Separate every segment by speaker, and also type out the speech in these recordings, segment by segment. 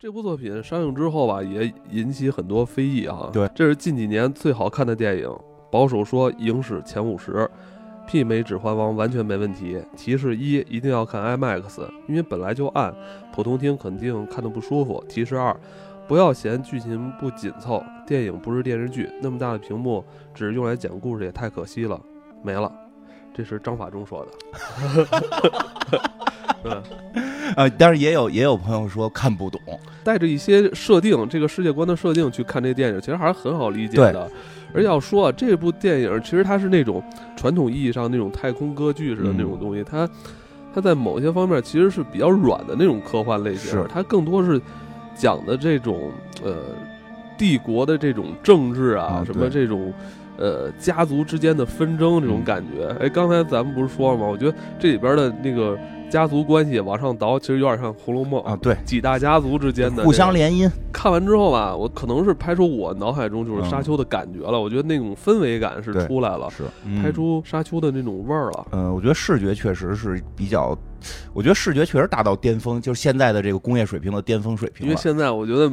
Speaker 1: 这部作品上映之后吧，也引起很多非议啊。
Speaker 2: 对，
Speaker 1: 这是近几年最好看的电影，保守说影史前五十，媲美《指环王》完全没问题。提示一，一定要看 IMAX，因为本来就暗，普通厅肯定看的不舒服。提示二，不要嫌剧情不紧凑，电影不是电视剧，那么大的屏幕只是用来讲故事也太可惜了，没了。这是张法中说的。嗯。
Speaker 2: 呃，但是也有也有朋友说看不懂，
Speaker 1: 带着一些设定，这个世界观的设定去看这电影，其实还是很好理解的。而要说啊，这部电影其实它是那种传统意义上那种太空歌剧似
Speaker 2: 嗯
Speaker 1: 的那种东西，它它在某些方面其实是比较软的那种科幻类型
Speaker 2: 是，
Speaker 1: 它更多是讲的这种呃帝国的这种政治啊，
Speaker 2: 啊
Speaker 1: 什么
Speaker 2: 对
Speaker 1: 这种。呃，家族之间的纷争这种
Speaker 2: 嗯
Speaker 1: 感觉，哎，刚才咱们不是说了吗？我觉得这里边的那个家族关系往上倒，其实有点像《红楼梦》
Speaker 2: 啊，对，
Speaker 1: 几大家族之间的
Speaker 2: 互
Speaker 1: 这
Speaker 2: 相
Speaker 1: 个
Speaker 2: 联姻，
Speaker 1: 看完之后吧，我可能是拍出我脑海中就是
Speaker 2: 嗯
Speaker 1: 沙丘的感觉了，我觉得那种氛围感是
Speaker 2: 对嗯
Speaker 1: 出来了，
Speaker 2: 是
Speaker 1: 啊拍。出沙丘的那种味儿了。
Speaker 2: 嗯，我觉得视觉确实是比较，我觉得视觉确实达到巅峰，就是现在的这个工业水平的巅峰水
Speaker 1: 因
Speaker 2: 平
Speaker 1: 为
Speaker 2: 了。
Speaker 1: 现在我觉得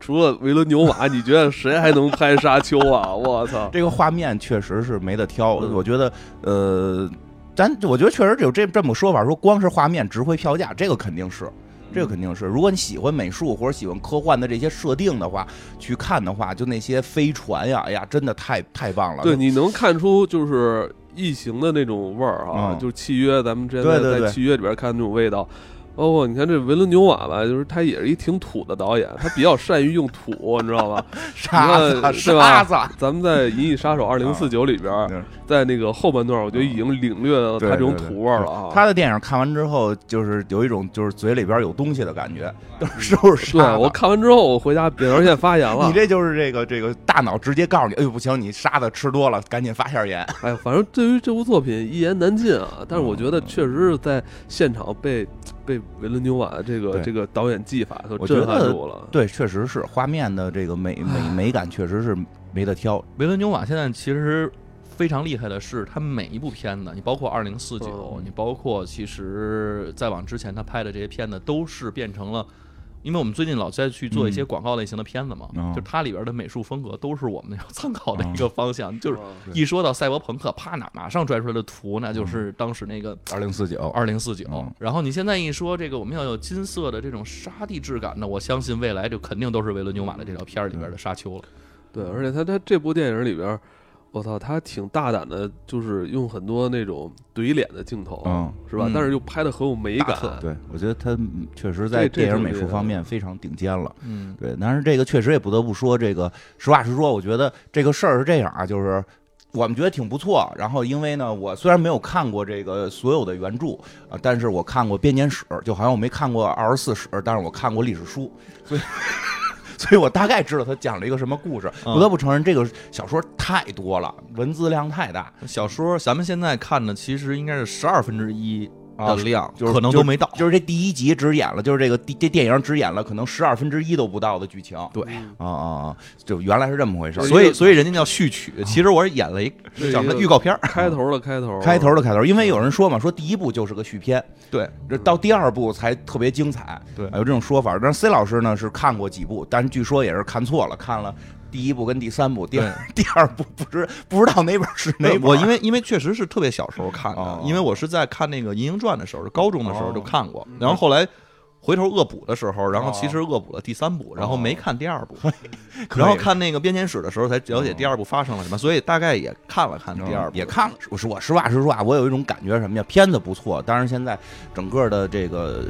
Speaker 1: 除了维伦纽瓦，你觉得谁还能拍沙丘啊？我操！
Speaker 2: 这个画面确实是没得挑，
Speaker 1: 嗯
Speaker 2: 我觉得，呃，咱我觉得确实有这这么说法，说光是画面值回票价，这个肯定
Speaker 1: 嗯
Speaker 2: 是，这个肯定是。如果你喜欢美术或者喜欢科幻的这些设定的话，去看的话，就那些飞船呀，哎呀，真的太太棒了。
Speaker 1: 对，你能看出就是异形的那种味儿啊，
Speaker 2: 嗯
Speaker 1: 就是契约，咱们之前
Speaker 2: 对
Speaker 1: 在
Speaker 2: 对对
Speaker 1: 在契约里边看那种味道。包括你看这维伦纽瓦吧，就是他也是一挺土的导演，他比较善于用土，你知 道吧？
Speaker 2: 沙
Speaker 1: 你看
Speaker 2: 子，
Speaker 1: 是吧
Speaker 2: 沙子，
Speaker 1: 咱们在《银翼杀手二零四九》里边儿
Speaker 2: 嗯，
Speaker 1: 在那个后半段，我觉得已经领略了他这种
Speaker 2: 对对对
Speaker 1: 土味儿了啊。
Speaker 2: 他的电影看完之后，就是有一种就是嘴里边有东西的感觉，都是
Speaker 1: 嗯对
Speaker 2: 沙子。
Speaker 1: 我看完之后，我回家扁桃腺发炎了。
Speaker 2: 你这就是这个这个大脑直接告诉你，哎呦不行，你沙子吃多了，赶紧发下炎。
Speaker 1: 哎，反正对于这部作品一言难尽啊。但是我觉得确实是在现场被被维伦纽瓦这个
Speaker 2: 对
Speaker 1: 这个导演技法所
Speaker 2: 我觉
Speaker 1: 震撼
Speaker 2: 得
Speaker 1: 住了。
Speaker 2: 对，确实是画面的这个美美美感确实是没得挑。
Speaker 3: 维伦纽瓦现在其实非常厉害的是，他每一部片子，你包括《二零四九》，
Speaker 1: 嗯
Speaker 3: 你包括其实再往之前他拍的这些片子，都是变成了。因为我们最近老在去做一些
Speaker 2: 嗯
Speaker 3: 广告类型的片子嘛，
Speaker 2: 哦
Speaker 3: 就它里边的美术风格都是我们要参考的
Speaker 2: 哦
Speaker 3: 一个方向。就是
Speaker 1: 嗯
Speaker 3: 一说到赛博朋克，啪哪马上拽出来的图，
Speaker 2: 哦
Speaker 3: 那就是当时那个
Speaker 2: 二零四九，
Speaker 3: 二零四九
Speaker 2: 嗯。
Speaker 3: 然后你现在一说这个，我们要有金色的这种沙地质感，那我相信未来就肯定都是维伦纽瓦的这条片儿里边的沙丘了。
Speaker 1: 对，而且他他这部电影里边儿，我操，他挺大胆的，就是用很多那种怼脸的镜头，
Speaker 2: 嗯，
Speaker 1: 是吧？
Speaker 3: 嗯
Speaker 1: 但是又拍的很有美
Speaker 3: 大
Speaker 1: 感。
Speaker 3: 特
Speaker 2: 对，我觉得他嗯确实在
Speaker 1: 这这
Speaker 2: 电影
Speaker 1: 挺
Speaker 2: 美
Speaker 1: 厉
Speaker 2: 术
Speaker 1: 害
Speaker 2: 方
Speaker 1: 的
Speaker 2: 面非常顶尖了。
Speaker 3: 嗯，
Speaker 2: 对，但是这个确实也不得不说，这个实话实说，我觉得这个事儿是这样啊，就是。我们觉得挺不错，然后因为呢，我虽然没有看过这个所有的原著啊、但是我看过编年史，就好像我没看过二十四史，但是我看过历史书，所以， 所以我大概知道他讲了一个什么故事。
Speaker 3: 嗯
Speaker 2: 不得不承认，这个小说太多了，文字量太大，
Speaker 3: 小说咱们现在看的其实应该是十二分之一
Speaker 2: 啊
Speaker 3: 的量，
Speaker 2: 就是
Speaker 3: 可能都没到。
Speaker 2: 就是这第一集只演了，就是这个第这电影只演了可能十二分之一都不到的剧情。
Speaker 3: 对
Speaker 1: 嗯
Speaker 2: 啊啊啊！就原来是这么回事儿，
Speaker 3: 所以，所以人家叫序曲。其实我是演了一
Speaker 1: 是一
Speaker 3: 叫什么
Speaker 1: 个
Speaker 3: 预告片儿，嗯
Speaker 1: 开头的开头，嗯
Speaker 2: 开头的开头，因为有人说嘛，说第一部就是个续篇，
Speaker 3: 对，
Speaker 2: 这到第二部才特别精彩，啊
Speaker 3: 对
Speaker 2: 有这种说法。但是 C 老师呢是看过几部，但是据说也是看错了，看了第一部跟第三部，第二 第二部不知不知道哪本是哪
Speaker 3: 对
Speaker 2: 本。
Speaker 3: 呃我因为因为确实是特别小时候看
Speaker 2: 哦
Speaker 3: 的，因为我是在看那个《银鹰传》的时候，就高中的时候
Speaker 2: 哦
Speaker 3: 就看过，然后后来回头恶补的时候，然后
Speaker 2: 哦
Speaker 3: 其实恶补了第三部，然后没看第二部，
Speaker 2: 可以
Speaker 3: 然后看那个编年史的时候才了解第二部发生了什么，所以大概也看了看第二部，
Speaker 2: 也看了，我是我实话实说啊，我有一种感觉是什么呀？片子不错，但是现在整个的这个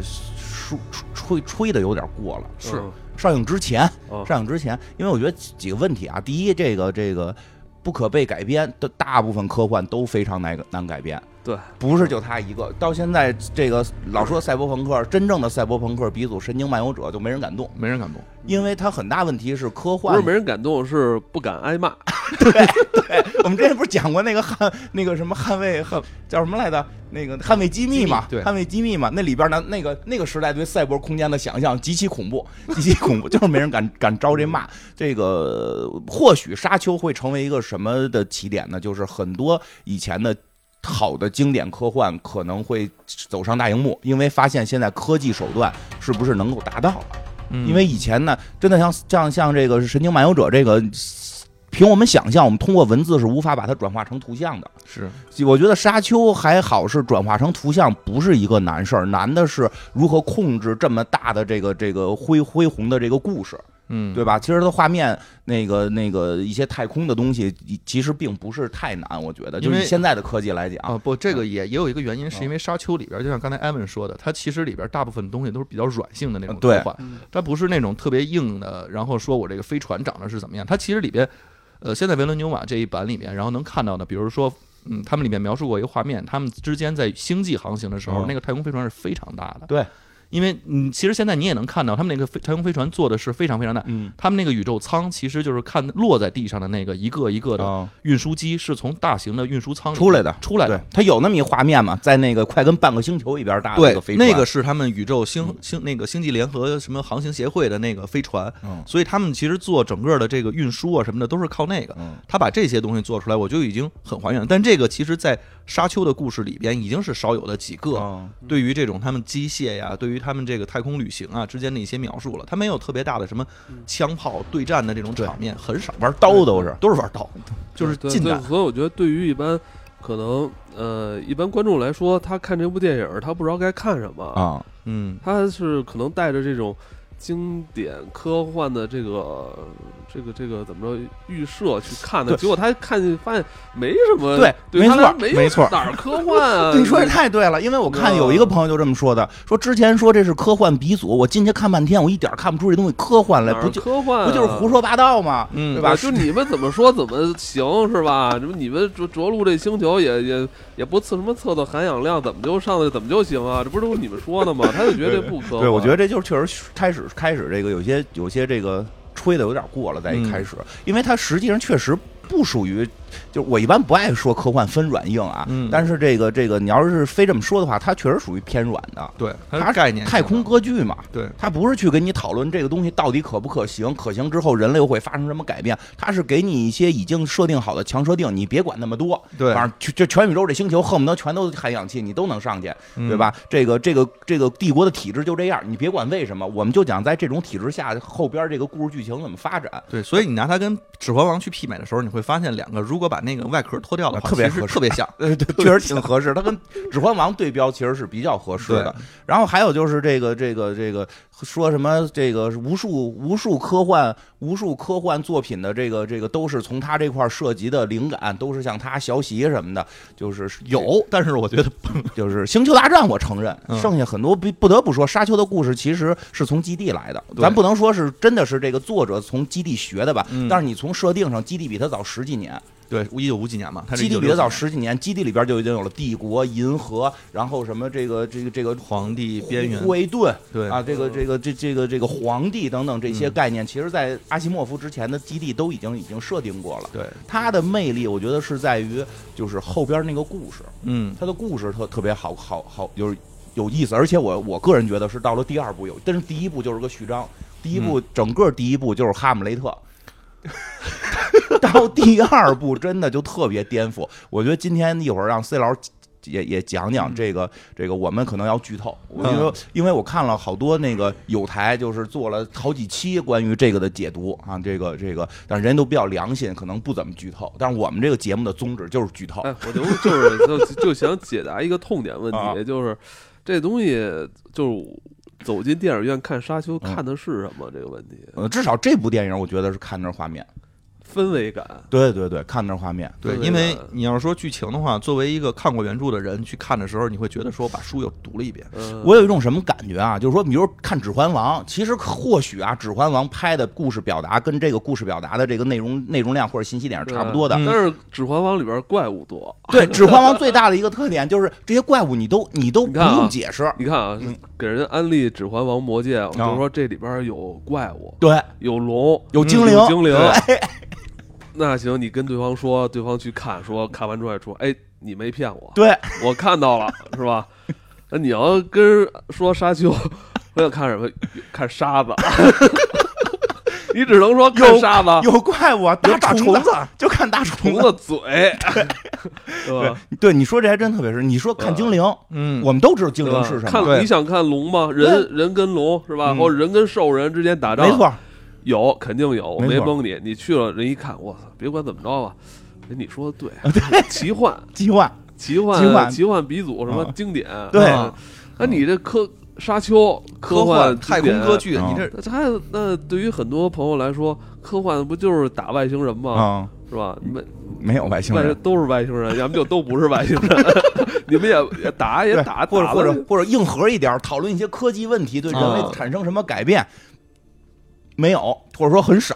Speaker 2: 吹吹吹的有点过了。
Speaker 1: 嗯
Speaker 3: 是
Speaker 2: 上映之前，
Speaker 1: 哦
Speaker 2: 上映之前，因为我觉得几几个问题啊，第一，这个这个不可被改编的大部分科幻都非常难难改编，
Speaker 1: 对，
Speaker 2: 不是就他一个。到现在这个老说赛博朋克，真正的赛博朋克鼻祖《神经漫游者》就没人敢动，
Speaker 3: 没人敢动。
Speaker 2: 因为它很大问题是科
Speaker 1: 不
Speaker 2: 幻
Speaker 1: 是没人感动，是不敢挨骂。
Speaker 2: 我们之前不是讲过那个捍那个什么捍卫捍叫什么来着？那个捍卫机密嘛，
Speaker 3: 机密对
Speaker 2: 捍卫机密嘛。那里边呢，那个那个时代对赛博空间的想象极其恐怖，极其恐怖， 就是没人敢敢招这骂。这个或许沙丘会成为一个什么的起点呢？就是很多以前的。好的经典科幻可能会走上大荧幕，因为发现现在科技手段是不是能够达到了？
Speaker 3: 嗯
Speaker 2: 因为以前呢，真的像像像这个《神经漫游者》这个，凭我们想象，我们通过文字是无法把它转化成图像的。
Speaker 3: 是
Speaker 2: 我觉得沙丘还好是转化成图像不是一个难事儿，难的是如何控制这么大的这个这个恢恢宏的这个故事，
Speaker 3: 嗯
Speaker 2: 对吧？其实它画面那个那个一些太空的东西，其实并不是太难，我觉得，就
Speaker 3: 因
Speaker 2: 是
Speaker 3: 为
Speaker 2: 以现在的科技来讲，
Speaker 3: 啊，不，这个也也有一个原因，是因为《沙丘》里边，就像刚才艾文说的，它其实里边大部分东西都是比较软性的那种
Speaker 2: 嗯
Speaker 3: 刻
Speaker 2: 对
Speaker 3: 画，它不是那种特别硬的。然后说我这个飞船长得是怎么样，它其实里边，呃，现在维伦纽瓦这一版里面，然后能看到的，比如说，嗯，他们里面描述过一个画面，他们之间在星际航行的时候，
Speaker 2: 嗯
Speaker 3: 那个太空飞船是非常大的。
Speaker 2: 对，
Speaker 3: 因为嗯，其实现在你也能看到，他们那个飞太空飞船做的是非常非常大。
Speaker 2: 嗯，
Speaker 3: 他们那个宇宙舱其实就是看落在地上的那个一个一个的
Speaker 2: 啊
Speaker 3: 运输机，是从大型的运输舱里
Speaker 2: 出来的。
Speaker 3: 出来的
Speaker 2: 对，，它有那么一画面嘛，在那个快跟半个星球一边大的
Speaker 4: 对
Speaker 2: 个飞，船
Speaker 4: 那个是他们宇宙星星那个星际联合什么航行协会的那个飞船，
Speaker 2: 嗯
Speaker 4: 所以他们其实做整个的这个运输啊什么的都是靠那个。
Speaker 2: 嗯
Speaker 4: 他把这些东西做出来，我就已经很还原了。但这个其实，在沙丘的故事里边，已经是少有的几个、
Speaker 2: 嗯
Speaker 4: 对于这种他们机械呀，对于他们这个太空旅行啊之间的一些描述了。他没有特别大的什么枪炮对战的这种场面，很少，
Speaker 2: 玩刀都是。
Speaker 4: 都是玩 刀，就是
Speaker 1: 对
Speaker 4: 近
Speaker 1: 对
Speaker 4: 战。
Speaker 1: 所以我觉得，对于一般可能呃一般观众来说，他看这部电影，他不知道该看什么，
Speaker 2: 啊，
Speaker 4: 嗯，
Speaker 1: 他是可能带着这种经典科幻的这个这个这个怎么着预设去看的，
Speaker 2: 对
Speaker 1: 结果他看见发现没什么，
Speaker 2: 对
Speaker 1: 对
Speaker 2: 没
Speaker 1: 他来
Speaker 2: 错
Speaker 1: 没
Speaker 2: 没错？
Speaker 1: 哪儿科幻啊
Speaker 4: 呃
Speaker 2: 你说的太对了，因为我看有一
Speaker 4: 嗯
Speaker 2: 个朋友就这么说的，说之前说这是科幻鼻祖，我进去看半天，我一点儿看不出这东西科幻来，
Speaker 1: 哪
Speaker 2: 不
Speaker 1: 儿
Speaker 2: 就
Speaker 1: 科幻、啊？
Speaker 2: 不就是胡。说八道吗？
Speaker 4: 嗯
Speaker 2: 对
Speaker 1: 对
Speaker 2: 吧？
Speaker 1: 吧？就你们怎么说怎么行是吧？什么你们着着陆这星球也也也不测什么测测含氧量，怎么就上去怎么就行啊？这不是都是你们说的吗？他就觉得这不科幻。
Speaker 2: 对，我觉得这就是确实开始开始这个有些有些这个吹的有点过了，在一
Speaker 4: 嗯
Speaker 2: 开始，因为它实际上确实不属于，就我一般不爱说科幻分软硬啊，
Speaker 4: 嗯
Speaker 2: 但是这个这个你要是非这么说的话，它确实属于偏软的，
Speaker 4: 对，它
Speaker 2: 它
Speaker 4: 是概念性的
Speaker 2: 太空歌剧嘛，
Speaker 4: 对，
Speaker 2: 他不是去跟你讨论这个东西到底可不可行，可行之后人类会发生什么改变，他是给你一些已经设定好的强设定，你别管那么多。
Speaker 4: 对
Speaker 2: 反正就就全宇宙这星球恨不得全都含氧气，你都能上去，
Speaker 4: 嗯
Speaker 2: 对吧？这个这个这个帝国的体制就这样，你别管为什么，我们就讲在这种体制下后边这个故事剧情怎么发展。
Speaker 4: 对，所以你拿它跟《指环王》去媲美的时候，你会发现两个如果把那个外壳脱掉的
Speaker 2: 啊
Speaker 4: 话，
Speaker 2: 特别
Speaker 4: 其实
Speaker 2: 合适
Speaker 4: 特别像。
Speaker 2: 呃，对，确实挺合适。它跟《指环王》对标其实是比较合适的。然后还有就是这个这个这个说什么这个无数无数科幻无数科幻作品的这个这个都是从他这块儿涉及的灵感都是向他学习什么的，就是
Speaker 4: 有，但是我觉得
Speaker 2: 就是《星球大战》，我承认，
Speaker 4: 嗯
Speaker 2: 剩下很多不不得不说，《沙丘》的故事其实是从基地来的，
Speaker 4: 对
Speaker 2: 咱不能说是真的是这个作者从基地学的吧，
Speaker 4: 嗯
Speaker 2: 但是你从设定上，基地比他早十几年。
Speaker 4: 对一九五几年嘛，它是
Speaker 2: 基地
Speaker 4: 1960
Speaker 2: 比他早
Speaker 4: 年
Speaker 2: 十几年，基地里边就已经有了帝国、银河，然后什么这个这个这个
Speaker 4: 皇帝边缘
Speaker 2: 护，卫盾
Speaker 4: 对嗯
Speaker 2: 啊，这个这个这这个这个皇帝等等这些概念，其实，在阿西莫夫之前的基地都已经已经设定过了。
Speaker 4: 对，
Speaker 2: 它的魅力，我觉得是在于就是后边那个故事，
Speaker 4: 嗯，
Speaker 2: 它的故事特特别好好好，就是有意思，而且我我个人觉得是到了第二部有，但是第一部就是个序章，第一
Speaker 4: 嗯
Speaker 2: 部、整个第一部就是哈姆雷特。 到第二部真的就特别颠覆，我觉得今天一会儿让 C 老师也也讲讲这个这个，我们可能要剧透，因
Speaker 4: 嗯
Speaker 2: 为因为我看了好多那个有台就是做了好几期关于这个的解读啊，这个这个，但是人都比较良心，可能不怎么剧透，但是我们这个节目的宗旨就是剧透，
Speaker 1: 哎，我就就是就就想解答一个痛点问
Speaker 2: 啊
Speaker 1: 题，就是这东西就是走进电影院看《沙丘》
Speaker 2: 嗯
Speaker 1: 看的是什么这个问题，
Speaker 2: 呃，至少这部电影我觉得是看那画面，
Speaker 1: 氛围感。
Speaker 2: 对对对，看那画面，
Speaker 4: 对，
Speaker 1: 对
Speaker 4: 因为
Speaker 1: 的
Speaker 4: 你要是说剧情的话，作为一个看过原著的人去看的时候，你会觉得说我把书又读了一遍，
Speaker 1: 嗯，
Speaker 2: 我有一种什么感觉啊？就是说，比如看《指环王》，其实或许啊，《指环王》拍的故事表达跟这个故事表达的这个内容内容量或者信息点是差不多的。
Speaker 4: 嗯
Speaker 1: 但是《指环王》里边怪物多，
Speaker 2: 对， 《指环王》最大的一个特点就是这些怪物你都你都
Speaker 1: 你
Speaker 2: 不
Speaker 1: 看啊
Speaker 2: 用解释，
Speaker 1: 你看啊
Speaker 2: 嗯，啊
Speaker 1: 给人安利《指环王》《魔戒》，我就说这里边有怪物，
Speaker 2: 对，
Speaker 1: 有龙，嗯
Speaker 2: 有精灵，
Speaker 1: 有精灵
Speaker 2: 对。
Speaker 1: 那行，你跟对方说，对方去看，说看完之后也说，哎，你没骗我，
Speaker 2: 对，
Speaker 1: 我看到了，是吧？那你要跟人说沙丘，我想看什么？看沙子。 你只能说看沙子，
Speaker 2: 有怪物啊，
Speaker 4: 有
Speaker 2: 大
Speaker 4: 大
Speaker 2: 虫
Speaker 4: 虫子，
Speaker 2: 就看大虫
Speaker 1: 虫
Speaker 2: 子。
Speaker 1: 子嘴，对吧？
Speaker 2: 对，你说这还真特别是，你说看精灵，
Speaker 4: 嗯，
Speaker 2: 我们都知道精
Speaker 1: 对吧
Speaker 2: 灵是什么，
Speaker 1: 看你想看龙吗？人人跟龙是吧？
Speaker 4: 嗯
Speaker 1: 或者人跟兽人之间打仗，
Speaker 2: 没错，
Speaker 1: 有肯定有，我
Speaker 2: 没
Speaker 1: 没
Speaker 2: 错
Speaker 1: 蒙你。你去了，人一看，我操，别管怎么着吧，哎，你说的对， 奇幻，
Speaker 2: 计划
Speaker 1: 奇幻，
Speaker 2: 奇幻
Speaker 1: 鼻祖，什么
Speaker 2: 啊
Speaker 1: 经典？
Speaker 2: 对
Speaker 1: 啊那你这科沙丘
Speaker 4: 科幻
Speaker 1: 幻
Speaker 4: 太
Speaker 1: 经
Speaker 4: 空
Speaker 1: 典
Speaker 4: 歌，剧，
Speaker 2: 嗯
Speaker 4: 你这
Speaker 1: 那它那对于很多朋友来说，科幻不就是打外星人吗？
Speaker 2: 啊，
Speaker 1: 是吧？你们
Speaker 2: 没有外星
Speaker 1: 外
Speaker 2: 人，
Speaker 1: 都是外星 人，要么就都不是外星人。 你们也也打也
Speaker 2: 对
Speaker 1: 打，
Speaker 2: 或者
Speaker 1: 打
Speaker 2: 或
Speaker 1: 了
Speaker 2: 者或者硬核一点儿，讨论一些科技问题对人类
Speaker 4: 啊
Speaker 2: 产生什么改变，没有，或者说很少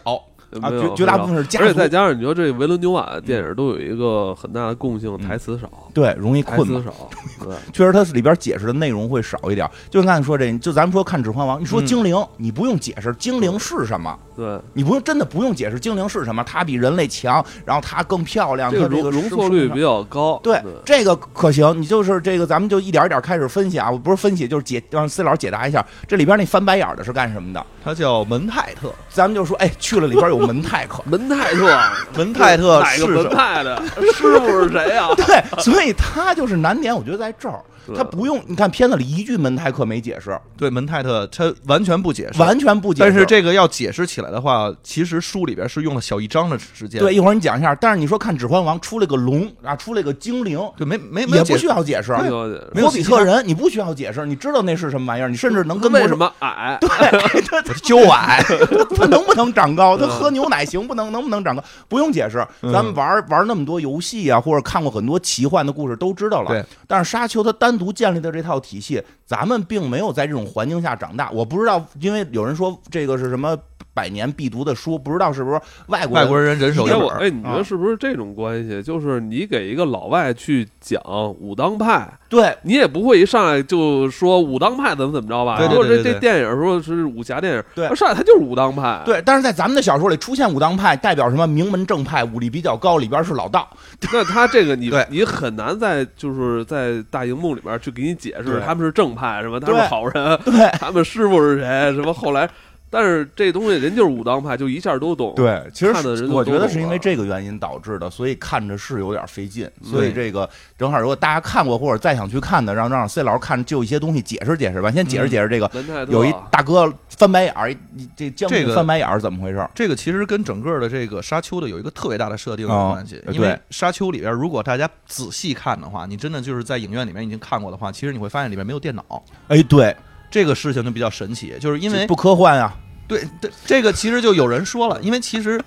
Speaker 2: 啊，
Speaker 1: 没有
Speaker 2: 绝绝大部
Speaker 1: 没有
Speaker 2: 分是家
Speaker 1: 而且
Speaker 2: 族
Speaker 1: 再加上你说这维伦纽瓦的电影都有一个很大的共性，台词少，
Speaker 2: 对容易
Speaker 1: 台
Speaker 2: 嗯困嘛
Speaker 1: 词。少，对，
Speaker 2: 确实它是里边解释的内容会少一点。就像刚才你说这，就咱们说看《指环王》，你说
Speaker 4: 嗯
Speaker 2: 精灵，你不用解释精灵是什么，
Speaker 1: 对，
Speaker 2: 你不用真的不用解释精灵是什么，它比人类强，然后它更漂亮，
Speaker 1: 这
Speaker 2: 它
Speaker 1: 个
Speaker 2: 这
Speaker 1: 容
Speaker 2: 个
Speaker 1: 容
Speaker 2: 生
Speaker 1: 错率
Speaker 2: 生
Speaker 1: 比较高，，
Speaker 2: 对这个可行，你就是这个，咱们就一点一点开始分析啊，我不是分析，就是解让 C 老师解答一下，这里边那翻白眼儿的是干什么的？
Speaker 4: 它叫门泰特，
Speaker 2: 咱们就说，哎，去了里边有门泰克
Speaker 1: 门泰特，
Speaker 4: 门泰特
Speaker 1: 哪
Speaker 4: 是
Speaker 1: 个门
Speaker 4: 什么？
Speaker 1: 派的师傅是谁 啊？
Speaker 2: 对，所以他就是难点，我觉得在这儿，
Speaker 1: 对
Speaker 2: 他不用，你看片子里一句门泰克没解释，
Speaker 4: 对，门泰特它完全不解释，
Speaker 2: 完全不解释。
Speaker 4: 但是这个要解释起来的话，其实书里边是用了小一章的时间，
Speaker 2: 对，一会儿你讲一下。但是你说看《指环王》出了个龙啊，出了个精灵，
Speaker 4: 对，没没没
Speaker 2: 也
Speaker 4: 有
Speaker 2: 不
Speaker 4: 解释
Speaker 2: 需要解释。
Speaker 1: 没有解释
Speaker 4: 没有
Speaker 2: 霍比
Speaker 4: 信息
Speaker 2: 特人你不需要解释，你知道那是什么玩意儿，你甚至能跟
Speaker 1: 为什
Speaker 2: 陌生
Speaker 1: 么矮？
Speaker 4: 揪矮，
Speaker 2: 他能不能长高？他
Speaker 1: 嗯
Speaker 2: 喝牛奶行不能？能不能长高？不用解释，
Speaker 4: 嗯
Speaker 2: 咱们玩玩那么多游戏啊，或者看过很多奇幻的故事，都知道了。
Speaker 4: 对，
Speaker 2: 但是沙丘它单独建立的这套体系，咱们并没有在这种环境下长大。我不知道，因为有人说这个是什么百年必读的书，不知道是不是外国
Speaker 4: 外
Speaker 2: 人
Speaker 4: 国人人手一
Speaker 1: 哎，我
Speaker 4: 本，
Speaker 1: 哎，你觉得是不是这种关系？就是你给一个老外去讲武当派，
Speaker 2: 对
Speaker 1: 你也不会一上来就说武当派怎么怎么着吧？
Speaker 4: 对对
Speaker 1: 或者这
Speaker 4: 对对
Speaker 1: 这电影说是武侠电影，
Speaker 2: 对
Speaker 1: 啊上来他就是武当派，
Speaker 2: 对，但是在咱们的小说里出现武当派，代表什么名门正派，武力比较高，里边是老道。
Speaker 1: 那他这个你
Speaker 4: 对
Speaker 1: 你很难在就是在大荧幕里面去给你解释
Speaker 2: 对
Speaker 1: 他们是正派什么，他
Speaker 2: 对
Speaker 1: 们是好人，
Speaker 2: 对
Speaker 1: 他们师傅是谁，什么后来，但是这东西人就是武当派，就一下都懂。
Speaker 2: 对，其实
Speaker 1: 看的人
Speaker 2: 是
Speaker 1: 就
Speaker 2: 我觉
Speaker 1: 都
Speaker 2: 得
Speaker 1: 懂
Speaker 2: 是因为
Speaker 1: 了
Speaker 2: 这个原因导致的，所以看着是有点费劲。所以这个正好，如果大家看过或者再想去看的，让让 C 老师看就一些东西解释解释吧。先
Speaker 1: 嗯
Speaker 2: 解释解释这个，
Speaker 1: 门泰特
Speaker 2: 有一大哥翻白眼儿，一这将
Speaker 4: 这
Speaker 2: 军
Speaker 4: 个
Speaker 2: 翻白眼儿怎么回事？
Speaker 4: 这个其实跟整个的这个沙丘的有一个特别大的设定有关系，
Speaker 2: 哦
Speaker 4: 因为
Speaker 2: 对
Speaker 4: 沙丘里边，如果大家仔细看的话，你真的就是在影院里面已经看过的话，其实你会发现里面没有电脑，
Speaker 2: 哎，对，
Speaker 4: 这个事情就比较神奇，就是因为
Speaker 2: 不科幻啊，
Speaker 4: 对对这个其实就有人说了，因为其实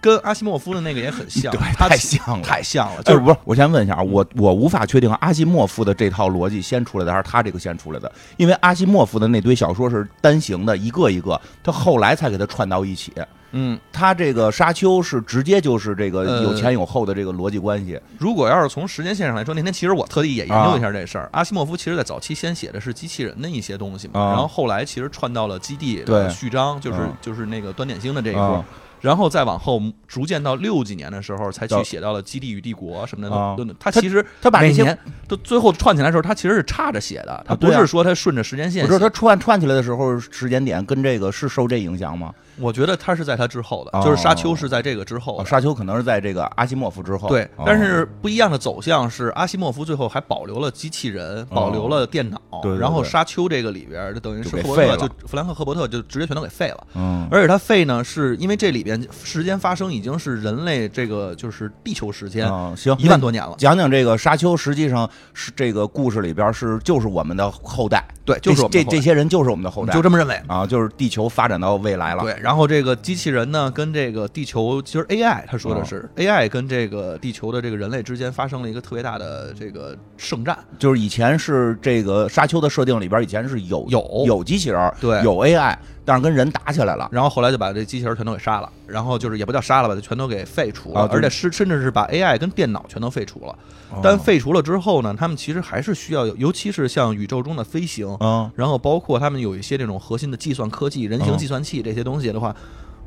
Speaker 4: 跟阿西莫夫的那个也 很像，他
Speaker 2: 太
Speaker 4: 其
Speaker 2: 像了。
Speaker 4: 太像
Speaker 1: 呃
Speaker 4: 了，
Speaker 2: 就
Speaker 4: 就是是
Speaker 2: 不是？我先问一下啊，我我无法确定阿西莫夫的这套逻辑先出来的，还是他这个先出来的？因为阿西莫夫的那堆小说是单行的，一个一个，他后来才给他串到一起。
Speaker 4: 嗯，
Speaker 2: 他这个沙丘是直接就是这个
Speaker 4: 呃
Speaker 2: 有前有后的这个逻辑关系，
Speaker 4: 如果要是从时间线上来说，那天其实我特地也研究
Speaker 2: 啊
Speaker 4: 一下这事儿。阿西莫夫其实在早期先写的是机器人的一些东西嘛，
Speaker 2: 啊
Speaker 4: 然后后来其实串到了基地
Speaker 2: 对
Speaker 4: 的序章，就是、
Speaker 2: 嗯
Speaker 4: 就是那个端点星的这一波，
Speaker 2: 啊
Speaker 4: 然后再往后逐渐到六几年的时候才
Speaker 2: 到
Speaker 4: 去写到了基地与帝国什么的。
Speaker 2: 啊
Speaker 4: 他其实
Speaker 2: 他把这
Speaker 4: 每
Speaker 2: 些
Speaker 4: 年，都最后串起来的时候，他其实是插着写的，他不
Speaker 2: 对啊
Speaker 4: 是说他顺着时间
Speaker 2: 我
Speaker 4: 线
Speaker 2: 知道
Speaker 4: 写。
Speaker 2: 他串串起来的时候时间点跟这个是受这影响吗？
Speaker 4: 我觉得他是在他之后的，
Speaker 2: 哦
Speaker 4: 就是沙丘是在这个之后的
Speaker 2: 哦，。沙丘可能是在这个阿西莫夫之后，
Speaker 4: 对
Speaker 2: 哦，
Speaker 4: 但是不一样的走向是，阿西莫夫最后还保留了机器人，保留了电脑，
Speaker 2: 哦对对对
Speaker 4: 然后沙丘这个里边儿，就等于是
Speaker 2: 就给
Speaker 4: 赫伯特
Speaker 2: 废了
Speaker 4: 就弗兰克·赫伯特就直接全都给废了。
Speaker 2: 嗯，
Speaker 4: 而且他废呢，是因为这里边时间发生已经是人类这个就是地球时间
Speaker 2: 嗯行，
Speaker 4: 一万多年了，
Speaker 2: 讲讲这个沙丘，实际上是这个故事里边是就是我们的后代，
Speaker 4: 对，就是我们
Speaker 2: 这
Speaker 4: 的
Speaker 2: 这这
Speaker 4: 后
Speaker 2: 些人就是我们的
Speaker 4: 代
Speaker 2: 后代，
Speaker 4: 就这么认为。
Speaker 2: 啊，就是地球发展到未来了，
Speaker 4: 对，然后这个机器人呢，跟这个地球，其实 AI，他
Speaker 2: 哦
Speaker 4: 说的是、AI 跟这个地球的这个人类之间发生了一个特别大的这个圣战，
Speaker 2: 就是以前是这个沙丘的设定里边以前是有
Speaker 4: 有
Speaker 2: 有机器人儿，
Speaker 4: 对
Speaker 2: 有 AI，但是跟人打起来了，
Speaker 4: 然后后来就把这机器人全都给杀了，然后就是也不叫杀了吧，就全都给废除
Speaker 2: 啊
Speaker 4: 了，
Speaker 2: 就是哦
Speaker 4: 而且是甚至是把 AI 跟电脑全都废除了。但废除了之后呢，他们其实还是需要有，尤其是像宇宙中的飞行，
Speaker 2: 嗯。
Speaker 4: 然后包括他们有一些这种核心的计算科技、人形计算器这些东西的话，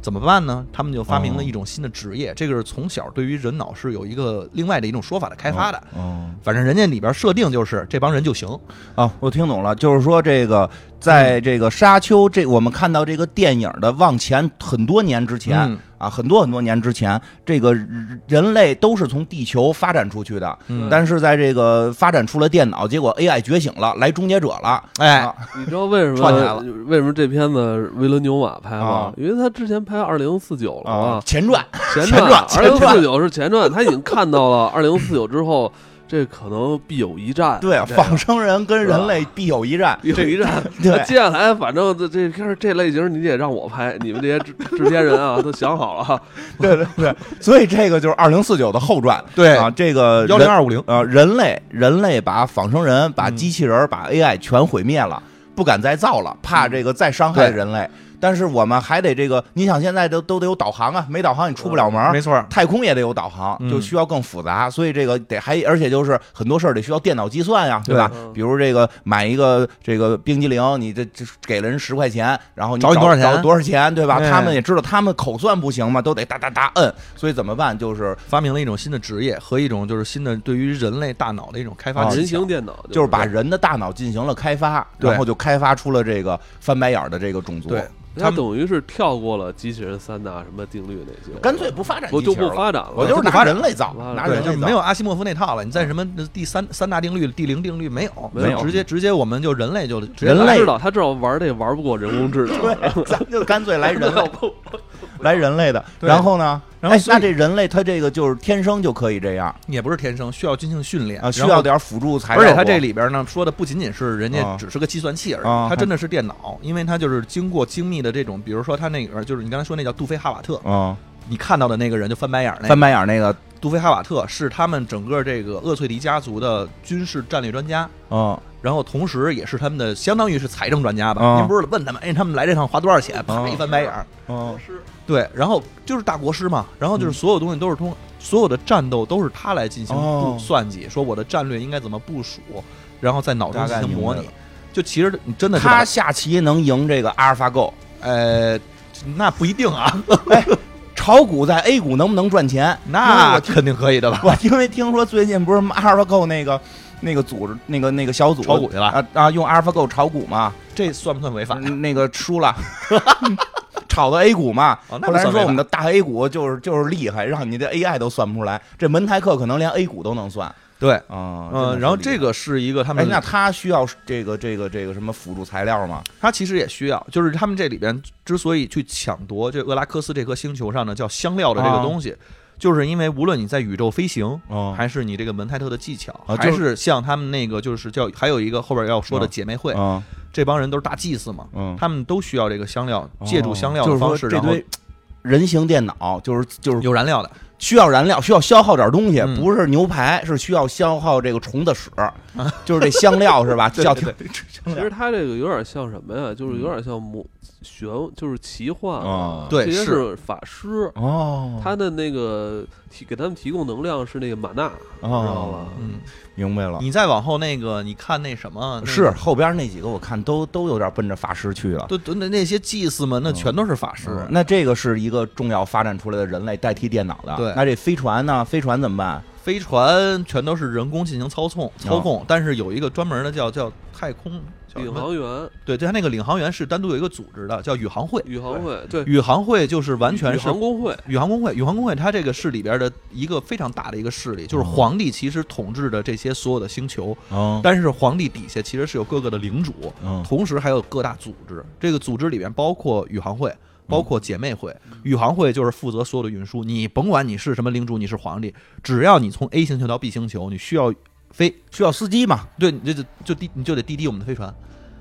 Speaker 4: 怎么办呢？他们就发明了一种新的职
Speaker 2: 哦
Speaker 4: 业，这个是从小对于人脑是有一个另外的一种说法的开发的。
Speaker 2: 嗯
Speaker 4: 反正人家里边设定就是这帮人就行，
Speaker 2: 啊，我听懂了，就是说这个，在
Speaker 4: 嗯
Speaker 2: 这个沙丘这，我们看到这个电影的往前很多年之前、
Speaker 4: 嗯
Speaker 2: 啊，很多很多年之前，这个人人类都是从地球发展出去的，
Speaker 4: 嗯
Speaker 2: 但是在这个发展出了电脑，结果 AI 觉醒了，来终结者了，
Speaker 4: 哎，
Speaker 2: 啊
Speaker 1: 你知道为什么
Speaker 2: 串起来了
Speaker 1: 为什么这片子维伦纽瓦拍吗
Speaker 2: 啊？
Speaker 1: 因为他之前拍《二零四九》了
Speaker 2: 啊
Speaker 4: 哦
Speaker 1: 嘛，，
Speaker 2: 前传，
Speaker 1: 前
Speaker 2: 前
Speaker 1: 传
Speaker 2: 传
Speaker 1: 《二零四九》是前传，他已经看到了《二零四九》之后，这可能必有一战。
Speaker 2: 对，
Speaker 4: 啊
Speaker 2: 仿生人跟人类必有一战，
Speaker 1: 必有一战。那
Speaker 2: 对
Speaker 1: 接下来反正这这片儿这类型你得让我拍，你们这些制制片人啊都想好了啊，
Speaker 2: 对对对，所以这个就是二零四九的后传，
Speaker 4: 对
Speaker 2: 啊，这个
Speaker 4: 幺零二五零，
Speaker 2: 呃，人类人类把仿生人、把
Speaker 4: 嗯
Speaker 2: 机器人、把 AI 全毁灭了，不敢再造了，怕这个再伤害
Speaker 4: 嗯对
Speaker 2: 人类。但是我们还得这个，你想现在都都得有导航啊，没导航你出不了门儿。
Speaker 4: 没错儿，
Speaker 2: 太空也得有导航，
Speaker 4: 嗯
Speaker 2: 就需要更复杂，所以这个得还，而且就是很多事儿得需要电脑计算呀，对吧？
Speaker 1: 嗯
Speaker 2: 比如这个买一个这个冰激凌，你这这给了人十块钱，然后你
Speaker 4: 找你多少钱
Speaker 2: 找多少钱，对吧？
Speaker 4: 哎
Speaker 2: 他们也知道，他们口算不行嘛，都得哒哒哒摁，所以怎么办？就是
Speaker 4: 发明了一种新的职业和一种就是新的对于人类大脑的一种开发
Speaker 2: 啊
Speaker 4: 技
Speaker 1: 人
Speaker 4: 巧
Speaker 1: 形电脑
Speaker 2: 就是把人的大脑进行了开发，
Speaker 4: 对
Speaker 2: 然后就开发出了这个翻白眼儿的这个种族，
Speaker 4: 对，
Speaker 1: 他等于是跳过了机器人三大什么定律那些，
Speaker 2: 干脆不发展
Speaker 1: 我
Speaker 2: 机
Speaker 1: 就
Speaker 2: 器人
Speaker 1: 不
Speaker 2: 了，
Speaker 1: 发展了。
Speaker 2: 我就是
Speaker 4: 不
Speaker 2: 拿
Speaker 4: 发展
Speaker 2: 人类造，
Speaker 1: 了
Speaker 2: 拿
Speaker 1: 对
Speaker 4: 对，
Speaker 2: 人
Speaker 4: 就
Speaker 2: 类
Speaker 4: 是
Speaker 2: 造，
Speaker 4: 没有阿西莫夫那套了。你在什么第三三大定律、第零定律没有？
Speaker 1: 没有
Speaker 4: 就直接直接我们就人类就直接
Speaker 2: 人
Speaker 1: 他
Speaker 2: 类
Speaker 1: 知道他知道玩这玩不过人工智能，
Speaker 2: 对，咱就干脆来 人类，来人类的，
Speaker 4: 对
Speaker 2: 然后呢？
Speaker 4: 然后
Speaker 2: 哎
Speaker 4: 所以
Speaker 2: 那这人类他这个就是天生就可以这样
Speaker 4: 也不是天生，需要进行训练
Speaker 2: 啊，需
Speaker 4: 然后
Speaker 2: 要点辅助材料
Speaker 4: 而
Speaker 2: 不，
Speaker 4: 且它这里边呢说的不仅仅是人家
Speaker 2: 啊
Speaker 4: 只是个计算器而已，
Speaker 2: 啊
Speaker 4: 它真的是电脑，因为它就是经过精密的这种，比如说它那个就是你刚才说那叫杜菲哈瓦特，
Speaker 2: 啊，
Speaker 4: 你看到的那个人就翻白眼儿那个
Speaker 2: 翻白眼儿那个，
Speaker 4: 杜菲哈瓦特是他们整个这个厄翠迪家族的军事战略专家。
Speaker 2: 嗯，
Speaker 4: 然后同时也是他们的，相当于是财政专家吧。
Speaker 2: 啊
Speaker 4: 您不是问他们，哎，他们来这趟花多少钱？啪
Speaker 2: 啊
Speaker 4: 一翻白眼儿，
Speaker 2: 嗯
Speaker 4: 对，然后就是大国师嘛，然后就是所有东西都是通，所有的战斗都是他来进行
Speaker 2: 哦
Speaker 4: 布算计，说我的战略应该怎么部署，然后在脑中
Speaker 2: 大
Speaker 4: 进
Speaker 2: 概
Speaker 4: 行
Speaker 2: 明
Speaker 4: 模
Speaker 2: 白
Speaker 4: 拟。就其实你真的是
Speaker 2: 他
Speaker 4: 把
Speaker 2: 下棋能赢这个阿尔法狗，
Speaker 4: 呃，那不一 定啊，
Speaker 2: 炒股在 A 股能不能赚钱？因为
Speaker 4: 那
Speaker 2: 我
Speaker 4: 肯定可以的 吧？
Speaker 2: 我因为听说最近不是 AlphaGo 那个那个组织那个那个小组
Speaker 4: 炒股去了，
Speaker 2: 啊啊，用 AlphaGo 炒股嘛，
Speaker 4: 这算不算违法？
Speaker 2: 嗯那个输了， 炒到 A 股嘛。
Speaker 4: 哦那
Speaker 2: 后
Speaker 4: 不
Speaker 2: 来
Speaker 4: 算
Speaker 2: 说
Speaker 4: 违
Speaker 2: 我们
Speaker 4: 法。
Speaker 2: 的大 A 股就是就是厉害，让你的 AI 都算不出来。这门台课可能连 A 股都能算
Speaker 4: 对，
Speaker 2: 啊。
Speaker 4: 嗯，然后这
Speaker 2: 个，
Speaker 4: 个是一个他
Speaker 2: 哎
Speaker 4: 们，，
Speaker 2: 那他需要这个这个这个什么辅助材料吗？
Speaker 4: 他其实也需要，就是他们这里边之所以去抢夺这厄拉克斯这颗星球上的叫香料的这个
Speaker 2: 啊
Speaker 4: 东西，就是因为无论你在宇宙飞行，
Speaker 2: 哦
Speaker 4: 还是你这个门泰特的技巧，
Speaker 2: 啊
Speaker 4: 还
Speaker 2: 就是
Speaker 4: 像他们那个就是叫还有一个后边要说的
Speaker 2: 嗯
Speaker 4: 姐妹会，
Speaker 2: 嗯
Speaker 4: 这帮人都是大祭司嘛，
Speaker 2: 嗯，
Speaker 4: 他们都需要这个香料，
Speaker 2: 哦
Speaker 4: 借助香料
Speaker 2: 就
Speaker 4: 的
Speaker 2: 是
Speaker 4: 方
Speaker 2: 说
Speaker 4: 式，
Speaker 2: 这
Speaker 4: 然后
Speaker 2: 堆人形电脑就是就是
Speaker 4: 有燃料的
Speaker 2: 需要燃料，需要消耗点东西，
Speaker 4: 嗯
Speaker 2: 不是牛排，是需要消耗这个虫 子屎，就是这香料是吧？叫
Speaker 4: 对
Speaker 2: 啊
Speaker 1: 其实他这个有点像什么呀？就是有点像魔玄，就是奇幻
Speaker 2: 啊
Speaker 4: 对
Speaker 1: 这些
Speaker 4: 是
Speaker 1: 是法师，
Speaker 2: 哦
Speaker 1: 他的那个提给他们提供能量是那个玛纳，知道
Speaker 2: 哦，
Speaker 1: 吧？
Speaker 4: 嗯，
Speaker 2: 明白了。
Speaker 4: 你再往后那个，你看那什么，那
Speaker 2: 是后边那几个我看都都有点奔着法师去了。
Speaker 4: 都都那那些祭司
Speaker 2: 啊
Speaker 4: 们，那全都是法师，
Speaker 2: 嗯那这个是一个重要发展出来的人类代替电脑的。
Speaker 4: 对
Speaker 2: 那这飞船呢？飞船怎么办？
Speaker 4: 飞船全都是人工进行操控操控，但是有一个专门的叫叫太空叫什
Speaker 1: 领
Speaker 4: 么？
Speaker 1: 哦航员、
Speaker 4: 对，对，他那个领航员是单独有一个组织的，叫宇航会。
Speaker 1: 宇航会，对，
Speaker 4: 宇航会就是完全
Speaker 1: 宇
Speaker 4: 是
Speaker 1: 航工会，
Speaker 4: 宇航工会，宇航工会它这个是里边的一个非常大的一个势力，就是皇帝其实统治的这些所有的星球，
Speaker 2: 嗯
Speaker 4: 但是皇帝底下其实是有各个的领主，
Speaker 2: 嗯
Speaker 4: 同时还有各大组织。这个组织里边包括宇航会，包括姐妹会。
Speaker 1: 嗯
Speaker 4: 宇航会就是负责所有的运输，你甭管你是什么领主，你是皇帝，只要你从 A 星球到 B 星球，你需要飞，
Speaker 2: 需要司机嘛？
Speaker 4: 对，你就就就滴你就得滴滴我们的飞船，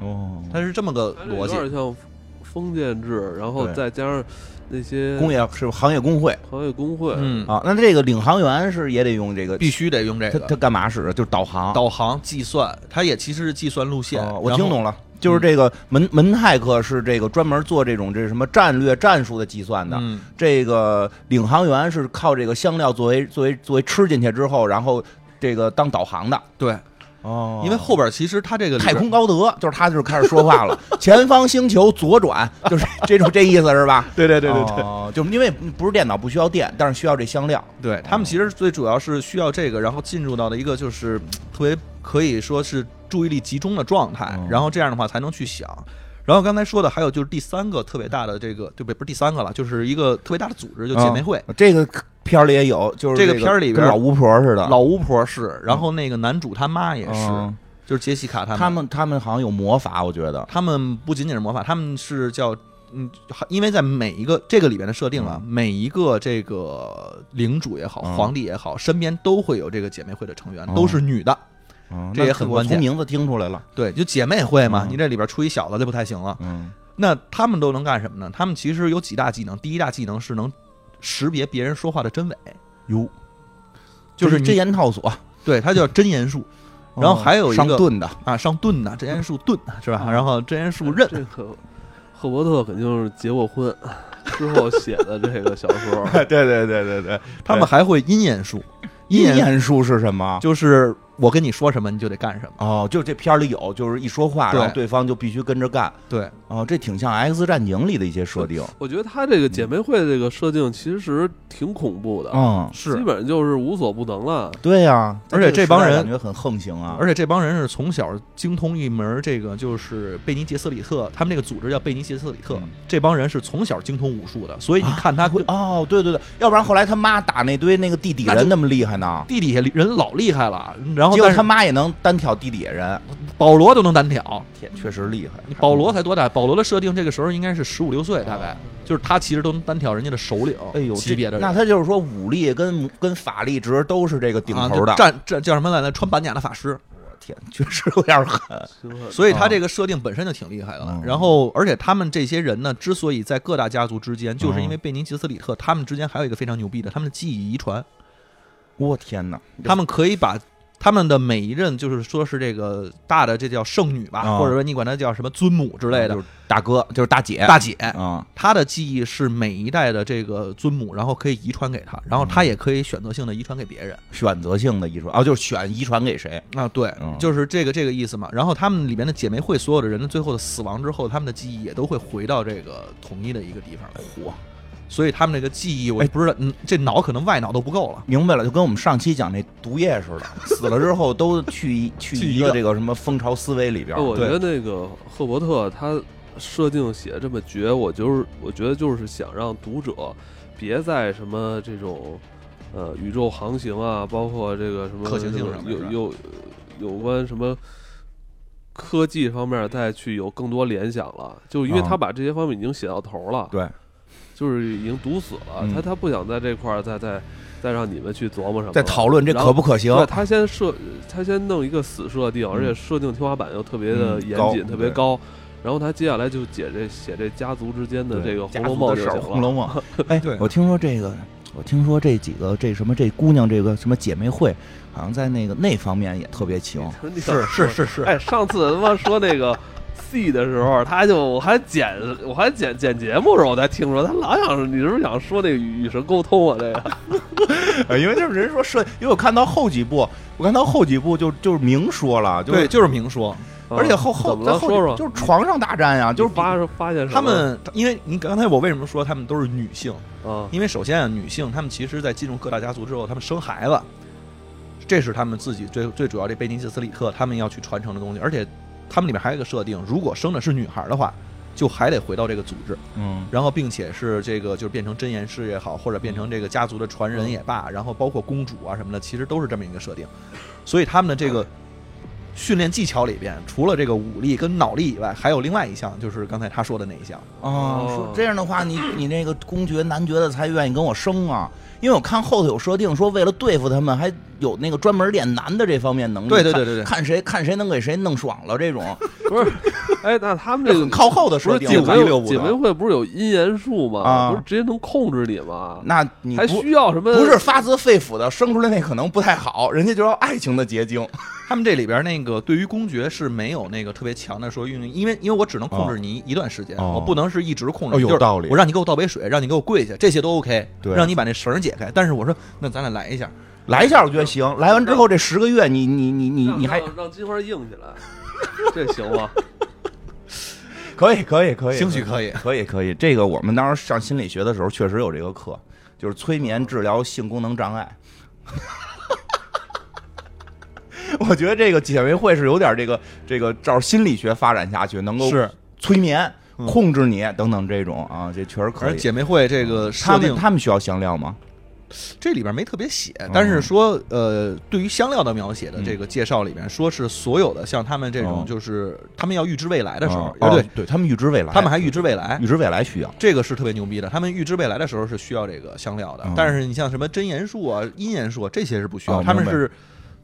Speaker 2: 哦
Speaker 4: 它是这么个
Speaker 1: 它这
Speaker 4: 逻
Speaker 1: 有
Speaker 4: 辑。
Speaker 1: 点像封建制，然后
Speaker 2: 对
Speaker 1: 再加上那些
Speaker 2: 工业是行业工会
Speaker 1: 行业工会，
Speaker 4: 嗯，
Speaker 2: 啊。那这个领航员是也得用这个，
Speaker 4: 必须得用这
Speaker 2: 他
Speaker 4: 个
Speaker 2: 他干嘛使？就是导航。
Speaker 4: 导航计算，它也其实是计算路线。
Speaker 2: 哦、我
Speaker 4: 然后
Speaker 2: 听懂了，就是
Speaker 4: 嗯
Speaker 2: 这个门门泰克是这个专门做这种这什么战略战术的计算的。
Speaker 4: 嗯，
Speaker 2: 这个领航员是靠这个香料作为作为作为吃进去之后，然后这个当导航的。
Speaker 4: 对，
Speaker 2: 哦
Speaker 4: 因为后边其实它这个里
Speaker 2: 太
Speaker 4: 边
Speaker 2: 空高德就是他就是开始说话了，前方星球左转，就是这种这意思是吧？
Speaker 4: 对对
Speaker 2: 对
Speaker 4: 对对对、
Speaker 1: 啊
Speaker 2: 对，就因为不是电脑不需要电，但是需要这香料。
Speaker 4: 对，他们其实最主要是需要这个，然后进入到的一个就是嗯特别可以说是注意力集中的状态
Speaker 2: 嗯，
Speaker 4: 然后这样的话才能去想。然后刚才说的还有就是第三个特别大的这个，对不对？不是第三个了，就是一个特别大的组织，就姐妹会。
Speaker 2: 嗯这个片儿里也有，就是
Speaker 4: 这个
Speaker 2: 个
Speaker 4: 片儿里边
Speaker 2: 跟老巫婆似的，
Speaker 4: 老巫婆是，然后那个男主他妈也
Speaker 2: 也
Speaker 4: 是，就是杰西卡他们。
Speaker 2: 哦他们他们好像有魔法，我觉得
Speaker 4: 他们不仅仅是魔法，他们是叫嗯，因为在每一个这个里面的设定啊，每一个这个领主也好，
Speaker 2: 嗯
Speaker 4: 皇帝也好，身边都会有这个姐妹会的成员，
Speaker 2: 哦
Speaker 4: 都是女的。
Speaker 2: 嗯
Speaker 4: 这也很
Speaker 2: 那
Speaker 4: 关键
Speaker 2: 我从名字听出来了，
Speaker 4: 对，就姐妹会嘛，
Speaker 2: 嗯
Speaker 4: 你这里边出一小子就不太行了。
Speaker 2: 嗯
Speaker 4: 那他们都能干什么呢？他们其实有几大技能，第一大技能是能识别别人说话的真伪，
Speaker 2: 哟，
Speaker 4: 就是
Speaker 2: 这
Speaker 4: 你
Speaker 2: 真言套索，
Speaker 4: 对，它叫真言术然后还有一个
Speaker 2: 上盾哦的，
Speaker 4: 啊，上盾呐，真言术盾是吧？
Speaker 2: 嗯
Speaker 4: 然后真言术刃，
Speaker 1: 这个赫伯特肯定是结过婚 之后写的这个小说，
Speaker 2: 对 对对对对，
Speaker 4: 他们还会阴言术，阴
Speaker 2: 阴
Speaker 4: 言
Speaker 2: 言术是什么？
Speaker 4: 就是我跟你说什么你就得干什么，
Speaker 2: 哦，就这片儿里有，就是一说话，
Speaker 4: 对
Speaker 2: 然后对方就必须跟着干。
Speaker 4: 对。
Speaker 2: 哦，这挺像《X 战警》里的一些设定。
Speaker 1: 我觉得他这个姐妹会这个设定其实挺恐怖的，
Speaker 2: 嗯，
Speaker 1: 基本上就是无所不能了。
Speaker 2: 对呀、
Speaker 4: 而且这帮人
Speaker 2: 在个时代感觉很横行啊。
Speaker 4: 而且这帮人是从小精通一门这个，就是贝尼杰斯里特，他们这个组织叫贝尼杰斯里特。
Speaker 2: 嗯
Speaker 4: 这帮人是从小精通武术的，所以你看他
Speaker 2: 啊会哦，对对对，要不然后来他妈打那堆那个地底
Speaker 4: 那
Speaker 2: 人
Speaker 4: 就
Speaker 2: 那么厉害呢，
Speaker 4: 地底下人老厉害了，然后
Speaker 2: 结果
Speaker 4: 但
Speaker 2: 他
Speaker 4: 是
Speaker 2: 妈也能单挑地底下人，
Speaker 4: 保罗都能单挑，
Speaker 2: 天，确实厉害。
Speaker 4: 保罗才多大？保罗的设定这个时候应该是十五六岁，大概
Speaker 2: 哦
Speaker 4: 就是他其实都能单挑人家的首领，
Speaker 2: 哎呦，
Speaker 4: 级别
Speaker 2: 这
Speaker 4: 的
Speaker 2: 那
Speaker 4: 人。
Speaker 2: 他就是说武力跟跟法力值都是这个顶
Speaker 4: 啊
Speaker 2: 头的。
Speaker 4: 就战战叫什么来着？穿板甲的法师，啊
Speaker 2: 我天，确实有点狠。
Speaker 4: 所以他这个设定本身就挺厉害的了
Speaker 2: 嗯。
Speaker 4: 然后，而且他们这些人呢，之所以在各大家族之间，就是因为贝尼吉斯里特他们之间还有一个非常牛逼的，他们的记忆遗传。
Speaker 2: 我天哪，
Speaker 4: 他们可以把他们的每一任，就是说是这个大的，这叫圣女吧，
Speaker 2: 啊
Speaker 4: 或者说你管她叫什么尊母之类的、
Speaker 2: 就是大哥就是大姐
Speaker 4: 大姐，
Speaker 2: 啊，
Speaker 4: 她的记忆是每一代的这个尊母，然后可以遗传给她，然后她也可以选择性的遗传给别人。
Speaker 2: 选择性的遗传啊，就是选遗传给谁。
Speaker 4: 啊，对
Speaker 2: 嗯，
Speaker 4: 就是这个这个意思嘛。然后他们里面的姐妹会所有的人的最后的死亡之后，他们的记忆也都会回到这个统一的一个地方来。嚯！所以他们这个记忆，我
Speaker 2: 哎
Speaker 4: 不知道，嗯，这脑可能外脑都不够了。
Speaker 2: 明白了，就跟我们上期讲那毒液似的，死了之后都去一 去
Speaker 4: 去
Speaker 2: 一
Speaker 4: 一
Speaker 2: 个
Speaker 4: 个
Speaker 2: 这个什么蜂巢思维里边
Speaker 1: 哎我
Speaker 2: 儿。
Speaker 1: 觉
Speaker 2: 对，
Speaker 1: 得那个赫伯特他设定写这么绝，我就是我觉得就是想让读者别在什么这种呃宇宙航行啊，包括这个什么
Speaker 4: 可行性
Speaker 1: 这个
Speaker 4: 上面
Speaker 1: 有
Speaker 4: 是吧
Speaker 1: 有有关什么。科技方面再去有更多联想了，就因为
Speaker 2: 啊
Speaker 1: 他把这些方面已经写到头了，
Speaker 2: 对，
Speaker 1: 就是已经堵死了，
Speaker 2: 嗯
Speaker 1: 他他不想在这块儿再再再让你们去琢磨什么了，
Speaker 2: 在讨论这可不可行
Speaker 1: 对，他先设，他先弄一个死设定，而且设定天花板又特别的
Speaker 2: 嗯
Speaker 1: 严
Speaker 2: 高
Speaker 1: 谨，特别
Speaker 2: 对
Speaker 1: 高。然后他接下来就解这写这家族之间的
Speaker 2: 对
Speaker 1: 这个《红
Speaker 2: 家
Speaker 1: 楼
Speaker 2: 族
Speaker 1: 梦》
Speaker 2: 的
Speaker 1: 就
Speaker 2: 事儿，《红
Speaker 1: 行
Speaker 2: 楼
Speaker 1: 了。
Speaker 2: 梦》。哎，
Speaker 4: 对
Speaker 2: 我听说这个，我听说这几个这什么这姑娘这个什么姐妹会，好像在那个那方面也特别行。
Speaker 1: 你想
Speaker 4: 是是是，
Speaker 1: 哎，上次他妈说那个 C 的时候，他就我还剪我还剪剪节目的时候，我才听说他老想你是不是想说那个与神沟通啊？这个
Speaker 2: 呃，因为就是人说设，因为我看到后几部，我看到后几部就就是明说了，就是
Speaker 4: 对，就是明说，
Speaker 2: 而且后后
Speaker 1: 嗯哦怎么
Speaker 2: 在
Speaker 1: 了？
Speaker 2: 后几
Speaker 1: 说说，
Speaker 2: 就是床上大战呀，就是
Speaker 1: 你发发现什么
Speaker 4: 他们，因为你刚才我为什么说他们都是女性？
Speaker 1: 啊，
Speaker 4: 因为首先啊，女性她们其实，在进入各大家族之后，她们生孩子，这是她们自己最最主要这贝尼斯里特她们要去传承的东西。而且，她们里面还有一个设定，如果生的是女孩的话，就还得回到这个组织，
Speaker 2: 嗯
Speaker 4: 然后并且是这个就是变成真言师也好，或者变成这个家族的传人也罢，然后包括公主啊什么的，其实都是这么一个设定。所以他们的这个。训练技巧里边，除了这个武力跟脑力以外，还有另外一项，就是刚才他说的那一项。
Speaker 2: 啊，说
Speaker 1: 哦
Speaker 2: 这样的话，你你那个公爵男爵的才愿意跟我生啊，因为我看后头有设定说，为了对付他们，还有那个专门练男的这方面能力，
Speaker 4: 对对
Speaker 2: 看
Speaker 4: 对对对
Speaker 2: 看谁看谁能给谁弄爽了这种，
Speaker 1: 不是，哎，那他们
Speaker 2: 这
Speaker 1: 这个
Speaker 2: 很靠后的
Speaker 1: 不
Speaker 2: 设
Speaker 1: 是
Speaker 2: 定，
Speaker 1: 姐
Speaker 2: 我看一六
Speaker 1: 妹
Speaker 2: 五
Speaker 1: 姐妹
Speaker 2: 的，
Speaker 1: 会不是有阴言术吗？
Speaker 2: 啊
Speaker 1: 不是直接能控制你吗？
Speaker 2: 那你
Speaker 1: 还呃
Speaker 2: 不
Speaker 1: 需要什么？
Speaker 2: 不是发自肺腑的生出来那可能不太好，人家就要爱情的结晶，
Speaker 4: 他们这里边那个对于公爵是没有那个特别强的说运用，因为因为我只能控制你一段时间，
Speaker 2: 哦
Speaker 4: 我不能是一直控制。
Speaker 2: 哦有
Speaker 4: 就是
Speaker 2: 道理
Speaker 4: 我让你给我倒杯水，让你给我跪下，这些都 OK，
Speaker 2: 对
Speaker 4: 让你把那绳儿解开。但是我说那咱俩来一下，
Speaker 2: 来一下我觉得
Speaker 4: 嗯
Speaker 2: 行，来完之后这十个月你你你你
Speaker 1: 让
Speaker 2: 你还
Speaker 1: 让让金花硬起来，这行 吗？
Speaker 2: 可以可以可以，
Speaker 4: 兴许可以
Speaker 2: 可以可以，这个我们当时上心理学的时候确实有这个课，就是催眠治疗性功能障碍。 我觉得这个姐妹会是有点这个这个照心理学发展下去，能够
Speaker 4: 是，
Speaker 2: 催眠、
Speaker 4: 嗯
Speaker 2: 控制你等等这种啊，这确实可
Speaker 4: 而
Speaker 2: 以。
Speaker 4: 姐妹会这个
Speaker 2: 他
Speaker 4: 设
Speaker 2: 们
Speaker 4: 定，哎
Speaker 2: 他们嗯需要香料吗？
Speaker 4: 这里边没特别写，但是说呃，对于香料的描写的这个介绍里面，说是所有的像他们这
Speaker 2: 哦
Speaker 4: 种，就是他们要预知未来的时候
Speaker 2: 哦，
Speaker 4: 呃
Speaker 2: 哦
Speaker 4: 对
Speaker 2: 对，他们预知未来，
Speaker 4: 他们还预知未来
Speaker 2: 预，知未来需要。
Speaker 4: 这个是特别牛逼的。他们预知未来的时候是需要这个香料的
Speaker 2: 嗯，
Speaker 4: 但是你像什么真言术啊、阴言术啊这些是不需
Speaker 2: 哦
Speaker 4: 要，他们
Speaker 2: 明白
Speaker 4: 是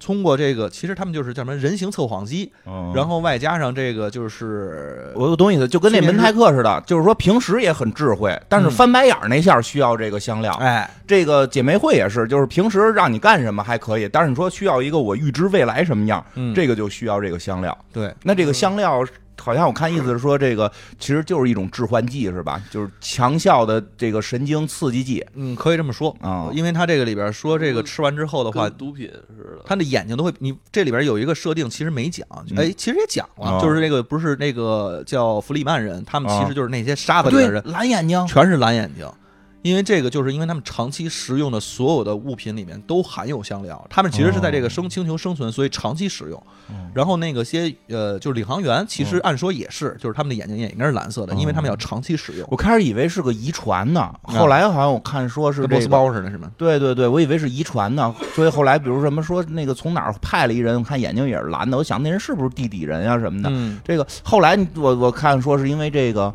Speaker 4: 通过这个，其实他们就是叫什么人形测谎机，
Speaker 2: 嗯哦
Speaker 4: 然后外加上这个就是
Speaker 2: 我我懂意思，就跟那
Speaker 4: 催眠
Speaker 2: 门泰
Speaker 4: 师
Speaker 2: 克似的，就是说平时也很智慧，但是翻白眼儿那下需要这个香料。
Speaker 4: 哎，
Speaker 2: 这个姐妹会也是，就是平时让你干什么还可以，但是你说需要一个我预知未来什么样，
Speaker 4: 嗯
Speaker 2: 这个就需要这个香料。
Speaker 4: 对，
Speaker 2: 那这个香料好像我看意思是说，这个其实就是一种致幻剂是吧？就是强效的这个神经刺激剂
Speaker 4: 嗯，可以这么说，
Speaker 2: 啊。
Speaker 4: 因为他这个里边说这个吃完之后的话
Speaker 1: 跟，毒品似的。
Speaker 4: 他的眼睛都会，你这里边有一个设定，其实没讲，
Speaker 2: 嗯
Speaker 4: 哎，其实也讲
Speaker 2: 哦
Speaker 4: 了，就是那个不是那个叫弗里曼人，他们
Speaker 2: 哦
Speaker 4: 其实就是那些沙子里
Speaker 2: 对
Speaker 4: 的人，
Speaker 2: 蓝眼睛，
Speaker 4: 全是蓝眼睛。因为这个，就是因为他们长期食用的所有的物品里面都含有香料，他们其实是在这个
Speaker 2: 哦
Speaker 4: 生星球生存，所以长期食用。然后那个些呃，就是领航员，其
Speaker 2: 哦
Speaker 4: 实按说也是，就是他们的眼睛也应该是蓝色的，因为他们要长期食用，
Speaker 2: 我开始以为是个遗传呢，后来好像我看说是
Speaker 4: 跟
Speaker 2: 啊这
Speaker 4: 波斯
Speaker 2: 个。
Speaker 4: 包似的，是吗？
Speaker 2: 对对对，我以为是遗传呢，所以后来比如什么说那个从哪儿派了一人，我看眼睛也是蓝的，我想那人是不是地底人呀、啊什么的。
Speaker 4: 嗯，
Speaker 2: 这个后来我我看说是因为这个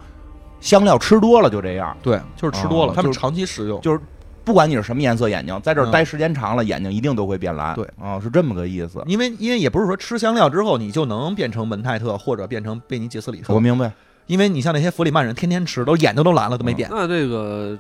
Speaker 2: 香料吃多了就这样，
Speaker 4: 对，就是吃多了，
Speaker 2: 哦
Speaker 4: 他们
Speaker 2: 就是
Speaker 4: 长期食用。
Speaker 2: 就是不管你是什么颜色眼睛，在这儿
Speaker 4: 嗯
Speaker 2: 待时间长了，眼睛一定都会变蓝。
Speaker 4: 对嗯
Speaker 2: 啊、是这么个意思。
Speaker 4: 因为因为也不是说吃香料之后你就能变成门泰特或者变成贝尼杰斯里
Speaker 2: 我
Speaker 4: 特，
Speaker 2: 明白，
Speaker 4: 因为你像那些弗里曼人天天吃，都眼睛都蓝了
Speaker 2: 嗯
Speaker 4: 都没点。
Speaker 1: 那这个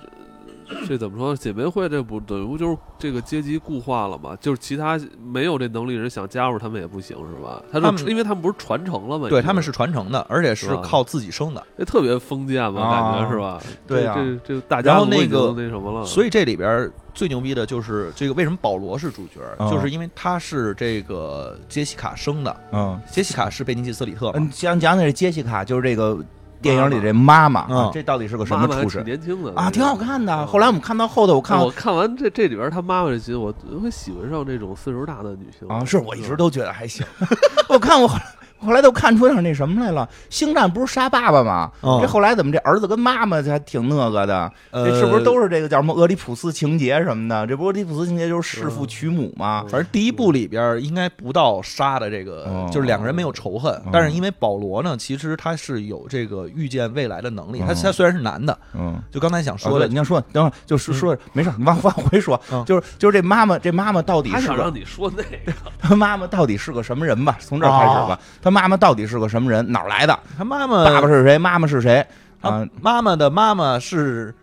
Speaker 1: 这怎么说？姐妹会这不等于不就是这个阶级固化了吗？就是其他没有这能力人想加入他们也不行是吧？他
Speaker 4: 他
Speaker 1: 就
Speaker 4: 们
Speaker 1: 因为他们不是传承了吗？
Speaker 4: 对，他们是传承的，而且是
Speaker 1: 是吧
Speaker 4: 靠自己生的，
Speaker 1: 这特别封建嘛，
Speaker 2: 啊
Speaker 1: 感觉是吧？
Speaker 2: 对啊
Speaker 1: 这这这大
Speaker 4: 然
Speaker 1: 家
Speaker 4: 后那
Speaker 1: 族已经
Speaker 4: 个
Speaker 1: 那什
Speaker 2: 嗯
Speaker 1: 么了，
Speaker 4: 所以这里边最牛逼的就是这个为什么保罗是主角，
Speaker 2: 嗯
Speaker 4: 就是因为他是这个杰西卡生的，
Speaker 2: 嗯
Speaker 4: 杰西卡是贝尼杰斯里特嘛，
Speaker 2: 嗯，讲讲讲这杰西卡，就是这个电影里这妈妈，
Speaker 4: 嗯
Speaker 2: 啊这到底是个什
Speaker 1: 妈
Speaker 2: 么
Speaker 1: 妈还挺
Speaker 2: 出身
Speaker 1: 年轻的
Speaker 2: 啊？挺好看的。
Speaker 1: 嗯
Speaker 2: 后来我们看到后头，我看
Speaker 1: 我看完这这里边他妈妈这集，我会喜欢上这种岁数大的女性
Speaker 2: 啊，是我一
Speaker 1: 嗯
Speaker 2: 直都觉得还行。 我看我后来后来都看出点那什么来了，《星战》不是杀爸爸吗？
Speaker 4: 嗯
Speaker 2: 这后来怎么这儿子跟妈妈还挺那个的？
Speaker 4: 呃
Speaker 2: 这是不是都是这个叫什么俄狄浦斯情节什么的？这不俄狄浦斯情节就是弑父娶母吗？
Speaker 4: 反正第一部里边应该不到杀的这个，
Speaker 2: 哦
Speaker 4: 就是两个人没有仇恨，但是因为保罗呢，其实他是有这个预见未来的能力，他
Speaker 2: 嗯
Speaker 4: 他虽然是男的，
Speaker 2: 嗯。
Speaker 4: 就刚才想说
Speaker 2: 说
Speaker 4: 的
Speaker 2: 的，，你要说，等会儿就说说，没事儿，你往往回说，
Speaker 4: 嗯
Speaker 2: 就是就是这妈妈，这妈妈到底
Speaker 1: 他
Speaker 2: 是
Speaker 1: 想
Speaker 2: 个
Speaker 1: 让你说那 个，
Speaker 2: 她妈妈到底是个什么人吧？从这儿开始吧，她妈妈到底是个什么人？哪儿来的？
Speaker 4: 他妈妈
Speaker 2: 爸爸是谁？妈妈是谁？啊
Speaker 4: 嗯啊，，妈妈的妈妈是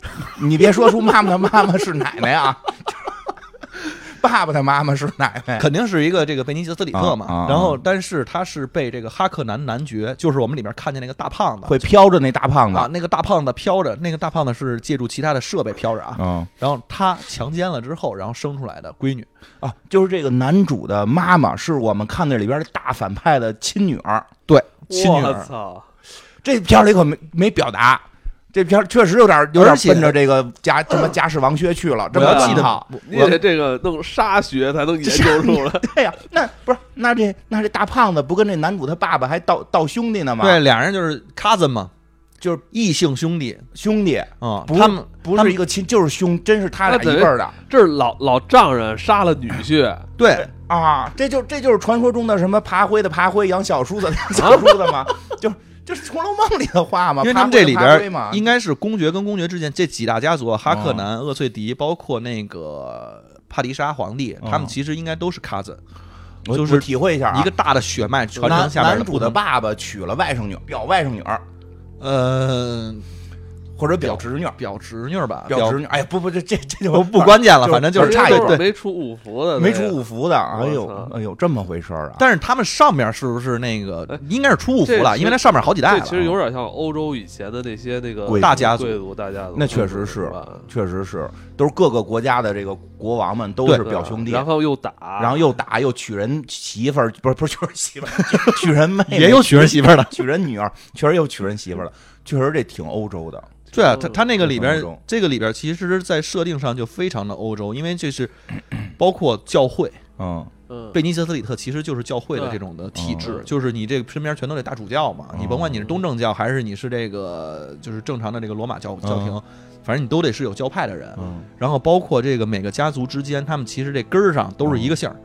Speaker 2: 你别说出妈妈的妈妈是奶奶啊，爸爸的妈妈是奶奶。
Speaker 4: 肯定是一个这个贝尼杰斯里特嘛，
Speaker 2: 啊啊啊
Speaker 4: 然后但是他是被这个哈克南男爵，就是我们里面看见那个大胖子，
Speaker 2: 会飘着那大胖子
Speaker 4: 啊，，那个大胖子飘着，那个大胖子是借助其他的设备飘着啊，
Speaker 2: 嗯
Speaker 4: 然后他强奸了之后，然后生出来的闺女，
Speaker 2: 啊，就是这个男主的妈妈是我们看那里边的大反派的亲女儿，
Speaker 4: 对，亲女
Speaker 1: 我
Speaker 4: 儿，
Speaker 1: 操！
Speaker 2: 这片儿里可没没表达，这片儿确实有点有点
Speaker 4: 而且
Speaker 2: 奔着这个家什么家世王学去了，这
Speaker 4: 我
Speaker 2: 么
Speaker 4: 要记
Speaker 2: 几
Speaker 4: 得
Speaker 2: 套。
Speaker 4: 我
Speaker 1: 你得这个弄沙学才能研究出 来。
Speaker 2: 对呀、那不是那这那这大胖子不跟这男主他爸爸还道道兄弟呢吗？
Speaker 4: 对，，俩人就是 cousin 嘛，
Speaker 2: 就是
Speaker 4: 异性兄弟
Speaker 2: 兄弟，
Speaker 4: 啊、
Speaker 2: 不
Speaker 4: 他们
Speaker 2: 不
Speaker 4: 他
Speaker 2: 是
Speaker 4: 们
Speaker 2: 一个亲，就是兄，真是他俩
Speaker 1: 那等于
Speaker 2: 一辈儿的
Speaker 1: 这是老老丈人杀了女 婿，
Speaker 4: 对
Speaker 2: 啊！这就这就是传说中的什么爬灰的爬灰，养小叔子的养小叔子嘛，就是就是《红楼梦》里的话嘛，
Speaker 4: 啊因为他们
Speaker 2: 爬灰
Speaker 4: 这
Speaker 2: 的
Speaker 4: 里
Speaker 2: 爬灰
Speaker 4: 边
Speaker 2: 嘛
Speaker 4: 儿应该是公爵跟公爵之间这几大家族，啊，哈克南、厄翠迪，包括那个帕迪莎皇帝，他们其实应该都是 cousin，
Speaker 2: 我
Speaker 4: 就
Speaker 2: 我
Speaker 4: 是
Speaker 2: 体会一下、啊，
Speaker 4: 一个大的血脉传承
Speaker 2: 男
Speaker 4: 下来
Speaker 2: 男
Speaker 4: 不
Speaker 2: 主的
Speaker 4: 同。
Speaker 2: 爸爸娶了外甥女，表外甥女儿，
Speaker 4: 呃，
Speaker 2: 或者表侄女儿、
Speaker 4: 表侄女儿吧，
Speaker 2: 表侄女儿，哎呀，不不，这这这就
Speaker 4: 不不关键了，反正就是
Speaker 2: 差一
Speaker 1: 这
Speaker 2: 对
Speaker 1: 都
Speaker 2: 对
Speaker 1: 没出五福的，
Speaker 2: 没出五福的，哎
Speaker 1: 我
Speaker 2: 呦
Speaker 1: 操
Speaker 2: 哎呦，这么回事儿啊！
Speaker 4: 但是他们上面是不是那个
Speaker 1: 哎
Speaker 4: 应该是出五福
Speaker 1: 这
Speaker 4: 了？
Speaker 1: 其
Speaker 4: 因为它上面好几代
Speaker 1: 这
Speaker 4: 了。啊
Speaker 1: 其实有点像欧洲以前的那些那个
Speaker 2: 啊贵族
Speaker 4: 大家族
Speaker 1: 贵族大家族，
Speaker 2: 那确实是
Speaker 1: 吧？
Speaker 2: 确实是，都是各个国家的这个国王们都
Speaker 4: 对
Speaker 2: 是表兄弟，
Speaker 1: 啊然后又打，
Speaker 2: 然后又打又娶人媳妇儿，不是不是娶人媳妇儿，娶人妹妹，
Speaker 4: 也有娶人媳妇儿的。
Speaker 2: 娶人女儿，确实又娶人媳妇儿了，确实这挺欧洲的，
Speaker 4: 对
Speaker 1: 嗯
Speaker 4: 啊，他他那个里
Speaker 2: 这
Speaker 4: 边
Speaker 2: 很欧洲，
Speaker 4: 这个里边其实，在设定上就非常的欧洲，因为这是 包括教会，
Speaker 2: 嗯
Speaker 1: 嗯
Speaker 4: 贝尼切斯里特其实就是教会的这种的体制
Speaker 1: 嗯，
Speaker 4: 就是你这个身边全都得大主教嘛，你甭管你是
Speaker 1: 嗯
Speaker 4: 东正教还是你是这个就是正常的这个罗马教教廷
Speaker 2: 嗯，
Speaker 4: 反正你都得是有教派的人。
Speaker 2: 嗯，
Speaker 4: 然后包括这个每个家族之间，他们其实这根儿上都是一个姓儿，
Speaker 1: 嗯
Speaker 2: 嗯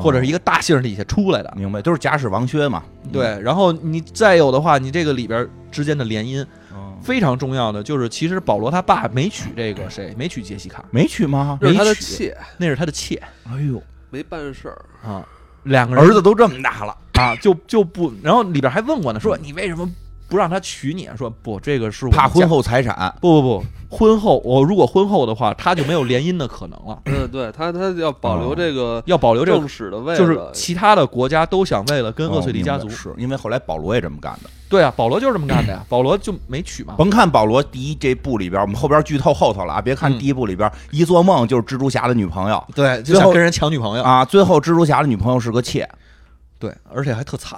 Speaker 4: 或者是一个大姓儿底下出来的。
Speaker 2: 明白，都是假使王薛嘛，
Speaker 4: 对，然后你再有的话，你这个里边儿之间的联姻
Speaker 2: 嗯，
Speaker 4: 非常重要的，就是其实保罗他爸没娶这个谁，没娶杰西卡，
Speaker 2: 没娶吗？
Speaker 1: 这是他的
Speaker 4: 没娶
Speaker 1: 妾，
Speaker 4: 那是他的妾
Speaker 2: 哎呦，
Speaker 1: 没办事儿，
Speaker 4: 啊。两个人
Speaker 2: 儿子都这么大了，
Speaker 4: 啊，就就不，然后里边还问过呢，说你为什么不让他娶你？啊说不，这个是我们
Speaker 2: 怕婚
Speaker 4: 家。
Speaker 2: 后财产，
Speaker 4: 不不不，婚后我如果婚后的话，他就没有联姻的可能了，
Speaker 1: 嗯，对他他要保
Speaker 2: 啊
Speaker 1: 留这个
Speaker 4: 要保留这
Speaker 1: 正
Speaker 4: 个。
Speaker 1: 史的位置，
Speaker 4: 就是其他的国家都想为了跟厄崔迪家
Speaker 2: 哦
Speaker 4: 族，
Speaker 2: 明白是因为后来保罗也这么干的。
Speaker 4: 对啊，保罗就是这么干的呀，保罗就没娶嘛，
Speaker 2: 甭看保罗第一这部里边，我们后边剧透后头了啊！别看
Speaker 4: 嗯
Speaker 2: 第一部里边、一做梦就是蜘蛛侠的女朋友
Speaker 4: 对，就
Speaker 2: 最
Speaker 4: 想
Speaker 2: 后
Speaker 4: 跟人抢女朋友，
Speaker 2: 啊，最后蜘蛛侠的女朋友是个妾，
Speaker 4: 对，而且还特惨，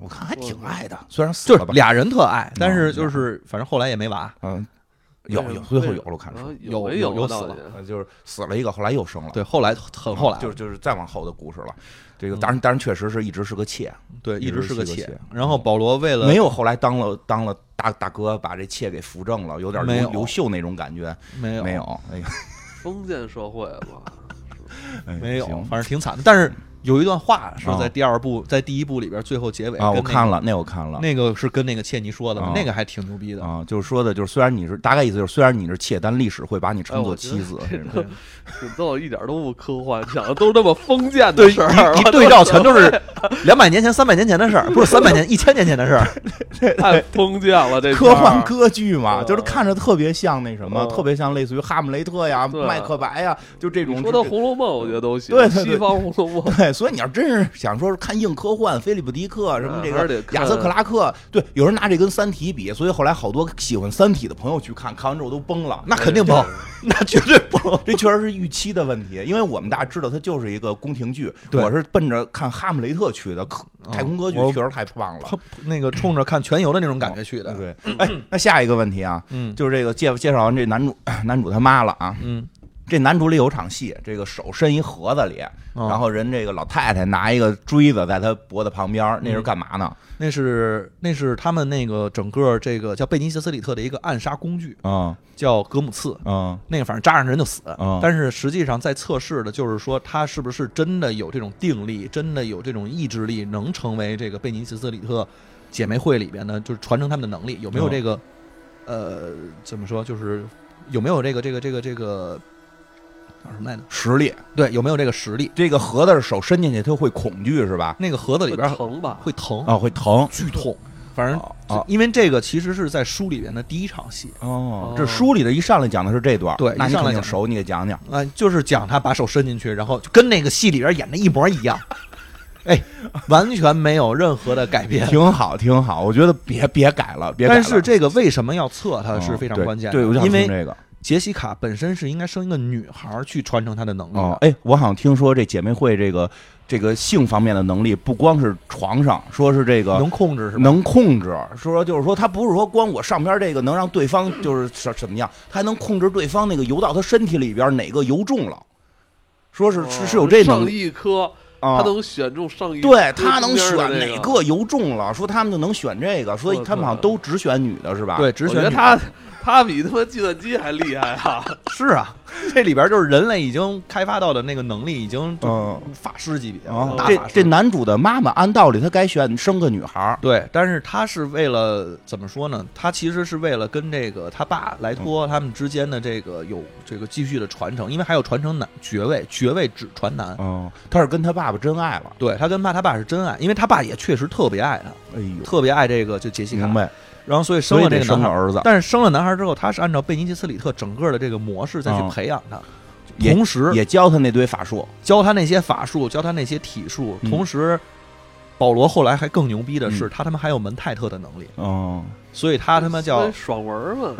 Speaker 2: 我看还挺爱的，虽然死
Speaker 4: 就是
Speaker 2: 了吧，
Speaker 4: 俩人特爱，但
Speaker 2: 嗯
Speaker 4: 是就是反正后来也没娃，
Speaker 2: 嗯，有有最后呃有了，我看说，
Speaker 1: 啊有没
Speaker 4: 有有
Speaker 1: 啊
Speaker 4: 死
Speaker 1: 到底
Speaker 2: 呃就是死了一个，后来又生了，
Speaker 4: 对，后来很后来，
Speaker 2: 就是就是再往后的故事了。这个当然当然确实是一直是个妾，
Speaker 4: 对，一
Speaker 2: 一
Speaker 4: 直
Speaker 2: 直
Speaker 4: 是
Speaker 2: 是
Speaker 4: 个
Speaker 2: 个
Speaker 4: 妾
Speaker 2: 妾。
Speaker 4: 然后保罗为了
Speaker 2: 没有后来当了当了大大哥，把这妾给扶正了，有点
Speaker 4: 没有
Speaker 2: 刘刘秀那种感觉，
Speaker 4: 没有
Speaker 2: 没有，哎呀，
Speaker 1: 封建社会 嘛，
Speaker 2: 哎呀
Speaker 4: 没有，
Speaker 2: 行
Speaker 4: 反正挺惨的。但是有一段话是在
Speaker 2: 啊
Speaker 4: 第二部，在第一部里边最后结尾
Speaker 2: 啊，我看
Speaker 4: 了
Speaker 2: 了那我看了。
Speaker 4: 那个是跟那个切尼说的嘛
Speaker 2: 啊，
Speaker 4: 那个还挺牛逼的。
Speaker 2: 啊，就是说的，就是虽然你是大概意思就是，虽然你是妾，但历史会把你
Speaker 1: 哎
Speaker 2: 称
Speaker 1: 我
Speaker 2: 作
Speaker 1: 觉得
Speaker 2: 妻子。
Speaker 1: 这
Speaker 2: 是 吗
Speaker 1: 都 挺逗，一点都不科幻， 讲的都是那么封建
Speaker 4: 对，
Speaker 1: 的
Speaker 4: 一
Speaker 1: 事
Speaker 2: 啊
Speaker 1: 儿，
Speaker 4: 一
Speaker 1: 我
Speaker 4: 对
Speaker 1: 都
Speaker 4: 照全都是 两百年前、三百年前的事儿，不是三百年、一千年前的 事儿。
Speaker 1: 太封建了，这
Speaker 2: 科
Speaker 1: 片儿
Speaker 2: 幻歌剧嘛，
Speaker 1: 嗯
Speaker 2: 就是看着特别像那什么，
Speaker 1: 嗯
Speaker 2: 特别像类似于《哈姆雷特》呀、
Speaker 1: 对
Speaker 2: 麦克白呀，就这种
Speaker 1: 你。说到《红楼梦》，我觉得都行，
Speaker 2: 对对对
Speaker 1: 西方《红 楼梦》
Speaker 2: 对，所以你要真是想说是看硬科幻，菲利普迪克什么这
Speaker 1: 嗯还是
Speaker 2: 个
Speaker 1: 得看
Speaker 2: 亚瑟克拉克，对，有人拿这跟《三体》比，所以后来好多喜欢《三体》的朋友去看，看完之后都崩了。
Speaker 4: 那肯定不， 那绝对不。
Speaker 2: 这确实是预期的问题，因为我们大家知道它就是一个宫廷剧，
Speaker 4: 对
Speaker 2: 我是奔着看《哈姆雷特》去的，可
Speaker 1: 哦
Speaker 2: 太空歌剧
Speaker 4: 嗯我
Speaker 2: 确实太棒了。
Speaker 4: 那个冲着看全游的那种感觉去的。
Speaker 2: 对，哎，那下一个问题啊，
Speaker 4: 嗯
Speaker 2: 就是这个介介绍完这男主男主他妈了啊，
Speaker 4: 嗯，
Speaker 2: 这男主里有场戏，这个手伸一盒子里，
Speaker 4: 哦
Speaker 2: 然后人这个老太太拿一个锥子在他脖子旁边，
Speaker 4: 嗯
Speaker 2: 那是干嘛呢？
Speaker 4: 那是那是他们那个整个这个叫贝尼切斯里特的一个暗杀工具，
Speaker 2: 嗯
Speaker 4: 叫格姆刺。
Speaker 2: 嗯
Speaker 4: 那个反正扎上人就死
Speaker 2: 嗯，
Speaker 4: 但是实际上在测试的就是说他是不是真的有这种定力，真的有这种意志力，能成为这个贝尼奇斯里特姐妹会里边呢，就是传承他们的能力，有没有
Speaker 2: 嗯
Speaker 4: 这个，呃，怎么说，就是有没有这个这个这个这个叫什么来着？
Speaker 2: 实力。
Speaker 4: 对，有没有这个实力？
Speaker 2: 这个盒子是手伸进去，他会恐惧是吧？
Speaker 4: 那个盒子 里边
Speaker 1: 疼吧？
Speaker 4: 会疼，
Speaker 2: 啊，会疼。
Speaker 4: 剧痛，反正
Speaker 2: 啊啊
Speaker 4: 因为这个其实是在书里边的第一场戏。
Speaker 2: 哦，这书里的一上来讲的是这段，
Speaker 4: 对
Speaker 2: 那
Speaker 4: 一
Speaker 2: 你
Speaker 4: 上来
Speaker 2: 肯定
Speaker 4: 讲
Speaker 2: 熟，你给讲讲。
Speaker 4: 啊，就是讲他把手伸进去，然后就跟那个戏里边演的一模一样，哎，完全没有任何的改 变。
Speaker 2: 挺好，挺好，我觉得别别改了，别改了。
Speaker 4: 但是这个为什么要测它是非常
Speaker 2: 嗯对
Speaker 4: 关键的，
Speaker 2: 对，我想
Speaker 4: 因
Speaker 2: 听
Speaker 4: 为
Speaker 2: 这个。
Speaker 4: 杰西卡本身是应该生一个女孩儿去传承她的能力的。
Speaker 2: 哦，哎，我好像听说这姐妹会这个这个性方面的能力，不光是床上，说是这个
Speaker 4: 能控制是吧？
Speaker 2: 能控制，说就是说，他不是说光我上边这个能让对方就是什什么样，他还能控制对方那个游到他身体里边哪个游中了，说是是是有这能
Speaker 1: 哦上
Speaker 2: 力
Speaker 1: 一科，
Speaker 2: 啊
Speaker 1: 他。能选中上一科，
Speaker 2: 对他能选
Speaker 1: 中间的那
Speaker 2: 哪个游中了，说他们就能选这个，所以他们好像都只选女的是吧？
Speaker 4: 对，，只
Speaker 1: 我觉
Speaker 4: 选
Speaker 1: 得
Speaker 4: 女
Speaker 1: 他他比他妈计算机还厉害 啊！
Speaker 4: 是啊， 这里边就是人类已经开发到的那个能力，已经就
Speaker 2: 嗯，
Speaker 4: 法师级别了，
Speaker 2: 啊，
Speaker 4: 大
Speaker 2: 这
Speaker 4: 法师
Speaker 2: 这男主的妈妈按道理他该选生个女孩儿，
Speaker 4: 对，但是他是为了怎么说呢？他其实是为了跟这个他爸莱托他们之间的这个有这个继续的传承，因为还有传承男爵位，爵位只传男。
Speaker 2: 嗯，他是跟他爸爸真爱了，
Speaker 4: 对他跟爸他爸是真爱，因为他爸也确实特别爱他，
Speaker 2: 哎呦，
Speaker 4: 特别爱这个就杰西卡
Speaker 2: 明。白，
Speaker 4: 然后所以
Speaker 2: 所
Speaker 4: 生
Speaker 2: 以
Speaker 4: 了这
Speaker 2: 得
Speaker 4: 个
Speaker 2: 生
Speaker 4: 男
Speaker 2: 个
Speaker 4: 孩儿，
Speaker 2: 儿子，
Speaker 4: 但是生了男孩儿之后，他是按照贝尼奇斯里特整个的这个模式再去
Speaker 2: 嗯
Speaker 4: 培养他，
Speaker 2: 也
Speaker 4: 同时
Speaker 2: 也教他那堆法术。
Speaker 4: 教他那些法术，教他那些体术，
Speaker 2: 嗯
Speaker 4: 同时。保罗后来还更牛逼的是，
Speaker 2: 嗯
Speaker 4: 他他妈还有门泰特的能力，
Speaker 2: 嗯，
Speaker 4: 所以他他妈 叫
Speaker 1: 爽文儿 嘛，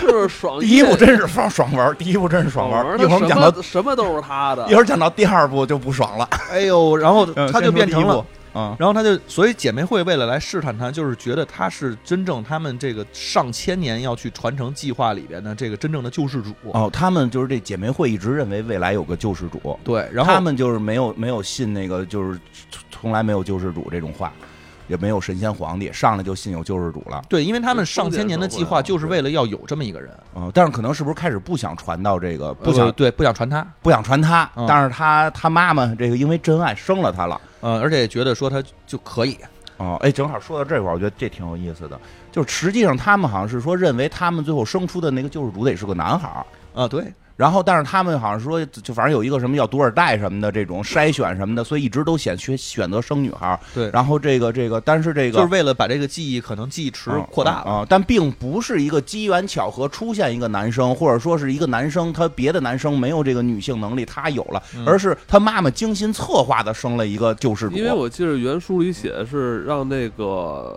Speaker 1: 就是爽
Speaker 2: 第一
Speaker 1: 文
Speaker 2: 部真是爽爽文儿，第一部真是爽文
Speaker 1: 文
Speaker 2: 儿。
Speaker 1: 儿，
Speaker 2: 一会儿我们
Speaker 1: 他
Speaker 2: 讲
Speaker 1: 哦什
Speaker 2: 到，
Speaker 1: 么什么都是他的
Speaker 2: 一。会儿讲到第二部就不爽了。
Speaker 4: 哎呦，然后
Speaker 2: 嗯
Speaker 4: 他就变成了，，
Speaker 2: 嗯
Speaker 4: 然后他就，所以姐妹会为了来试探他，就是觉得他是真正他们这个上千年要去传承计划里边的这个真正的救世主。
Speaker 2: 哦，他们就是这姐妹会一直认为未来有个救世主，
Speaker 4: 对，然后
Speaker 2: 他们就是没有没有信那个就是从来没有救世主这种话，也没有神仙皇帝，上来就信有救世主了。
Speaker 4: 对，因为他们
Speaker 1: 封建
Speaker 4: 上千年的
Speaker 1: 社会
Speaker 4: 计划
Speaker 1: 啊
Speaker 4: 就是为了要有这么一个人，
Speaker 2: 嗯，但是可能是不是开始不想传到这个，不
Speaker 4: 呃
Speaker 2: 想
Speaker 4: 对不想传他，
Speaker 2: 不想传他
Speaker 4: 嗯，
Speaker 2: 但是他他妈妈这个因为真爱生了他了。
Speaker 4: 嗯，而且也觉得说他就可以，
Speaker 2: 哦，哎，正好说到这块儿，我觉得这挺有意思的。就是实际上他们好像是说认为他们最后生出的那个救世主得是个男孩儿，
Speaker 4: 啊，对，
Speaker 2: 然后但是他们好像说就反正有一个什么要多少代什么的这种筛选什么的，所以一直都选选选择生女孩儿。
Speaker 4: 对
Speaker 2: 然后这个这个，但是这个
Speaker 4: 就是为了把这个记忆可能记忆池
Speaker 2: 嗯
Speaker 4: 扩大
Speaker 2: 嗯
Speaker 4: 了，
Speaker 2: 嗯但并不是一个机缘巧合出现一个男生，或者说是一个男生他别的男生没有这个女性能力，他有了，
Speaker 4: 嗯
Speaker 2: 而是他妈妈精心策划的生了一个救世主。
Speaker 1: 因为我记得原书里写是让那个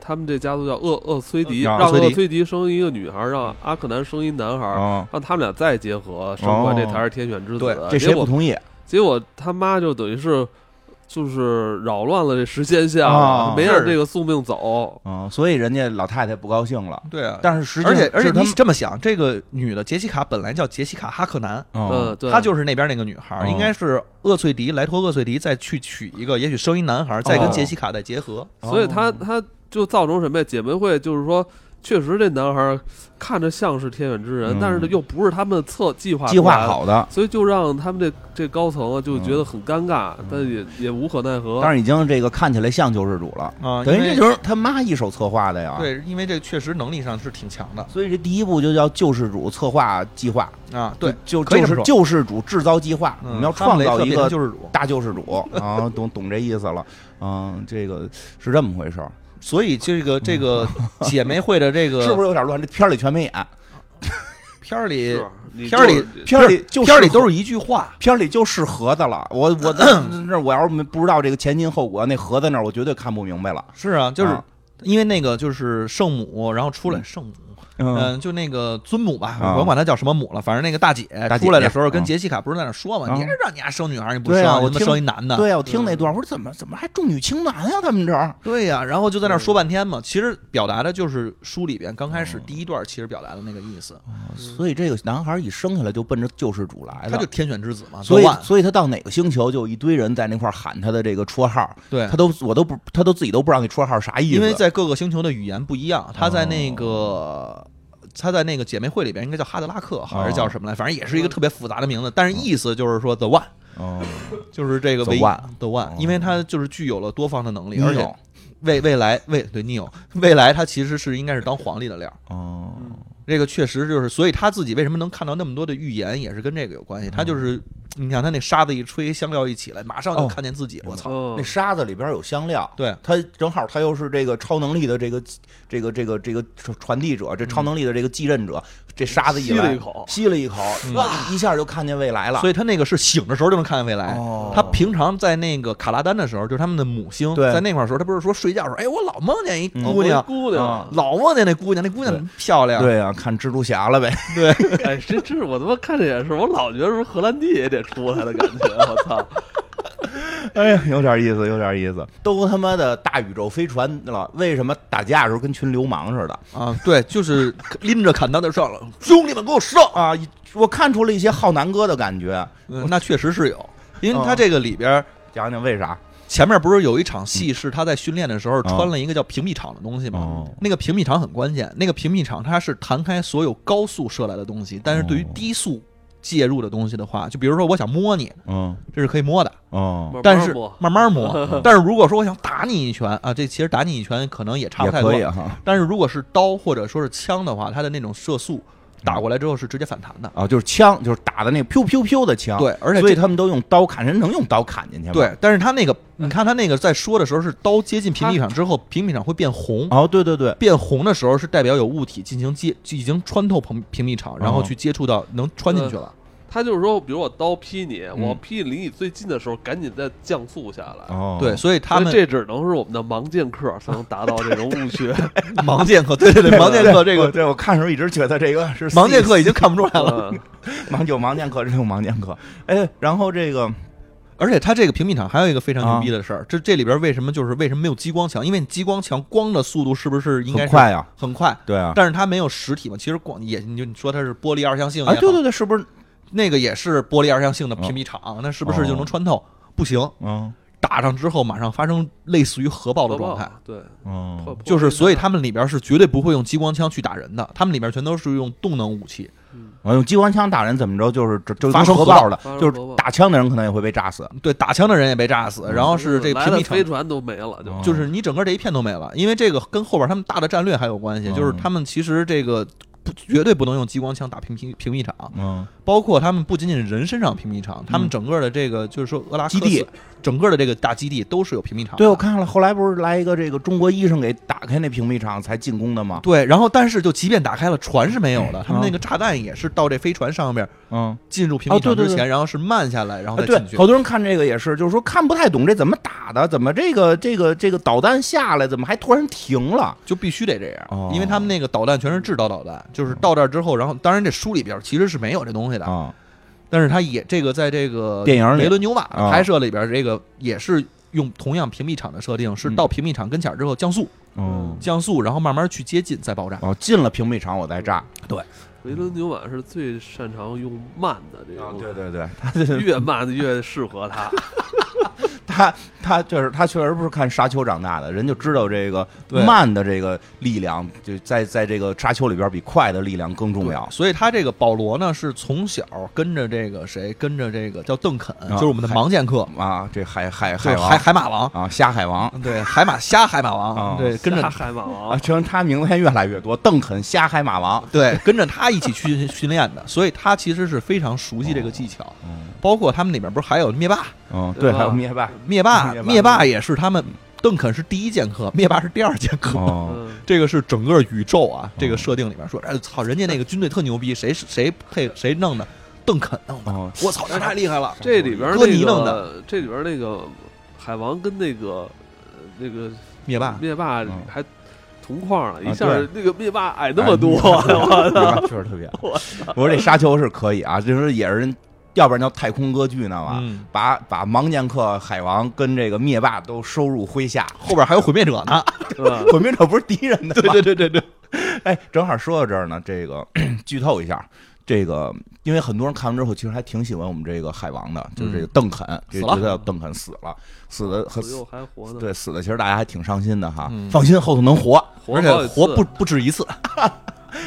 Speaker 1: 他们这家族叫厄厄崔迪，
Speaker 2: 啊
Speaker 1: 让
Speaker 4: 崔
Speaker 1: 厄
Speaker 4: 迪
Speaker 1: 崔迪生一个女孩儿，让阿克南生一男孩儿，
Speaker 2: 啊，
Speaker 1: 让他们俩再结合生出来，这才是天选之
Speaker 4: 对
Speaker 1: 子。
Speaker 2: 这谁
Speaker 1: 结
Speaker 2: 不
Speaker 1: 果
Speaker 2: 同意？
Speaker 1: 结果他妈就等于是就是扰乱了这时间线
Speaker 2: 啊
Speaker 1: 了，没按
Speaker 4: 是
Speaker 1: 这个宿命走。
Speaker 2: 嗯，所以人家老太太不高兴了。
Speaker 4: 对啊，
Speaker 2: 但是实际
Speaker 4: 而
Speaker 2: 上
Speaker 4: 且而且
Speaker 2: 是他
Speaker 4: 你
Speaker 2: 们，
Speaker 4: 这么想，这个女的杰西卡本来叫杰西卡哈克南，
Speaker 1: 嗯，
Speaker 2: 嗯，
Speaker 1: 对，
Speaker 4: 她就是那边那个女孩儿，
Speaker 2: 哦
Speaker 4: 应该是厄翠迪莱托厄翠迪再去娶一个，也许生一男孩儿，
Speaker 2: 哦
Speaker 4: 再跟杰西卡再结合。
Speaker 1: 所以他他就造成什么呀？姐妹会就是说，确实这男孩儿看着像是天选之人，
Speaker 2: 嗯
Speaker 1: 但是又不是他们策计划
Speaker 2: 计
Speaker 1: 出来
Speaker 2: 划
Speaker 1: 的，
Speaker 2: 好的，
Speaker 1: 所以就让他们这这高层啊就觉得很尴尬，
Speaker 2: 嗯
Speaker 1: 但也也无可奈何。
Speaker 2: 但是已经这个看起来像救世主了，
Speaker 4: 啊，
Speaker 2: 哦等于
Speaker 4: 因为
Speaker 2: 这就是他妈一手策划的呀。，
Speaker 4: 对，因为这确实能力上是挺强的
Speaker 2: 所以这第一步就叫救世主策划计划。
Speaker 4: 啊。对，
Speaker 2: 就
Speaker 4: 可以
Speaker 2: 就
Speaker 4: 这么
Speaker 2: 是
Speaker 4: 说
Speaker 2: 救世主制造计划，我
Speaker 4: 嗯
Speaker 2: 们要创造一
Speaker 4: 哈姆雷特变成
Speaker 2: 个
Speaker 4: 救世主。
Speaker 2: 大救世主 啊，懂懂这意思了，嗯，这个是这么回事儿，
Speaker 4: 所以这个 这个姐妹会的这个
Speaker 2: 嗯是不是有点乱？这片儿里全没演，
Speaker 4: 片儿里
Speaker 1: 是你
Speaker 4: 片儿里
Speaker 1: 就是
Speaker 2: 片儿里就
Speaker 4: 片儿里
Speaker 2: 是
Speaker 4: 都是一句话，
Speaker 2: 片儿里就适合的了。我我 那我要是没不知道这个前因后果，那盒子那儿我绝对看不明白了。
Speaker 4: 是啊，就是
Speaker 2: 啊
Speaker 4: 因为那个就是圣母，然后出来
Speaker 2: 嗯
Speaker 4: 圣母。
Speaker 2: 嗯
Speaker 4: 嗯，就那个尊母吧，
Speaker 2: 啊
Speaker 4: 我甭管她叫什么母了，反正那个大姐
Speaker 2: 大姐
Speaker 4: 出来的时候跟
Speaker 2: 啊
Speaker 4: 杰西卡不是在那说嘛，
Speaker 2: 啊
Speaker 4: 你也让你丫生女孩，你不
Speaker 2: 对
Speaker 4: 生，
Speaker 2: 啊
Speaker 4: 你
Speaker 2: 我
Speaker 4: 他妈
Speaker 2: 听
Speaker 4: 生一男的，
Speaker 2: 对呀，我听
Speaker 4: 嗯
Speaker 2: 那段，我说怎么怎么还重女轻男啊呀？他们这儿
Speaker 4: 对呀，然后就在那儿说
Speaker 1: 嗯
Speaker 4: 半天嘛。其实表达的就是书里边刚开
Speaker 2: 嗯
Speaker 4: 始第一段其实表达的那个意思，
Speaker 2: 所以这个男孩一生下来就奔着救世主来
Speaker 4: 嗯他就
Speaker 2: 的。
Speaker 4: 天选之子嘛，
Speaker 2: 所以
Speaker 4: The，One
Speaker 2: 所以他到哪个星球，就有一堆人在那块儿喊他的这个绰号，
Speaker 4: 对
Speaker 2: 他，都我都不，他都自己都不知道那绰号啥意思。
Speaker 4: 因为在各个星球的语言不一样，他在那
Speaker 2: 哦
Speaker 4: 个。他在那个姐妹会里边应该叫哈德拉克，还是叫什么来？反正也是一个特别复杂的名字，但
Speaker 2: 嗯
Speaker 4: 是意思就是说 the one，
Speaker 2: 哦，
Speaker 4: 就是这个
Speaker 2: The
Speaker 4: 唯一
Speaker 2: One
Speaker 4: the one，
Speaker 2: 哦
Speaker 4: 因为他就是具有了多方的能力，而且
Speaker 2: Neo
Speaker 4: 未未来未对 Neo 未来他其实是应该是当皇帝的料儿，
Speaker 2: 哦，
Speaker 4: 这个确实就是，所以他自己为什么能看到那么多的预言，也是跟这个有关系。他就是你看他那沙子一吹，香料一起来，马上就
Speaker 2: 嗯哦
Speaker 4: 看见自己，我操！
Speaker 1: 嗯
Speaker 2: 那沙子里边有香料，
Speaker 4: 对，
Speaker 2: 它正好它又是这个超能力的这个这个这个这个传递者，这超能力的这个继任者，这沙子一
Speaker 1: 吸了
Speaker 2: 来
Speaker 1: 一口
Speaker 2: 嗯吸了一口，哇，一下就看见未来了。
Speaker 4: 所
Speaker 2: 以
Speaker 4: 以他那个是醒的时候就能看见未来。
Speaker 2: 哦，
Speaker 4: 他平常在那个卡拉丹的时候，就是他们的母星，
Speaker 2: 对
Speaker 4: 在那块儿的时候，他不是说睡觉的时候，哎，我老梦见一
Speaker 2: 嗯
Speaker 4: 姑
Speaker 1: 哦
Speaker 4: 娘，
Speaker 1: 姑娘
Speaker 2: 啊，
Speaker 4: 老梦见那姑娘，那姑娘漂亮，
Speaker 2: 对啊，看蜘蛛侠了呗。
Speaker 1: 哎，这这是我他妈看这也是，我老觉得是不是荷兰弟也得出来的感觉，我 操！
Speaker 2: 哎呀， 有点意思，有点意思。都他妈的大宇宙飞船了，为什么打架的时候跟群流氓似的
Speaker 4: 啊，对，就是拎着砍刀就 上了，兄弟们给我上！
Speaker 2: 啊？我看出了一些浩南哥的感觉，
Speaker 4: 嗯那确实是有，因
Speaker 2: 哦
Speaker 4: 为他这个里边儿
Speaker 2: 讲讲为啥？
Speaker 4: 前面不是有一场
Speaker 2: 嗯
Speaker 4: 戏是他在训练的时候穿了一个叫屏蔽场的东西吗？
Speaker 2: 哦
Speaker 4: 那个屏蔽场很关键，那个屏蔽场它是弹开所有高速射来的东西，但是对于
Speaker 2: 哦
Speaker 4: 低速介入的东西的话，就比如说我想摸你，
Speaker 2: 嗯
Speaker 4: 这是可以摸的，
Speaker 2: 哦，
Speaker 1: 慢慢
Speaker 4: 但是
Speaker 1: 摸
Speaker 4: 慢 慢摸。但是如果说我想打你一拳啊，这其实打你一拳可能也差不
Speaker 2: 也
Speaker 4: 太多
Speaker 2: 可以。哈。啊
Speaker 4: 但是如果是刀或者说是枪的话，它的那种射速打过来之后是直接反弹的。
Speaker 2: 啊，就是枪，就是打的那个 “piu piu piu” 的枪。，
Speaker 4: 对，而
Speaker 2: 嗯啊
Speaker 4: 且
Speaker 2: 所以
Speaker 4: 这
Speaker 2: 他嗯们都用刀砍人，能用刀砍进去吗？，
Speaker 4: 对，但是他那个，你看他那个在说的时候是刀接近平地上之后，平地上会变红，
Speaker 2: 哦，对对对，
Speaker 4: 变红的时候是代表有物体进行接，已经穿透平平地场，
Speaker 2: 哦
Speaker 4: 然后去接触到能穿进去了。
Speaker 1: 他就是说，比如我刀劈你，我劈离你最近的时候，赶紧再降速下来。
Speaker 2: 嗯哦，
Speaker 4: 对，所以他
Speaker 1: 所
Speaker 4: 们
Speaker 1: 以这只能是我们的盲剑客才能达到这种误区。
Speaker 4: 盲剑客，对对 对，盲剑客这
Speaker 2: 我
Speaker 4: 个
Speaker 2: 对我看的时候一直觉得这个是
Speaker 4: 盲
Speaker 2: C
Speaker 4: 剑客已 经看不出来 了。
Speaker 1: 嗯
Speaker 2: 盲有盲剑客，真有盲剑客。哎，然后这个
Speaker 4: 而且他这个屏蔽场还有一个非常牛逼
Speaker 2: 啊
Speaker 4: 的事儿，这这里边为什么就是为什么没有激光枪？因为你激光枪光的速度是不是应该
Speaker 2: 很
Speaker 4: 是
Speaker 2: 快呀、
Speaker 4: 很快？
Speaker 2: 对啊，
Speaker 4: 但是它没有实体嘛，其实光也你就你说它是玻璃二象性也好，
Speaker 2: 哎，对哦对对，是不是？
Speaker 4: 那个也是玻璃二象性的屏蔽场，那是不是
Speaker 2: 哦
Speaker 4: 就能穿透？不行，
Speaker 2: 嗯
Speaker 4: 打上之后马上发生类似于核爆的状态，，
Speaker 1: 对，
Speaker 2: 嗯，
Speaker 4: 就是所以
Speaker 1: 他。
Speaker 4: 他们里边是绝对不会用激光枪去打人的，他们里边全都是用动能武器。
Speaker 2: 我啊用机关枪打人怎么着？就是就就
Speaker 4: 发生
Speaker 2: 核
Speaker 4: 核
Speaker 2: 爆的
Speaker 1: 发生，
Speaker 2: 就
Speaker 1: 核
Speaker 2: 是
Speaker 1: 爆
Speaker 2: 打枪的人可能也会被炸死。
Speaker 4: 对，打枪的人也被炸死，然后是这个
Speaker 1: 来
Speaker 4: 屏
Speaker 1: 的
Speaker 4: 蔽场
Speaker 1: 飞船都没了，就
Speaker 2: 嗯
Speaker 4: 就是你整个这一片都没了，因为这个跟后边他们大的战略还有关系，
Speaker 2: 嗯
Speaker 4: 就是他们其实这个不绝对不能用激光枪打平平平民场，
Speaker 2: 嗯，
Speaker 4: 包括他们不仅仅是人身上平民场，他们整个的这个就是说俄拉克斯
Speaker 2: 基地，
Speaker 4: 整个的这个大基地都是有平民场的。
Speaker 2: 对，我看了，后来不是来一个这个中国医生给打开那屏蔽场才进攻的吗？
Speaker 4: 对，然后但是就即便打开了，船是没有的，他们那个炸弹也是到这飞船上面
Speaker 2: 嗯，
Speaker 4: 进入平民
Speaker 2: 哦对
Speaker 4: 场
Speaker 2: 对
Speaker 4: 之
Speaker 2: 对
Speaker 4: 前，然后是慢下来，然后
Speaker 2: 哎
Speaker 4: 嗯再
Speaker 2: 对
Speaker 4: 进，去。
Speaker 2: 好多人看这个也是，就是说看不太懂这怎么打的，怎么这个这个这个导弹下来怎么还突然停了？
Speaker 4: 就必须得这样，
Speaker 2: 哦
Speaker 4: 因为他们那个导弹全是制导导弹，就是到这儿之后，然后当然这书里边其实是没有这东西的，
Speaker 2: 啊，
Speaker 4: 但是他也这个在这个
Speaker 2: 电影里
Speaker 4: 雷伦纽瓦
Speaker 2: 啊
Speaker 4: 拍摄里边，这个也是用同样屏蔽场的设定，是到屏蔽场跟前儿之后降速，
Speaker 2: 嗯，
Speaker 4: 降速，然后慢慢去接近再爆炸。
Speaker 2: 哦，进了屏蔽场我再炸。
Speaker 1: 维伦纽瓦是最擅长用慢的这种，
Speaker 2: 啊对 对，
Speaker 1: 越慢的越适合他。
Speaker 2: 他他就是他确实不是看沙丘长大的，人就知道这个
Speaker 4: 对
Speaker 2: 慢的这个力量，就在在这个沙丘里边比快的力量更重要。
Speaker 4: 所以他这个保罗呢，是从小跟着这个谁，跟着这个叫邓肯，
Speaker 2: 啊
Speaker 4: 就是我们的盲剑客，
Speaker 2: 啊，这海海
Speaker 4: 就
Speaker 2: 海
Speaker 4: 是海
Speaker 2: 王
Speaker 4: 海马王，
Speaker 2: 啊，虾海王
Speaker 4: 对，海马 瞎海马王，
Speaker 2: 啊
Speaker 4: 对，跟
Speaker 1: 瞎
Speaker 4: 着
Speaker 1: 海马
Speaker 2: 啊，
Speaker 1: 王，
Speaker 2: 成他名字现在越来越多，邓肯虾海马王。
Speaker 4: 对跟着他一起去训练的，所以他其实是非常熟悉这个技巧，
Speaker 2: 嗯
Speaker 4: 包括他们里面不是还有灭霸，
Speaker 2: 嗯，
Speaker 1: 对
Speaker 2: 对，
Speaker 1: 吧
Speaker 2: 还有灭霸。
Speaker 4: 灭霸，嗯
Speaker 2: 灭霸
Speaker 4: 灭霸也是他们，邓肯是第一剑客，灭霸是第二剑 客。
Speaker 2: 哦，
Speaker 1: 嗯，
Speaker 4: 这个是整个宇宙啊，这个设定里面说，哎操，人家那个军队特牛逼，谁谁配谁弄的？邓肯弄的，
Speaker 2: 哦，
Speaker 4: 我操，这太厉害了！
Speaker 1: 这里边那
Speaker 4: 哥尼弄
Speaker 1: 个，这里边那个海王跟那个呃那个
Speaker 4: 灭霸，
Speaker 1: 灭霸
Speaker 2: 嗯
Speaker 1: 还同框了，
Speaker 2: 啊
Speaker 1: 一下
Speaker 2: 对
Speaker 1: 那个灭霸矮那么多，
Speaker 2: 我操，确实特别。我说这沙丘是可以啊，就是也是人，要不然叫太空歌剧呢嘛。
Speaker 4: 嗯，
Speaker 2: 把把盲剑客海王跟这个灭霸都收入麾下，
Speaker 4: 后边还有毁灭者呢。
Speaker 1: 是吧？
Speaker 2: 毁灭者不是敌人的吗？
Speaker 4: 对对对对，
Speaker 2: 哎，正好说到这儿呢，这个剧透一下，这个因为很多人看完之后，其实还挺喜欢我们这个海王的，就是这个邓肯，就
Speaker 4: 死
Speaker 2: 觉
Speaker 4: 了
Speaker 2: 得邓肯死了，死的很
Speaker 1: 左，右还活呢，
Speaker 2: 对，死的其实大家还挺伤心的哈。
Speaker 4: 嗯
Speaker 2: 放心，后头能活。
Speaker 1: 活 了
Speaker 4: 而且
Speaker 1: 好几次
Speaker 4: 活不不止一次，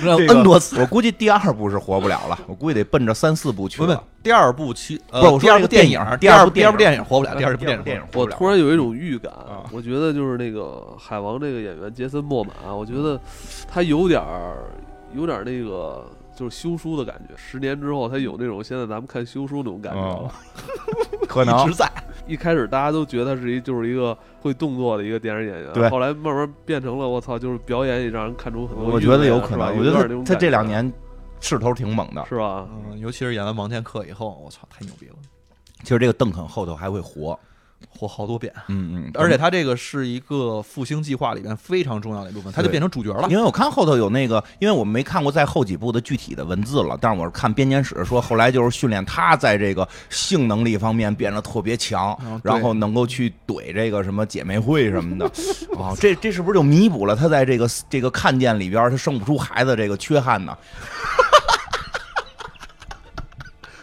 Speaker 2: 这个
Speaker 4: n 多次。
Speaker 2: 我估计第二部是活不了了，我估计得奔着三四部去
Speaker 4: 不不
Speaker 2: 了。，
Speaker 4: 第二部其呃
Speaker 2: 不是我说
Speaker 4: 第二
Speaker 2: 这个
Speaker 4: 部
Speaker 2: 电
Speaker 4: 电
Speaker 2: 影第
Speaker 4: 影，第
Speaker 2: 二部
Speaker 4: 部第二部
Speaker 2: 电
Speaker 4: 电影活不了，第二部
Speaker 2: 第二
Speaker 4: 电
Speaker 2: 部电影活
Speaker 1: 我
Speaker 2: 不了
Speaker 1: 突然有一种预感
Speaker 2: 啊，
Speaker 1: 我觉得就是那个海王这个演员杰森·莫玛，我觉得他有点儿，有点儿那个就是休书的感觉。十年之后，他有那种现在咱们看休书那种感觉了。
Speaker 2: 啊可
Speaker 4: 一
Speaker 2: 能
Speaker 4: 直在。
Speaker 1: 一开始大家都觉得他是一就是一个会动作的一个电影演员，
Speaker 2: 对
Speaker 1: 后来慢慢变成了我操，就是表演也让人看出很多韵味啊。
Speaker 2: 我觉得有可
Speaker 1: 是吧
Speaker 2: 能，我
Speaker 1: 有
Speaker 2: 觉
Speaker 1: 点
Speaker 2: 得
Speaker 1: 那种
Speaker 2: 他
Speaker 1: 感
Speaker 2: 他这
Speaker 1: 觉啊
Speaker 2: 两年势头挺猛的。
Speaker 1: 是吧？
Speaker 4: 嗯，尤其是演完盲剑客以后，我操，太牛逼了，
Speaker 2: 其实这个邓肯后头还会活，
Speaker 4: 活好多遍。
Speaker 2: 嗯嗯，
Speaker 4: 而且他这个是一个复兴计划里面非常重要的一部分，他就
Speaker 2: 对
Speaker 4: 变成主角了。
Speaker 2: 因为我看后头有那个，因为我没看过在后几部的具体的文字了，但是我是看编年史说，后来就是训练他在这个性能力方面变得特别强
Speaker 4: 嗯，对
Speaker 2: 然后能够去怼这个什么姐妹会什 么的，哦，这这是不是就弥补了他在这个这个看见里边他生不出孩子这个缺憾呢？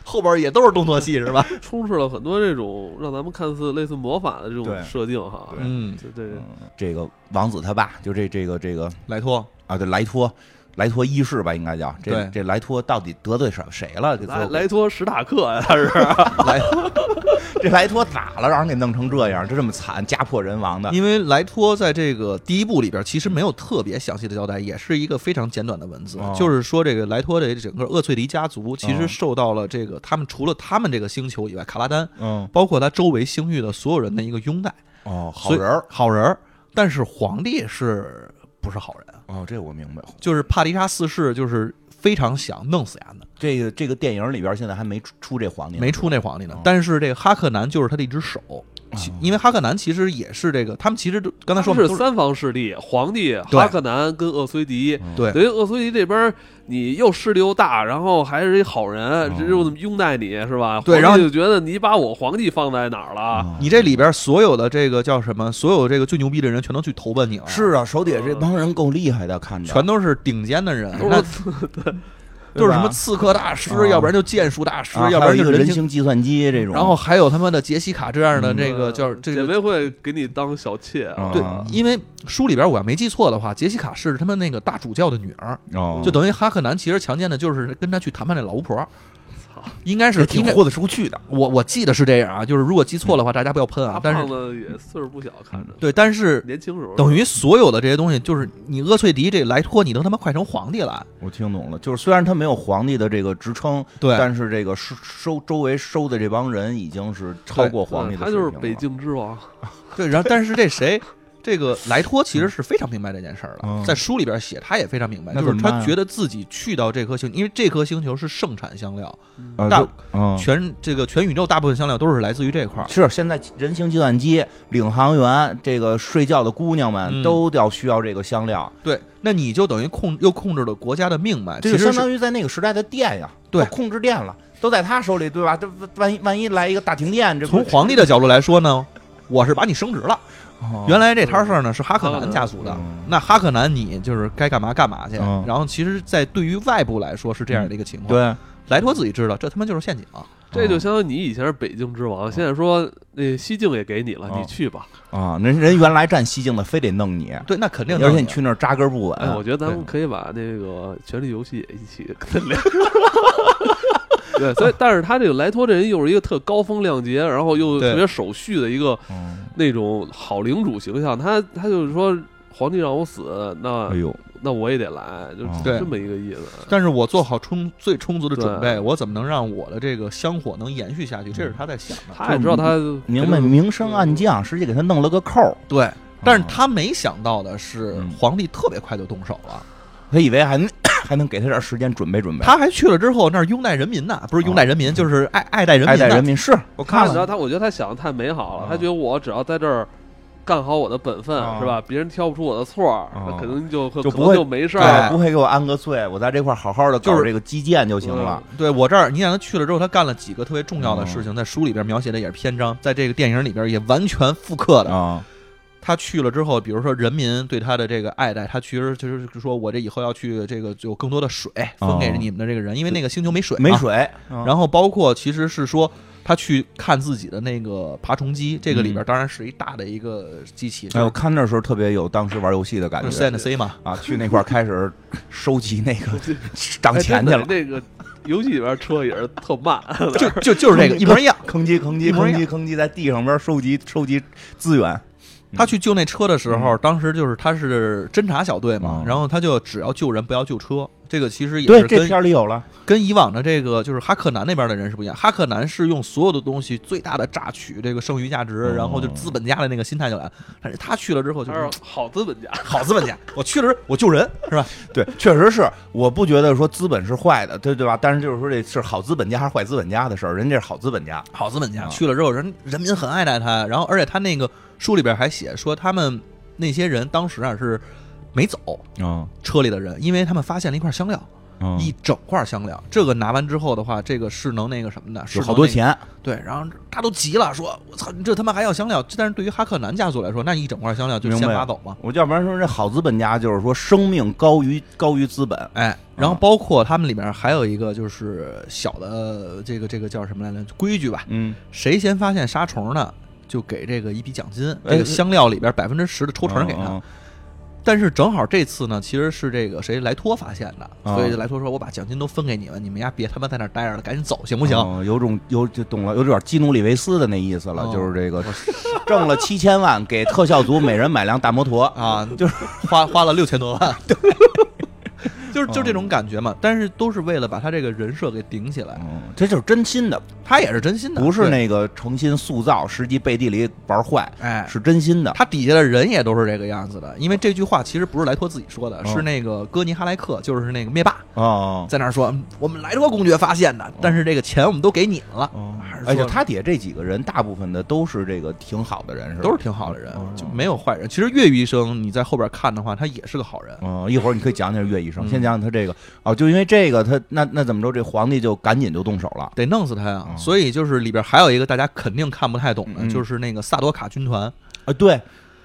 Speaker 4: 后边也都是动作戏是吧？
Speaker 1: 充斥了很多这种让咱们看似类似魔法的这种
Speaker 2: 对
Speaker 1: 设定哈。
Speaker 2: 对
Speaker 4: 嗯，
Speaker 1: 对对，
Speaker 2: 这个王子他爸就这这个这个
Speaker 4: 莱托，
Speaker 2: 啊，对莱托。莱托一世吧，应该叫这
Speaker 4: 对
Speaker 2: 这莱托到底得罪谁谁了？这最
Speaker 1: 莱
Speaker 2: 后
Speaker 1: 莱托·史塔克呀，他是
Speaker 4: 莱
Speaker 2: 这莱托咋了，让人给弄成这样，就这么惨，家破人亡的。
Speaker 4: 因为莱托在这个第一部里边其实没有特别详细的交代，也是一个非常简短的文字，
Speaker 2: 哦
Speaker 4: 就是说这个莱托的整个厄翠迪家族其实受到了这个他们除了他们这个星球以外，卡拉丹
Speaker 2: 嗯，
Speaker 4: 包括他周围星域的所有人的一个拥戴，
Speaker 2: 哦，好
Speaker 4: 所以
Speaker 2: 人儿，
Speaker 4: 好人儿。但是皇帝是不是好人？啊
Speaker 2: 哦，这我明白。
Speaker 4: 就是帕迪莎四世就是非常想弄死丫的，
Speaker 2: 这个这个电影里边现在还没出出这皇帝呢，
Speaker 4: 没出那皇帝呢
Speaker 2: 哦。
Speaker 4: 但是这个哈克南就是他的一只手，其因为哈克南其实也是这个，他们其实都刚才说
Speaker 1: 他
Speaker 4: 我们
Speaker 1: 是
Speaker 4: 都
Speaker 1: 三方势力，皇帝、
Speaker 4: 对嗯
Speaker 1: 哈克南跟厄崔迪。
Speaker 2: 嗯
Speaker 4: 对
Speaker 1: 等于厄崔迪这边儿，你又势力又大，然后还是一好人，这又拥戴你是吧？
Speaker 4: 哦对
Speaker 1: 皇帝
Speaker 4: 然后哦
Speaker 1: 就觉得你把我皇帝放在哪儿了？
Speaker 2: 啊。
Speaker 4: 你这里边所有的这个叫什么？所有这个最牛逼的人全都去投奔你了，
Speaker 2: 是啊，手底下这帮人够厉害的，看着
Speaker 4: 全都是顶尖的人，
Speaker 1: 都
Speaker 4: 那
Speaker 1: 是
Speaker 4: 都是什么刺客大师，
Speaker 2: 啊
Speaker 4: 要不然就剑术大师，
Speaker 2: 啊，
Speaker 4: 要不
Speaker 2: 还有
Speaker 4: 然
Speaker 2: 一
Speaker 4: 就
Speaker 2: 个
Speaker 4: 人
Speaker 2: 人
Speaker 4: 形，
Speaker 2: 形嗯计算机这种，
Speaker 4: 然后还有他妈的杰西卡这样的这个叫这
Speaker 1: 姐
Speaker 4: 个
Speaker 1: 妹会给你当小妾啊，
Speaker 2: 啊
Speaker 4: 对，因为书里边我要没记错的话，杰西卡是他们那个大主教的女儿，
Speaker 2: 哦
Speaker 4: 就等于哈克南其实强奸的就是跟他去谈判那老巫婆，
Speaker 1: 操，
Speaker 4: 应该是
Speaker 2: 这挺
Speaker 4: 应该
Speaker 2: 豁得出去的。
Speaker 4: 我我记得是这样啊，就是如果记错的话，大家不要喷
Speaker 1: 大
Speaker 2: 嗯
Speaker 4: 啊。但
Speaker 1: 胖
Speaker 4: 是
Speaker 1: 子也岁数不小，看着
Speaker 4: 对，但是
Speaker 1: 年轻时候
Speaker 4: 等于所有的这些东西，就是你厄翠迪这莱托，你都他妈快成皇帝了，
Speaker 2: 我听懂了，就是虽然他没有皇帝的这个职称，
Speaker 4: 对
Speaker 2: 但是这个收收周围收的这帮人已经是超过皇帝
Speaker 1: 对
Speaker 2: 的
Speaker 1: 他
Speaker 2: 水平
Speaker 1: 就是
Speaker 2: 了
Speaker 1: 北境之王，
Speaker 4: 哦对，然后但是这谁，这个莱托其实是非常明白这件事儿
Speaker 2: 嗯
Speaker 4: 了，在书里边写他也非常明白，
Speaker 2: 那
Speaker 4: 就
Speaker 2: 怎
Speaker 4: 是
Speaker 2: 么办啊
Speaker 4: 他觉得自己去到这颗星，因为这颗星球是盛产香料，
Speaker 2: 呃
Speaker 4: 大
Speaker 2: 就嗯
Speaker 4: 全这个全宇宙大部分香料都是来自于这块儿。
Speaker 2: 是现在人形计算机、领航员、这个睡觉的姑娘们
Speaker 4: 嗯啊
Speaker 2: 都要需要这个香料，
Speaker 4: 对，那你就等于控又控制了国家的命脉，
Speaker 2: 这
Speaker 4: 其
Speaker 2: 就相
Speaker 4: 实是
Speaker 2: 当于在那个时代的电呀，
Speaker 4: 对
Speaker 2: 都控制电了，都在他手里，对吧？这万一万一来一个大停电，这不
Speaker 4: 从皇帝的角度来说呢，我是把你升职了。
Speaker 2: 哦
Speaker 4: 原来这摊事儿呢是哈克南家族的
Speaker 2: 嗯，
Speaker 4: 那哈克南你就是该干嘛干嘛去
Speaker 2: 嗯。
Speaker 4: 然后其实，在对于外部来说是这样的一个情况。
Speaker 2: 对，
Speaker 4: 莱托自己知道，这他妈就是啊陷阱。
Speaker 1: 这就相当于你以前是北境之王，现在说那西境也给你了，
Speaker 2: 哦
Speaker 1: 你去吧。
Speaker 2: 啊，人人原来占西境的，非得弄你，
Speaker 4: 对，那肯定的。
Speaker 2: 而且你去那儿扎根不稳。
Speaker 1: 哎，我觉得咱们可以把那个《权力游戏》也一起跟 他聊。对，所以但是他这个莱托这人又是一个特高风亮节，然后又
Speaker 4: 对
Speaker 1: 特别守序的一个
Speaker 2: 嗯
Speaker 1: 那种好领主形象。他他就是说，皇帝让我死，那
Speaker 4: 呃
Speaker 2: 哎呦，
Speaker 1: 那我也得来，就
Speaker 2: 哦
Speaker 1: 就
Speaker 4: 对
Speaker 1: 这么一个意思。
Speaker 4: 但是我做好充最充足的准
Speaker 1: 对
Speaker 4: 备，我怎么能让我的这个香火能延续
Speaker 2: 嗯
Speaker 4: 下去？这是他在想的。
Speaker 1: 他也知道他
Speaker 2: 明白明升暗降，实际给他弄了个扣儿，
Speaker 4: 对，
Speaker 2: 哦
Speaker 4: 但是他没想到的是，
Speaker 2: 嗯
Speaker 4: 皇帝特别快就动手了。
Speaker 2: 他以为还能还能给他点时间准备准备。
Speaker 4: 他还去了之后，那儿拥戴人民呢，不是拥戴人民，就是爱爱戴
Speaker 2: 哦
Speaker 4: 人
Speaker 2: 爱
Speaker 4: 民
Speaker 2: 戴
Speaker 4: 呢
Speaker 2: 人。民是
Speaker 4: 我看
Speaker 1: 他你知道
Speaker 4: 了，
Speaker 1: 他，我觉得他想的太美好了，
Speaker 2: 啊
Speaker 1: 他觉得我只要在这儿。干好我的本分、
Speaker 2: 啊
Speaker 1: 是吧？别人挑不出我的错儿，
Speaker 2: 啊
Speaker 1: 那肯定就可
Speaker 2: 就
Speaker 1: 可
Speaker 2: 不
Speaker 1: 能
Speaker 2: 会
Speaker 1: 就没事
Speaker 2: 对
Speaker 1: 儿。
Speaker 2: 不会给我安个罪，我在这块儿好好的
Speaker 4: 就
Speaker 2: 搞
Speaker 4: 是呃
Speaker 2: 这个基建就行了。
Speaker 4: 对我这儿，你想他去了之后，他干了几个特别重要的事情，在书里边描写的也是篇章，在这个电影里边也完全复刻的。
Speaker 2: 啊，
Speaker 4: 他去了之后，比如说人民对他的这个爱戴，他其实就是说我这以后要去这个有更多的水分给你们的这个人，因为那个哦星球没水，
Speaker 2: 没。水，
Speaker 4: 啊
Speaker 2: 啊
Speaker 4: 然后包括其实是说他去看自己的那个爬虫机，这个里边当然是一大的一个机器，
Speaker 2: 哎，
Speaker 4: 就
Speaker 2: 我
Speaker 4: 是
Speaker 2: 看那时候特别有当时玩游戏的感
Speaker 4: 就是
Speaker 2: 觉
Speaker 4: CNC 嘛，
Speaker 2: 啊，去那块儿开始收集那 个涨
Speaker 1: 哎
Speaker 2: 钱
Speaker 1: 真
Speaker 2: 去
Speaker 1: 的
Speaker 2: 了，
Speaker 1: 那个游戏里边车也是特慢，
Speaker 4: 就就就是这个 一模一样。
Speaker 2: 吭叽吭叽
Speaker 4: 一模
Speaker 2: 吭叽
Speaker 4: 一
Speaker 2: 吭叽，在地上边收集收集资源。嗯
Speaker 4: 他去救那车的时候，当时就是他是侦察小队嘛
Speaker 2: 嗯，
Speaker 4: 然后他就只要救人不要救车，这个其实也
Speaker 2: 对，
Speaker 4: 是
Speaker 2: 这
Speaker 4: 跟
Speaker 2: 片儿里有了，
Speaker 4: 跟以往的这个就是哈克南那边的人是不一样。哈克南是用所有的东西最大的榨取这个剩余价值，
Speaker 2: 哦
Speaker 4: 然后就资本家的那个心态就来了。但是他去了之后就
Speaker 1: 他
Speaker 4: 是
Speaker 1: 是好资本家。
Speaker 4: 好资本家， 我去了之后我救人是吧？
Speaker 2: 对，确实是，我不觉得说资本是坏的，对对吧？但是就是说这是好资本家还是坏资本家的事儿，人家是好资本家，
Speaker 4: 好资本家
Speaker 2: 啊
Speaker 4: 去了之后人人民很爱戴他，然后而且他那个书里边还写说他们那些人当时啊是没走
Speaker 2: 嗯，
Speaker 4: 车里的人，因为他们发现了一块香料。
Speaker 2: 啊
Speaker 4: 一整块香料，这个拿完之后的话，这个是能那个什么的，是
Speaker 2: 有
Speaker 4: 能
Speaker 2: 好多
Speaker 4: 那个。
Speaker 2: 钱，
Speaker 4: 对，然后他都急了，说：“我操，你这他妈还要香料？”但是对于哈克南家族来说，那一整块香料就
Speaker 2: 明
Speaker 4: 先
Speaker 2: 白
Speaker 4: 拿走嘛。
Speaker 2: 我要不然说这好资本家就是说生命高于高于资本，
Speaker 4: 哎，然后包括他们里面还有一个就是小的呃这个这个叫什么来着规矩吧，
Speaker 2: 嗯，
Speaker 4: 谁先发现杀虫呢，就给这个一笔奖金，
Speaker 2: 哎
Speaker 4: 这个香料里边百分之十的抽成给他。
Speaker 2: 嗯，
Speaker 4: 但是正好这次呢，其实是这个谁莱托发现的，
Speaker 2: 啊
Speaker 4: 所以莱托说：“我把奖金都分给你们，你们呀别他妈在那儿待着了，赶紧走，行不
Speaker 2: 不
Speaker 4: 行？”
Speaker 2: 嗯有种有就懂了，有点基努里维斯的那意思了，
Speaker 4: 哦
Speaker 2: 就是这 个挣了七千万，给特效组每人买辆大摩 托啊，
Speaker 4: 啊，就是花花了六千多万，对，就是就是
Speaker 2: 哦
Speaker 4: 这种感觉嘛。但是都是为了把他这个人设给顶起来，
Speaker 2: 嗯这就是真心的，
Speaker 4: 他也是真心的，
Speaker 2: 不是
Speaker 4: 对
Speaker 2: 那个诚心塑造，实际背地里玩坏，
Speaker 4: 哎，
Speaker 2: 是真心的。
Speaker 4: 他底下的人也都是这个样子的。因为这句话其实不是莱托自己说的，
Speaker 2: 哦
Speaker 4: 是那个哥尼哈莱克，就是那个灭霸
Speaker 2: 哦，
Speaker 4: 在那儿说，嗯我们莱托公爵发现的，但是这个钱我们都给你们了，
Speaker 2: 哦
Speaker 4: 还是说
Speaker 2: 而且他底下这几个人，大部分的都是这个挺好的人，是吧？
Speaker 4: 都是挺好的人
Speaker 2: 哦，
Speaker 4: 就没有坏人。其实岳医生你在后边看的话，他也是个好人。
Speaker 2: 嗯，一会儿你可以讲讲岳医生，
Speaker 4: 嗯
Speaker 2: 先讲讲他这个哦，就因为这个，他那那怎么着，这皇帝就赶紧就动手了。
Speaker 4: 得弄死他呀！
Speaker 2: 嗯
Speaker 4: 所以就是里边还有一个大家肯定看不太懂的，
Speaker 2: 嗯
Speaker 4: 就是那个萨多卡军团。
Speaker 2: 啊，对，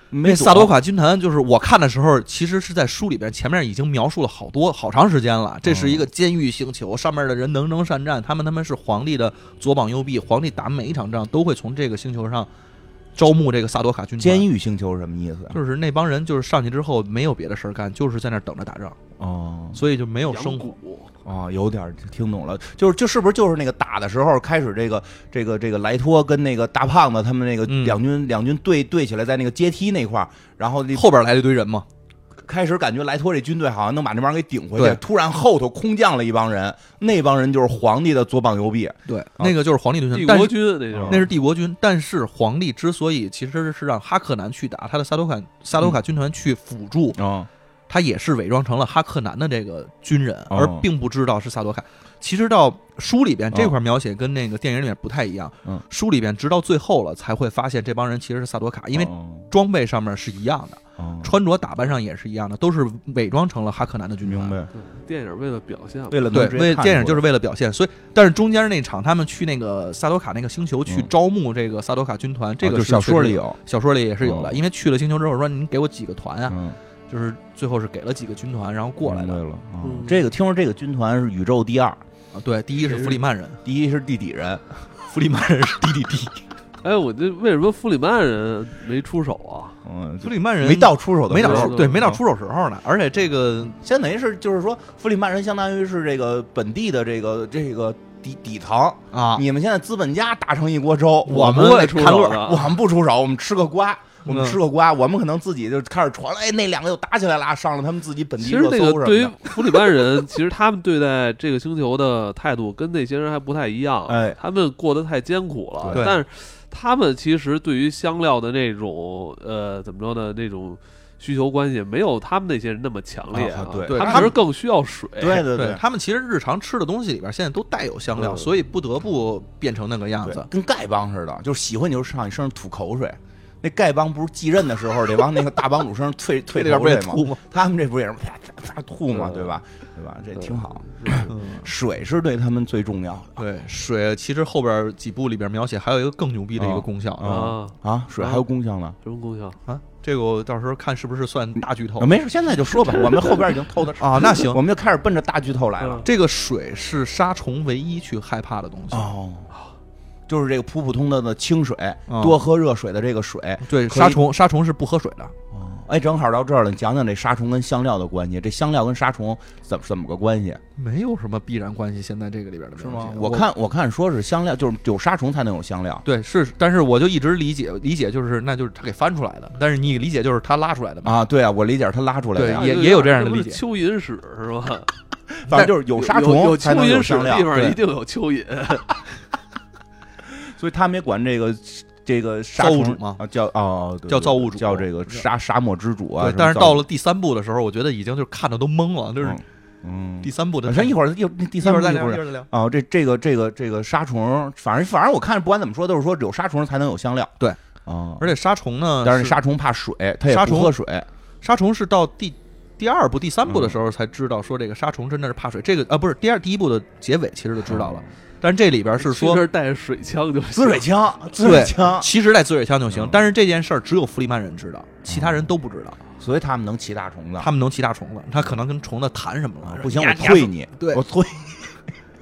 Speaker 2: 没躲
Speaker 4: 那萨多卡军团就是我看的时候，其实是在书里边前面已经描述了好多好长时间了。这是一个监狱星球，上面的人能征善战，他们他们是皇帝的左膀右臂，皇帝打每一场仗都会从这个星球上招募这个萨多卡军团。
Speaker 2: 监
Speaker 4: 狱
Speaker 2: 狱星球是什么意思啊？
Speaker 4: 就是那帮人就是上去之后没有别的事儿干，就是在那儿等着打仗，
Speaker 2: 哦
Speaker 4: 所以就没有生
Speaker 1: 养
Speaker 4: 活。
Speaker 1: 蛊，
Speaker 2: 哦，有点听懂了，就是就是不是就是那个打的时候开始这个这个这个莱托跟那个大胖子他们那个
Speaker 4: 嗯
Speaker 2: 两军、两军对对起来，在那个阶梯那块儿，然后那
Speaker 4: 后边来了一堆人嘛，
Speaker 2: 开始感觉莱托这军队好像能把那帮人给顶回去
Speaker 4: 对，
Speaker 2: 突然后头空降了一帮人，那帮人就是皇帝的左膀右臂，
Speaker 4: 对，那个就是皇帝军团，
Speaker 1: 帝
Speaker 4: 但
Speaker 1: 国
Speaker 4: 是
Speaker 1: 军那就是
Speaker 4: 那是帝国军，但是皇帝之所以其实是让哈克南去打他的萨多卡萨多卡军团去辅助，
Speaker 2: 啊、
Speaker 4: 他也是伪装成了哈克南的这个军人，
Speaker 2: 哦
Speaker 4: 而并不知道是萨多卡。其实到书里边
Speaker 2: 哦
Speaker 4: 这块描写跟那个电影里面不太一样，
Speaker 2: 嗯
Speaker 4: 书里边直到最后了才会发现这帮人其实是萨多卡，因为
Speaker 2: 哦
Speaker 4: 装备上面是一样的，
Speaker 2: 哦
Speaker 4: 穿着打扮上也是一样的，都是伪装成了哈克南的军团。
Speaker 2: 明白，
Speaker 1: 对嗯电影为了表现嘛，
Speaker 2: 为了能
Speaker 4: 对，
Speaker 2: 直接
Speaker 4: 为
Speaker 2: 看
Speaker 4: 电
Speaker 2: 出
Speaker 4: 影就是
Speaker 2: 来
Speaker 4: 为了表现，所以但是中间那场他们去那个萨多卡那个星球去
Speaker 2: 嗯
Speaker 4: 招募这个萨多卡军团，这
Speaker 2: 哦
Speaker 4: 个
Speaker 2: 就是小
Speaker 4: 确
Speaker 2: 说
Speaker 4: 实
Speaker 2: 里有，
Speaker 4: 小说里也是有的，
Speaker 2: 哦
Speaker 4: 因为去了星球之后说你给我几个团啊，
Speaker 2: 嗯，
Speaker 4: 就是最后是给了几个军团，然后过来
Speaker 2: 明
Speaker 4: 的。
Speaker 2: 白了啊
Speaker 1: 嗯
Speaker 2: 这个听说这个军团是宇宙第二，
Speaker 4: 啊，对，第一是弗里曼人，
Speaker 2: 第一是地底人，
Speaker 4: 弗里曼人是 DDD，
Speaker 1: 哎，我这为什么弗里曼人没出手啊？
Speaker 2: 嗯，
Speaker 4: 弗里曼人
Speaker 2: 没到出手的
Speaker 4: 没
Speaker 2: 时候
Speaker 4: 到
Speaker 1: 时
Speaker 4: 出
Speaker 1: 候
Speaker 4: 对没到出手时候呢，而且这个
Speaker 2: 相当于是就是说，弗里曼人相当于是这个本地的这个这个底底层。
Speaker 4: 啊，
Speaker 2: 你们现在资本家打成一锅粥，
Speaker 1: 我
Speaker 2: 们
Speaker 1: 不会
Speaker 2: 得
Speaker 1: 出
Speaker 2: 看
Speaker 1: 手
Speaker 2: 乐
Speaker 1: 的
Speaker 2: 儿，我们不出手，我们吃个瓜。我们
Speaker 4: 嗯
Speaker 2: 吃个瓜，我们可能自己就开始传了。哎，那两个又打起来了，上了他们自己本
Speaker 1: 其实
Speaker 2: 地热搜
Speaker 1: 那
Speaker 2: 什么
Speaker 1: 个
Speaker 2: 的。
Speaker 1: 对于弗里曼人，其实他们对待这个星球的态度跟那些人还不太一样，
Speaker 2: 哎
Speaker 1: 他们过得太艰苦了，
Speaker 4: 对
Speaker 1: 但是他们其实对于香料的那种呃怎么着呢那种。需求关系没有他们那些人那么强烈、
Speaker 2: 啊对
Speaker 1: 他
Speaker 4: 他
Speaker 1: 们
Speaker 4: 们
Speaker 1: 其实更需要水。
Speaker 2: 对对
Speaker 4: 对他们其实日常吃的东西里边现在都带有香料，
Speaker 1: 嗯
Speaker 4: 所以不得不变成那个样
Speaker 2: 对
Speaker 4: 子。
Speaker 2: 跟丐帮似的，就是喜欢你就上你身上吐口水。那丐帮不是继任的时候得往那个大帮主身上 退退
Speaker 4: 这里边
Speaker 2: 口
Speaker 4: 不
Speaker 2: 水吗？
Speaker 4: 也吐吗？
Speaker 2: 他们这不也是啪啪啪吐吗？
Speaker 1: 嗯
Speaker 2: 对吧？对吧？这挺好。
Speaker 4: 嗯，
Speaker 2: 水是对他们最重要的
Speaker 4: 对，水其实后边几部里边描写还有一个更牛逼的一个功效
Speaker 2: 嗯
Speaker 4: 啊
Speaker 1: 啊，
Speaker 2: 啊，水还有功效呢。
Speaker 1: 什么功效？
Speaker 4: 啊，这个我到时候看是不是算大剧透
Speaker 2: 啊没事，现在就 说吧，我们后边已经透的
Speaker 4: 啊？那行，
Speaker 2: 我们就开始奔着大剧透来了。
Speaker 4: 这个水是杀虫唯一去害怕的东西。
Speaker 2: 哦，就是这个普普通通的清水，
Speaker 4: 嗯
Speaker 2: 多喝热水的这个水。
Speaker 4: 对，
Speaker 2: 可以
Speaker 4: 杀虫杀虫是不喝水的。
Speaker 2: 哎，正好到这儿了，你讲讲这杀虫跟香料的关系，这香料跟杀虫怎么怎么个关系？
Speaker 4: 没有什么必然关系，现在这个里边的描写
Speaker 2: 我看我看说是香料，就是有杀虫才能有香料。
Speaker 4: 对是，但是我就一直理解理解就是那就是他给翻出来的，但是你理解就是他拉出来的嘛。
Speaker 2: 啊，对啊，我理解是它拉出来的
Speaker 4: 对
Speaker 2: 呀，
Speaker 4: 也
Speaker 1: 啊
Speaker 4: 也有这样的理解
Speaker 1: 这不是蚯蚓屎是吧？
Speaker 2: 反正就是有杀
Speaker 1: 有有
Speaker 2: 虫才
Speaker 1: 蚯
Speaker 2: 能
Speaker 1: 蚓屎
Speaker 2: 香
Speaker 1: 的
Speaker 2: 料
Speaker 1: 地，方
Speaker 2: 对
Speaker 1: 一定有蚯蚓。
Speaker 2: 所以他们也管这个这个杀
Speaker 4: 造物
Speaker 2: 虫
Speaker 4: 主吗
Speaker 2: 啊叫哦对
Speaker 4: 叫
Speaker 2: 对
Speaker 4: 造物主
Speaker 2: 叫这个沙沙漠之主啊。
Speaker 4: 对
Speaker 2: 什，么
Speaker 4: 但是
Speaker 2: 造
Speaker 4: 到了第三部的时候，我觉得已经就是看的都懵了，就是
Speaker 2: 嗯，
Speaker 4: 第三部的。
Speaker 2: 咱一
Speaker 4: 会
Speaker 2: 会儿又第
Speaker 4: 第
Speaker 2: 三
Speaker 4: 会
Speaker 2: 部
Speaker 4: 儿再
Speaker 2: 一
Speaker 4: 聊，
Speaker 2: 会
Speaker 4: 一
Speaker 2: 儿
Speaker 4: 会儿再聊。
Speaker 2: 哦，这这个这个这个杀虫，反正反正我看不管怎么说，都是说有杀虫才能有香料。
Speaker 4: 对，
Speaker 2: 哦，
Speaker 4: 而且杀虫呢，
Speaker 2: 但是
Speaker 4: 是
Speaker 2: 杀虫怕水，它也
Speaker 4: 杀
Speaker 2: 不
Speaker 4: 虫
Speaker 2: 喝水。
Speaker 4: 杀虫是到第第二部、第三
Speaker 2: 嗯
Speaker 4: 部的时候才知道说这个杀虫真的是怕水。这个啊不是第二第一部的结尾其实就知道了，
Speaker 2: 嗯
Speaker 4: 但是这里边是说
Speaker 1: 其实带着水枪就行
Speaker 2: 滋水枪，滋水枪，
Speaker 4: 其实带滋水枪就行
Speaker 2: 嗯，
Speaker 4: 但是这件事儿只有弗里曼人知道，其他人都不知道。
Speaker 2: 所以他们能骑大虫子。啊
Speaker 4: 他们能骑大虫子，他可能跟虫子谈什么了？
Speaker 2: 不行，
Speaker 4: 你
Speaker 2: 我
Speaker 4: 呀
Speaker 2: 退你，
Speaker 4: 对
Speaker 2: 我退。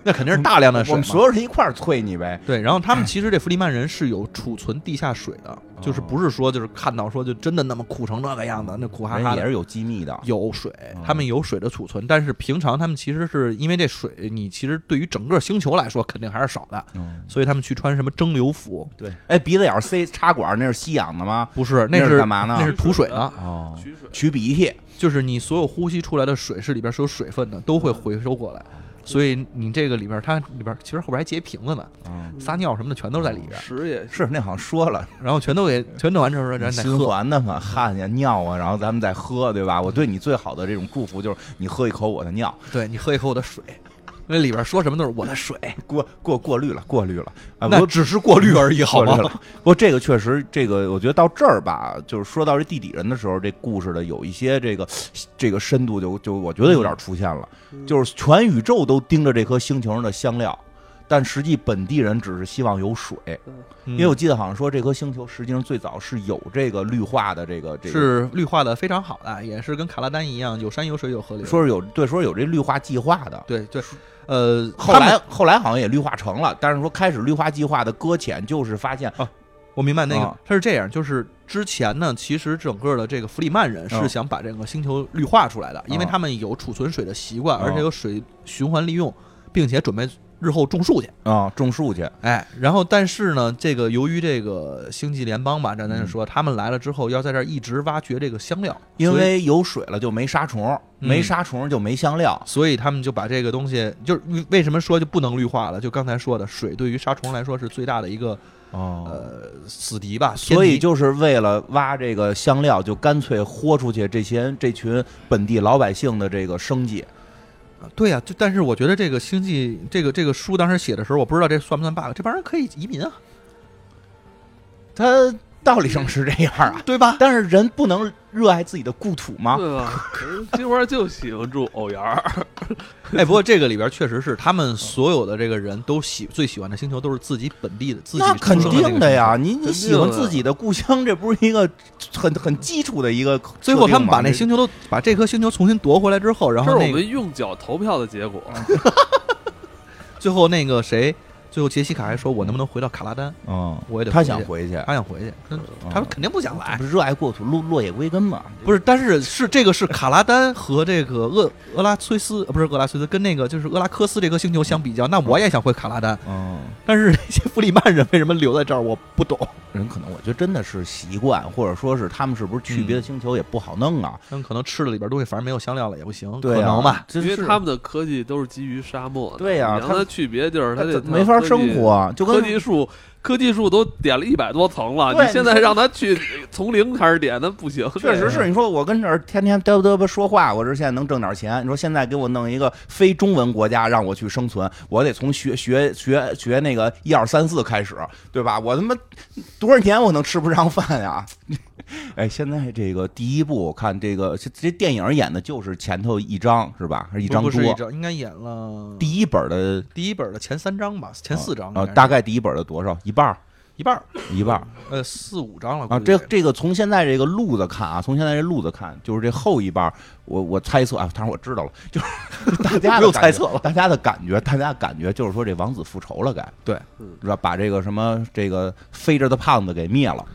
Speaker 4: 那肯定是大量的水嘛。
Speaker 2: 我们所有人一块儿啐你呗。
Speaker 4: 对，然后他
Speaker 2: 哎
Speaker 4: 们其实这弗里曼人是有储存地下水的，就是
Speaker 2: 哦
Speaker 4: 不是说就是看到说就真的那么苦成那个样子，那苦哈
Speaker 2: 人
Speaker 4: 哈
Speaker 2: 也
Speaker 4: 的。
Speaker 2: 是哦有机密的，
Speaker 4: 有水，他们有水的储存，但是平常他们其实是因为这水，你其实对于整个星球来说肯定还是少的，
Speaker 2: 嗯
Speaker 4: 所以他们去穿什么蒸馏服，
Speaker 2: 对。哎，鼻子眼儿塞插管儿，那是吸氧的吗？
Speaker 4: 不是，
Speaker 2: 那
Speaker 4: 是
Speaker 2: 干嘛呢
Speaker 4: 那是吐水的，
Speaker 2: 哦，
Speaker 1: 取水
Speaker 2: 取鼻涕，
Speaker 4: 就是你所有呼吸出来的水是里边是有水分的，都会回收过来。
Speaker 2: 嗯
Speaker 4: 所以你这个里边，它里边其实后边还结瓶子呢，
Speaker 2: 嗯，
Speaker 4: 撒尿什么的全都在里边，
Speaker 1: 屎也
Speaker 2: 是那好像说了，
Speaker 4: 然后全都给全弄完之后让咱再
Speaker 2: 心
Speaker 4: 喝。
Speaker 2: 烦的嘛，汗呀、尿啊，然后咱们再喝，对吧？我对你最好的这种祝福就是你喝一口我的尿，
Speaker 4: 对你喝一口我的水，那里边说什么都是我的水，
Speaker 2: 过过过滤了，过滤了，啊，
Speaker 4: 那
Speaker 2: 我
Speaker 4: 只是过滤而已，好
Speaker 2: 过
Speaker 4: 吗
Speaker 2: 滤？了。不过这个确实，这个我觉得到这儿吧，就是说到这地底人的时候，这故事的有一些这个这个深度就就我觉得有点出现了，
Speaker 4: 嗯
Speaker 2: 就是全宇宙都盯着这颗星球上的香料。但实际本地人只是希望有水，
Speaker 4: 嗯
Speaker 2: 因
Speaker 4: 因
Speaker 2: 为我记得好像说这颗星球实际上最早是有这个绿化的这个这个
Speaker 4: 是绿化的非常好的，啊也是跟卡拉丹一样，有山有水有河流。
Speaker 2: 说是有对，说是有这绿化计划的。
Speaker 4: 对对，呃，
Speaker 2: 后
Speaker 4: 他
Speaker 2: 来
Speaker 4: 们
Speaker 2: 后来好像也绿化成了，但是说开始绿化计划的搁浅，就是发现
Speaker 4: 我明白那个
Speaker 2: 啊
Speaker 4: 他是这样，就是之前呢，其实整个的这个弗里曼人
Speaker 2: 啊
Speaker 4: 是想把这个星球绿化出来的，因为
Speaker 2: 啊
Speaker 4: 他们有储存水的习惯，
Speaker 2: 啊
Speaker 4: 而且有水循环利用，并且准备日后种树去。
Speaker 2: 啊、种树去，
Speaker 4: 哎，然后但是呢，这个由于这个星际联邦吧，咱
Speaker 2: 嗯
Speaker 4: 咱就说他们来了之后，要在这儿一直挖掘这个香料，
Speaker 2: 因
Speaker 4: 所以
Speaker 2: 为有水了就没杀虫，
Speaker 4: 嗯
Speaker 2: 没杀虫就没香料。
Speaker 4: 所以他们就把这个东西，就是为什么说就不能绿化了？就刚才说的，水对于杀虫来说是最大的一个
Speaker 2: 哦，
Speaker 4: 呃死敌吧，天敌
Speaker 2: 所以就是为了挖这个香料，就干脆豁出去这些这群本地老百姓的这个生计。
Speaker 4: 对呀、就但是我觉得这个星际这个这个书当时写的时候，我不知道这算不算 bug，这帮人可以移民啊，
Speaker 2: 他道理上是这样啊，
Speaker 4: 对吧？
Speaker 2: 但是人不能热爱自己的故土吗？
Speaker 1: 对吧？ 人金花就喜欢住藕芽儿，
Speaker 4: 哎，不过这个里边确实是他们所有的这个人都喜最喜欢的星球都是自己本地的自己
Speaker 2: 那肯
Speaker 4: 出生这个
Speaker 2: 定的呀，你
Speaker 1: 肯定
Speaker 2: 你喜欢
Speaker 1: 的
Speaker 2: 自己的故乡，这不是一个很很基础的一个设定吗。
Speaker 4: 星球。最后他们把那
Speaker 2: 这
Speaker 4: 星球都把这颗星球重新夺回来之后，然
Speaker 1: 这是我
Speaker 4: 后那个
Speaker 1: 们用脚投票的结果。
Speaker 2: 啊
Speaker 4: 最后那个谁，最后杰西卡还说：“我能不能回到卡拉丹？
Speaker 2: 嗯，
Speaker 4: 我也得
Speaker 2: 他
Speaker 4: 回哦去
Speaker 2: 想回去，嗯
Speaker 4: 他想回去，那他们肯定不想来
Speaker 2: 不。是热爱国土，落落叶归根嘛？
Speaker 4: 不是，但是是这个是卡拉丹和这个厄厄拉崔斯，呃不是厄拉崔斯，跟那个就是厄拉科斯这颗星球相比较，那我也想回卡拉丹。
Speaker 2: 嗯，
Speaker 4: 但是那些弗里曼人为什么留在这儿，我不懂。
Speaker 2: 人可能我觉得真的是习惯，或者说是他们是不是去
Speaker 4: 嗯
Speaker 2: 别的星球也不好弄啊？
Speaker 4: 他们嗯可能吃了里边东西，反正没有香料了也不行，
Speaker 2: 对
Speaker 4: 可
Speaker 2: 啊
Speaker 4: 能吧。
Speaker 2: 这
Speaker 1: 因为
Speaker 2: 是
Speaker 1: 他们的科技都是基于沙漠的，
Speaker 2: 对呀
Speaker 1: 你让
Speaker 2: 他
Speaker 1: 他去别的地儿，
Speaker 2: 他
Speaker 1: 得
Speaker 2: 怎没法生。活，啊就
Speaker 1: 科
Speaker 2: 跟
Speaker 1: 技树，科技树都点了一百多层了，
Speaker 2: 对
Speaker 1: 你现在让他去从零开始点，那不行。
Speaker 2: 确实是你说我跟这儿天天嘚嘚嘚说话，我这现在能挣点钱。你说现在给我弄一个非中文国家让我去生存，我得从学学学学那个一二三四开始，对吧？我他妈多少年我能吃不上饭呀？ 哎，现在这个第一部我看这个这这电影演的就是前头一章是吧？还是一章
Speaker 4: 不
Speaker 2: 多？
Speaker 4: 是一张，应该演了
Speaker 2: 第一本的
Speaker 4: 第一本的前三章吧，前四章
Speaker 2: 啊、
Speaker 4: 应该是
Speaker 2: 大概第一本的多少？一半儿
Speaker 4: 一半儿，
Speaker 2: 一 半儿
Speaker 4: 呃，四五章了
Speaker 2: 啊。
Speaker 4: 估计
Speaker 2: 这这个从现在这个路子看啊，从现在这路子看，就是这后一半儿，我我猜测啊，当然我知道了，就是 大家的
Speaker 4: 不用
Speaker 2: 感
Speaker 4: 猜
Speaker 2: 觉
Speaker 4: 测了
Speaker 2: 大家的感觉，大家的感觉就是说这王子复仇了该，
Speaker 4: 对
Speaker 1: 嗯
Speaker 2: 是吧？把这个什么这个飞着的胖子给灭了。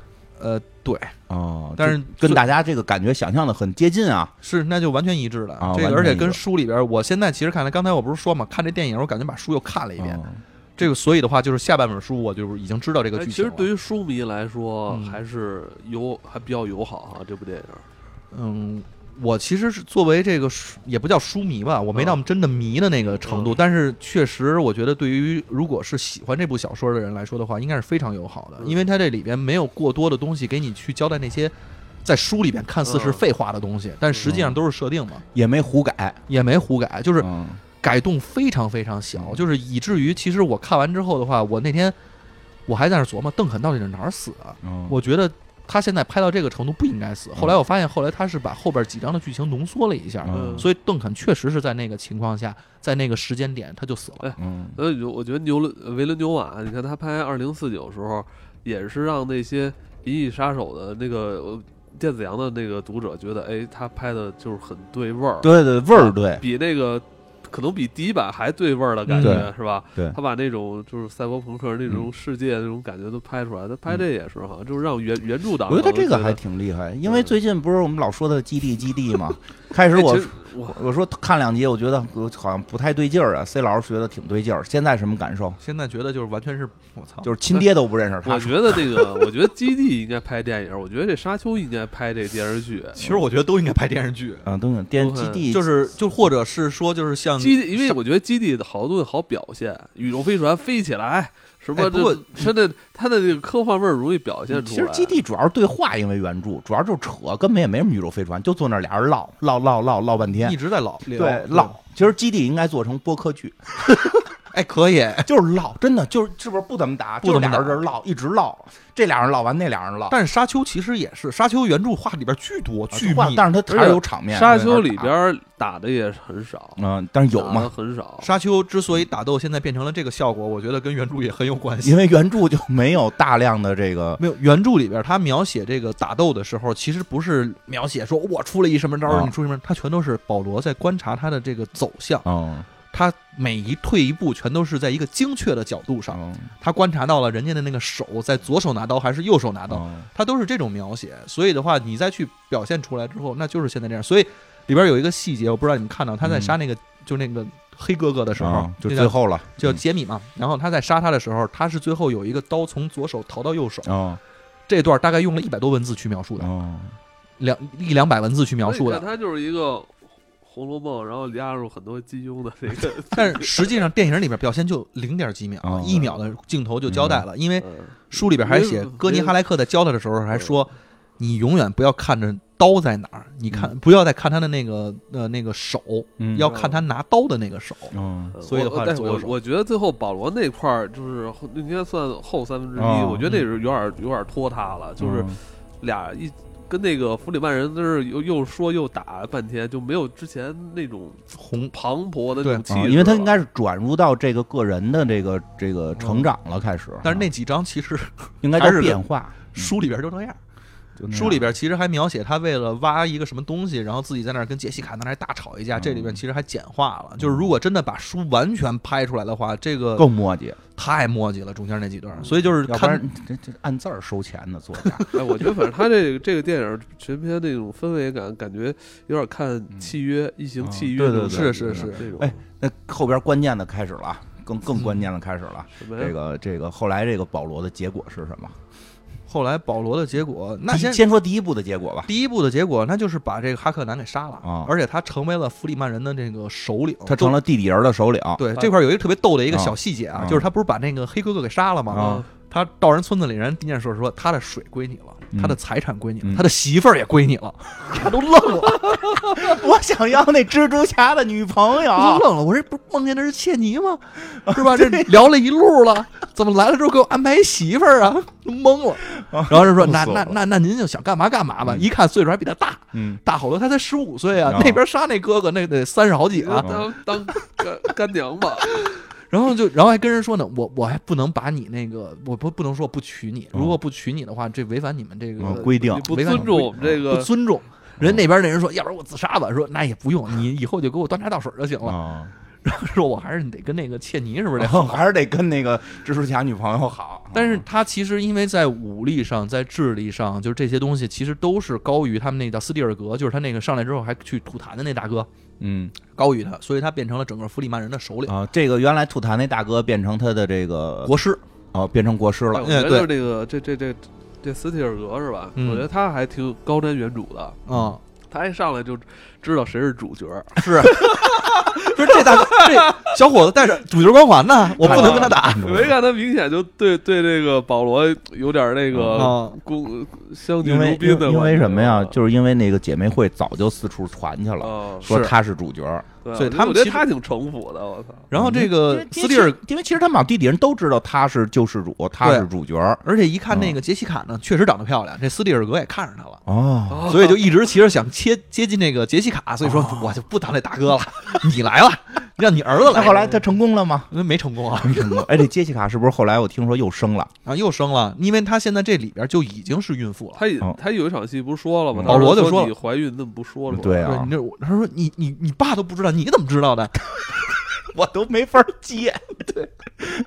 Speaker 4: 呃对
Speaker 2: 哦，
Speaker 4: 但
Speaker 2: 这
Speaker 4: 是
Speaker 2: 跟
Speaker 4: 最
Speaker 2: 大家这个感觉想象的很接近啊，
Speaker 4: 是，那就完全一致了。
Speaker 2: 啊
Speaker 4: 这个
Speaker 2: 完全
Speaker 4: 而且
Speaker 2: 一致
Speaker 4: 跟书里边，我现在其实看来，刚才我不是说嘛，看这电影，我感觉把书又看了一遍。
Speaker 2: 哦
Speaker 4: 这个所以的话，就是下半本书我就是已经知道这个
Speaker 1: 哎
Speaker 4: 剧
Speaker 1: 其
Speaker 4: 情
Speaker 1: 实
Speaker 4: 了。
Speaker 1: 对于书迷来说，
Speaker 4: 嗯
Speaker 1: 还是友还比较友好啊哈、这部电影
Speaker 4: 嗯，我其实是作为这个书也不叫书迷吧，我没到真的迷的那个程度，但是确实我觉得对于如果是喜欢这部小说的人来说的话，应该是非常友好的，
Speaker 1: 嗯
Speaker 4: 因为它这里边没有过多的东西给你去交代那些在书里边看似是
Speaker 1: 嗯
Speaker 4: 废话的东西，但实际上都是设定嘛，
Speaker 2: 也没胡改，
Speaker 4: 也没胡改，就是
Speaker 2: 嗯
Speaker 4: 改动非常非常小，
Speaker 2: 嗯
Speaker 4: 就是以至于其实我看完之后的话，我那天我还在那儿琢磨邓肯到底是哪儿死啊的、
Speaker 2: 嗯
Speaker 4: 我觉得他现在拍到这个程度不应该死。后来我发现，后来他是把后边几章的剧情浓缩了一下，
Speaker 2: 嗯
Speaker 4: 所以邓肯确实是在那个情况下，在那个时间点他就死了。
Speaker 1: 哎
Speaker 2: 嗯，
Speaker 1: 呃，有我觉得牛伦维伦纽瓦，你看他拍《二零四九》时候，也是让那些《银翼杀手》的那个呃电子羊的那个读者觉得，哎，他拍的就是很对味儿，
Speaker 2: 对对味儿对，
Speaker 1: 比那个可能比第一版还对味儿了，感觉
Speaker 2: 嗯对嗯
Speaker 1: 是吧？
Speaker 2: 对
Speaker 1: 他把那种就是赛博朋克那种世界那种感觉都拍出来，他拍这也是哈，就是让原原著党
Speaker 2: 嗯我觉
Speaker 1: 可能
Speaker 2: 得
Speaker 1: 觉得
Speaker 2: 这个还挺厉害，因为最近不是我们老说的基地基地 嘛，开始
Speaker 1: 哎
Speaker 2: 我
Speaker 1: 其实我
Speaker 2: 我说看两集，我觉得我好像不太对劲儿啊。C 老师觉得挺对劲儿，现在什么感受？
Speaker 4: 现在觉得就是完全是我操，
Speaker 2: 就是亲爹都不认识他
Speaker 1: 我，觉得这 个，我觉得基地应该拍电影，我觉得这沙丘应该拍这电视剧。
Speaker 4: 其实我觉得都应该拍电视剧，
Speaker 2: 啊，都有电
Speaker 1: 都
Speaker 2: 基
Speaker 1: 很
Speaker 2: 地
Speaker 4: 就是就或者是说就是像
Speaker 1: 基地，因为我觉得基地的好多东西好表现，宇宙飞船飞起来，什
Speaker 4: 哎
Speaker 1: 么
Speaker 4: 不过
Speaker 1: 这它的它的这个科幻味儿容易表现
Speaker 2: 其
Speaker 1: 出
Speaker 2: 实
Speaker 1: 来。
Speaker 2: 基地主要是对话，因为原著主要就是扯，根本也没什么宇宙飞船，就坐那儿俩人唠唠唠唠唠半
Speaker 4: 一
Speaker 2: 天。
Speaker 4: 直在老聊
Speaker 2: 对，唠。其实基地应该做成播客剧，
Speaker 4: 哎，可以，
Speaker 2: 就是唠，真的就是是不是不怎么打，
Speaker 4: 不怎么
Speaker 2: 就
Speaker 4: 打
Speaker 2: 俩人这唠，一直唠，这俩人唠完那俩人唠，
Speaker 4: 但是沙丘其实也是，沙丘原著画里边巨多巨
Speaker 2: 话
Speaker 4: 密，
Speaker 2: 但是它还是有场面。
Speaker 1: 沙丘里边儿啊打的也很少，
Speaker 2: 嗯，但是有
Speaker 1: 打
Speaker 2: 嘛
Speaker 1: 得？很少。
Speaker 4: 沙丘之所以打斗现在变成了这个效果，我觉得跟原著也很有关系
Speaker 2: 因。为原著就没有大量的这 个
Speaker 4: 没有原著里边，他描写这个打斗的时候，其实不是描写说我出了一什么招儿，
Speaker 2: 啊
Speaker 4: 你出什么，他全都是保罗在观察他的这个走向，
Speaker 2: 嗯
Speaker 4: 他每一退一步全都是在一个精确的角度上，
Speaker 2: 嗯
Speaker 4: 他观察到了人家的那个手在左手拿刀还是右手拿刀，
Speaker 2: 嗯
Speaker 4: 他都是这种描写。所以的话，你再去表现出来之后，那就是现在这样。所以里边有一个细节，我不知道你们看到，他在杀那个就那个黑哥哥的时候
Speaker 2: 嗯，就最
Speaker 4: 那叫
Speaker 2: 后了，嗯
Speaker 4: 叫杰米嘛，然后他在杀他的时候，他是最后有一个刀从左手逃到右手，
Speaker 2: 嗯
Speaker 4: 这段大概用了一百多文字去描述的，
Speaker 2: 嗯
Speaker 4: 两一两百文字去描述
Speaker 1: 所以你
Speaker 4: 的。
Speaker 1: 看它就是一个《红楼梦》，然后加入很多金庸的这 个。
Speaker 4: 但是实际上电影里边表现就零点几秒
Speaker 2: 哦，
Speaker 4: 一秒的镜头就交代了，因为
Speaker 1: 嗯
Speaker 4: 书里边还写
Speaker 1: 嗯嗯
Speaker 4: 哥尼哈莱克在教他的时候还说，你永远不要看着刀在哪儿，你看不要再看他的那个呃那个手，
Speaker 2: 嗯
Speaker 4: 要看他拿刀的那个手。
Speaker 2: 嗯
Speaker 1: 呃
Speaker 4: 所以的话
Speaker 1: 我但
Speaker 4: 左右
Speaker 1: 我
Speaker 4: 手
Speaker 1: 我觉得最后保罗那块儿就是后应该算后三分之一，
Speaker 2: 哦
Speaker 1: 我觉得那是有点儿有点儿拖沓了，就是
Speaker 2: 嗯
Speaker 1: 俩一跟那个弗里曼人在这儿又又说又打半天，就没有之前那种
Speaker 4: 红
Speaker 1: 磅礴的那种气势
Speaker 2: 啊
Speaker 1: 了、
Speaker 2: 因为他应该是转入到这个个人的这个这个成长了，开始。
Speaker 4: 嗯
Speaker 2: 啊
Speaker 4: 但是那几章其实
Speaker 2: 应该
Speaker 4: 还
Speaker 2: 叫
Speaker 4: 是
Speaker 2: 变化，嗯
Speaker 4: 书里边就那样。
Speaker 2: 就那样
Speaker 4: 书里边其实还描写他为了挖一个什么东西，然后自己在那儿跟杰西卡在那儿大吵一架。
Speaker 2: 嗯
Speaker 4: 这里边其实还简化了，就是如果真的把书完全拍出来的话，这个
Speaker 2: 更墨迹，
Speaker 4: 太墨迹了，中间那几段。所以就是
Speaker 2: 嗯要不
Speaker 4: 看
Speaker 2: 然这这按字儿收钱的作家，
Speaker 1: 哎，我觉得反正他这个这个电影全片那种氛围感，感觉有点看契约、异形契约
Speaker 2: 啊
Speaker 1: 那种
Speaker 2: 对对
Speaker 1: 感觉，
Speaker 2: 对
Speaker 4: 是是
Speaker 1: 这种
Speaker 2: 哎那后边关键的开始了啊，更更关键的开始了。
Speaker 1: 什么
Speaker 4: 嗯
Speaker 1: 呀
Speaker 2: 这个这个后来这个保罗的结果是什么？
Speaker 4: 后来保罗的结果，那
Speaker 2: 第一
Speaker 4: 先
Speaker 2: 先说第一部的结果吧。
Speaker 4: 第一步的结果，那就是把这个哈克南给杀
Speaker 2: 啊
Speaker 4: 了，而且他成为了弗里曼人的这个首领，
Speaker 2: 他成
Speaker 4: 就。
Speaker 2: 了地底人的首领，
Speaker 4: 哦对这块儿有一个特别逗的一个小细节
Speaker 2: 啊
Speaker 4: 啊，就是他不是把那个黑哥哥给杀了吗？
Speaker 2: 啊
Speaker 4: 他到人村子里，人第一件事说他的水归你了，
Speaker 2: 嗯
Speaker 4: 他的财产归你
Speaker 2: 嗯
Speaker 4: 了，他的媳妇儿也归你了， 他都愣了。
Speaker 2: 我想要那蜘蛛侠的女朋友。
Speaker 4: 我都愣了，我这不是梦见的是切尼吗？是吧？这聊了一路了，怎么来了之后给我安排媳妇儿啊？都懵了。然后 就说：“
Speaker 2: 弄
Speaker 4: 那
Speaker 2: 死我
Speaker 4: 那
Speaker 2: 啊了
Speaker 4: 那那您就想干嘛干嘛吧。”一看岁数还比他大，
Speaker 2: 嗯，
Speaker 4: 大好多，他才十五岁啊
Speaker 2: 啊。嗯
Speaker 4: 那边杀那哥哥那得三十好几了。
Speaker 1: 啊当当干干娘 吧，
Speaker 4: 然后就然后还跟人说呢：“我我还不能把你那个，我不不能说不娶你。如果不娶你的话，这违反你们这个
Speaker 2: 嗯哦规哦定
Speaker 1: 你不
Speaker 4: 没办法
Speaker 1: 尊重我们这
Speaker 4: 不
Speaker 1: 个
Speaker 4: 尊重。”人那边那人说：“要不然我自杀吧。”说：“那也不用，你以后就给我端茶倒水就行了。
Speaker 2: 啊，
Speaker 4: 说：“我还是得跟那个切尼是不是得
Speaker 2: 然后 还是得跟那个蜘蛛侠女朋友好。
Speaker 4: 但是他其实因为在武力上、在智力上，就是这些东西其实都是高于他们那叫斯蒂尔格，就是他那个上来之后还去吐痰的那大哥
Speaker 2: 嗯
Speaker 4: 高于他，所以他变成了整个弗里曼人的首领、
Speaker 2: 啊，这个原来吐痰那大哥变成他的这个
Speaker 4: 国师。
Speaker 2: 哦，变成国师
Speaker 1: 哎
Speaker 2: 了
Speaker 1: 我。觉得
Speaker 4: 嗯
Speaker 1: 就
Speaker 4: 对
Speaker 1: 是这个这这这这斯蒂尔格是吧？
Speaker 4: 嗯
Speaker 1: 我觉得他还挺高瞻远瞩的，
Speaker 2: 嗯
Speaker 4: 啊、
Speaker 1: 他一上来就知道谁是主角，
Speaker 4: 是，说这大哥这小伙子带着主角光环呢，我不 能跟他打。
Speaker 1: 没看他明显就对对这个保罗有点那个
Speaker 4: 啊，
Speaker 1: 攻相敬
Speaker 2: 因为
Speaker 1: 如宾
Speaker 2: 因
Speaker 1: 的
Speaker 2: 为因为
Speaker 1: 感觉
Speaker 2: 什么呀？
Speaker 1: 啊
Speaker 2: 就是因为那个姐妹会早就四处传去了，
Speaker 1: 啊，
Speaker 2: 说
Speaker 4: 是
Speaker 2: 他是主角。
Speaker 1: 对啊
Speaker 4: 所以他们
Speaker 1: 我觉得
Speaker 4: 其实
Speaker 1: 他挺城府的，我操。
Speaker 4: 然后这个
Speaker 2: 因为
Speaker 4: 斯蒂
Speaker 2: 因
Speaker 4: 尔
Speaker 2: 为，其因为其实他们老地底人都知道他是救世主，他是主角。
Speaker 4: 而且一看那个杰西卡呢，确实长得漂亮，这斯蒂尔格也看上他了。
Speaker 2: 哦，
Speaker 1: 哦
Speaker 4: 啊所以就一直其实想接接近那个杰西卡，所以说我就不当那大哥了，你来了，让你儿子
Speaker 2: 那
Speaker 4: 来。
Speaker 2: 后来他成功了吗？
Speaker 4: 那没成功啊，
Speaker 2: 没 成功。哎，这杰西卡是不是后来我听说又生 了？
Speaker 4: 然后又生了，因为她现在这里边就已经是孕妇了。
Speaker 1: 他也
Speaker 2: 哦
Speaker 1: 他有一场戏不是说了吗？
Speaker 2: 嗯
Speaker 1: 当时
Speaker 4: 保罗就
Speaker 1: 说
Speaker 4: 说
Speaker 1: 你怀孕，怎么不说了？
Speaker 2: 对
Speaker 4: 对，
Speaker 2: 啊
Speaker 4: 你，这我，他说你你你爸都不知道，你怎么知道的？
Speaker 2: 我都没法接。 对，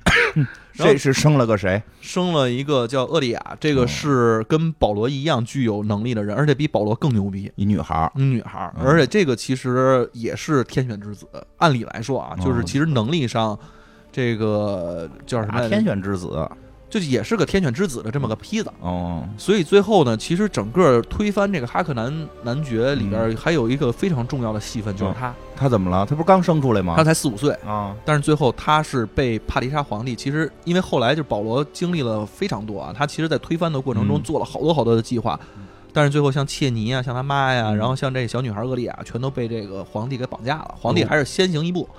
Speaker 4: 然后
Speaker 2: 这是生了个谁？
Speaker 4: 生了一个叫厄利亚，这个
Speaker 2: 嗯
Speaker 4: 是跟保罗一样具有能力的人，而且比保罗更牛逼。
Speaker 2: 一女孩儿。
Speaker 4: 女孩儿，
Speaker 2: 嗯
Speaker 4: 而且这个其实也是天选之子。按理来说啊，就是
Speaker 2: 嗯
Speaker 4: 其实能力上，这个叫什
Speaker 2: 啊
Speaker 4: 么来着
Speaker 2: 天选之子，
Speaker 4: 就也是个天选之子的这么个坯子。
Speaker 2: 哦，
Speaker 4: 所以最后呢，其实整个推翻这个哈克男男爵里边
Speaker 2: 嗯
Speaker 4: 还有一个非常重要的戏份，就是他，
Speaker 2: 他怎么了？他不是刚生出来吗
Speaker 4: 他？才四五岁，
Speaker 2: 啊，
Speaker 4: 但是最后他是被帕迪莎皇帝。其实因为后来就是保罗经历了非常多啊，他其实在推翻的过程中
Speaker 2: 嗯
Speaker 4: 做了好多好多的计划，但是最后像切尼啊，像他妈呀，
Speaker 2: 嗯
Speaker 4: 然后像这小女孩厄利亚，全都被这个皇帝给绑架了。
Speaker 2: 嗯
Speaker 4: 皇帝还是先行一步，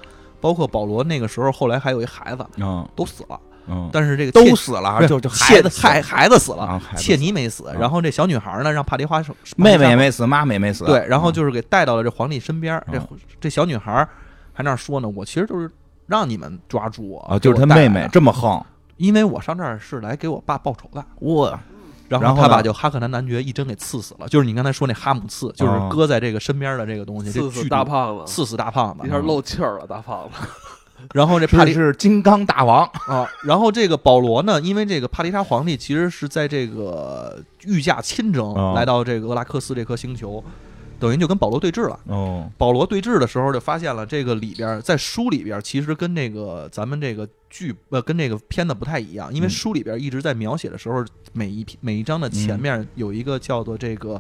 Speaker 4: 包括保罗那个时候后来还有一孩子
Speaker 2: 嗯
Speaker 4: 都死了，
Speaker 2: 嗯，
Speaker 4: 但是这个切
Speaker 2: 都死了啊，
Speaker 4: 不是
Speaker 2: 就就孩
Speaker 4: 切
Speaker 2: 子死了
Speaker 4: 孩孩子死了。
Speaker 2: 啊，孩子
Speaker 4: 切尼没死，然后这小女孩呢，让帕迪花手
Speaker 2: 妹妹也没死，妈妈也没死。
Speaker 4: 对，然后
Speaker 2: 嗯
Speaker 4: 就是给带到了这皇帝身边儿。这
Speaker 2: 嗯
Speaker 4: 这小女孩儿还那儿说呢，我其实就是让你们抓住我
Speaker 2: 啊，就是
Speaker 4: 给
Speaker 2: 他
Speaker 4: 我带
Speaker 2: 妹
Speaker 4: 来
Speaker 2: 妹
Speaker 4: 的
Speaker 2: 这么横，
Speaker 4: 因为我上这儿是来给我爸报仇的。
Speaker 2: 我
Speaker 4: 然
Speaker 2: 然
Speaker 4: 后
Speaker 2: 后
Speaker 4: 他
Speaker 2: 呢
Speaker 4: 把就哈克南男爵一针给刺死了，就是你刚才说那哈姆刺，就是
Speaker 2: 哦
Speaker 4: 搁在这个身边的这个东西，
Speaker 1: 刺
Speaker 4: 这
Speaker 1: 死
Speaker 4: 剧
Speaker 1: 大
Speaker 4: 毒，
Speaker 1: 胖子，
Speaker 4: 刺死大胖
Speaker 1: 一
Speaker 4: 子。
Speaker 1: 下漏气儿了，大胖子。
Speaker 4: 然后这帕
Speaker 2: 这
Speaker 4: 迪
Speaker 2: 是金刚大王，
Speaker 4: 啊，然后这个保罗呢，因为这个帕迪莎皇帝其实是在这个御驾亲
Speaker 2: 哦
Speaker 4: 征来到这个俄拉克斯这颗星球，等于就跟保罗对峙了。
Speaker 2: 哦，
Speaker 4: 保罗对峙的时候就发现了这个里边儿，在书里边儿其实跟那个咱们这个剧呃跟这个片子不太一样，因为
Speaker 2: 嗯
Speaker 4: 书里边儿一直在描写的时候，每一篇每一章的前面有一个叫做这个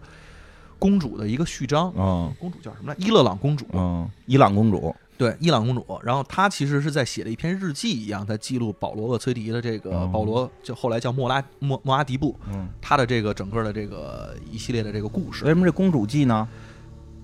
Speaker 4: 公主的一个序章。
Speaker 2: 嗯
Speaker 4: 公主叫什么来？伊勒朗公主，
Speaker 2: 嗯，伊朗公主，
Speaker 4: 对，伊朗公主。然后她其实是在写了一篇日记一样，在记录保罗厄崔迪的这个
Speaker 2: 哦
Speaker 4: 保罗，就后来叫莫拉莫莫阿迪布，
Speaker 2: 嗯，
Speaker 4: 他的这个整个的这个一系列的这个故
Speaker 2: 为
Speaker 4: 事。
Speaker 2: 什么这公主记呢？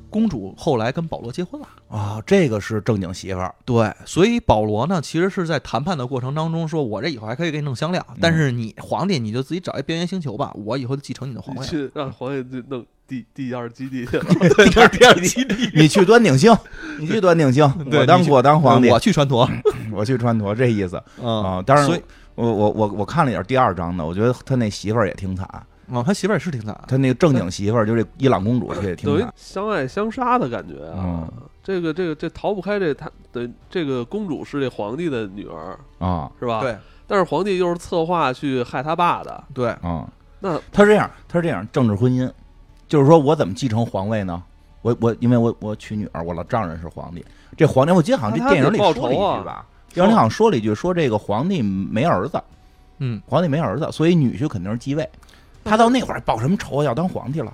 Speaker 4: 公主后来跟保罗结婚了。
Speaker 2: 啊，这个是正经媳妇 儿，
Speaker 4: 对，所以保罗呢，其实是在谈判的过程当中说，我这以后还可以给你弄香料，
Speaker 2: 嗯
Speaker 4: 但是你皇帝你就自己找一边缘星球吧，我以后就继承你的皇
Speaker 1: 你
Speaker 4: 位。
Speaker 1: 去让黄爷去弄第第二基地去了，
Speaker 2: 第二第二基地， 你去端鼎 星，你去端鼎星，
Speaker 4: 对
Speaker 2: 我当
Speaker 4: 你去
Speaker 2: 我当皇帝
Speaker 4: 我，去传陀
Speaker 2: 我去传陀，这意思
Speaker 4: 啊
Speaker 2: 啊。当然
Speaker 4: 所以，
Speaker 2: 我我我我看了一点第二章的，我觉得他那媳妇儿也挺惨，
Speaker 4: 啊，他媳妇儿也是挺惨的，
Speaker 2: 他那个正经媳妇儿就是伊朗公主，这也 挺
Speaker 1: 等于
Speaker 2: 惨。
Speaker 1: 相爱相杀的感觉啊。
Speaker 2: 嗯
Speaker 1: 这个这个这逃不开这他的这个公主是这皇帝的女儿
Speaker 2: 啊
Speaker 1: 是吧？
Speaker 4: 对。
Speaker 1: 但是皇帝又是策划去害他爸的，
Speaker 4: 对，
Speaker 2: 啊，
Speaker 1: 那
Speaker 2: 他是这样，他是这样，政治婚姻，就是说我怎么继承皇位呢？我我因为我我娶女儿，我老丈人是皇帝，这皇帝我记得好像
Speaker 1: 那
Speaker 2: 这
Speaker 1: 他
Speaker 2: 电影
Speaker 1: 得
Speaker 2: 里
Speaker 1: 报
Speaker 2: 说了一
Speaker 1: 仇啊
Speaker 2: 句吧，电影里好像说了一句，说这个皇帝没儿子，
Speaker 4: 嗯，
Speaker 2: 皇帝没儿子，所以女婿肯定是继位。他到那会儿报什么仇啊？要当皇帝了，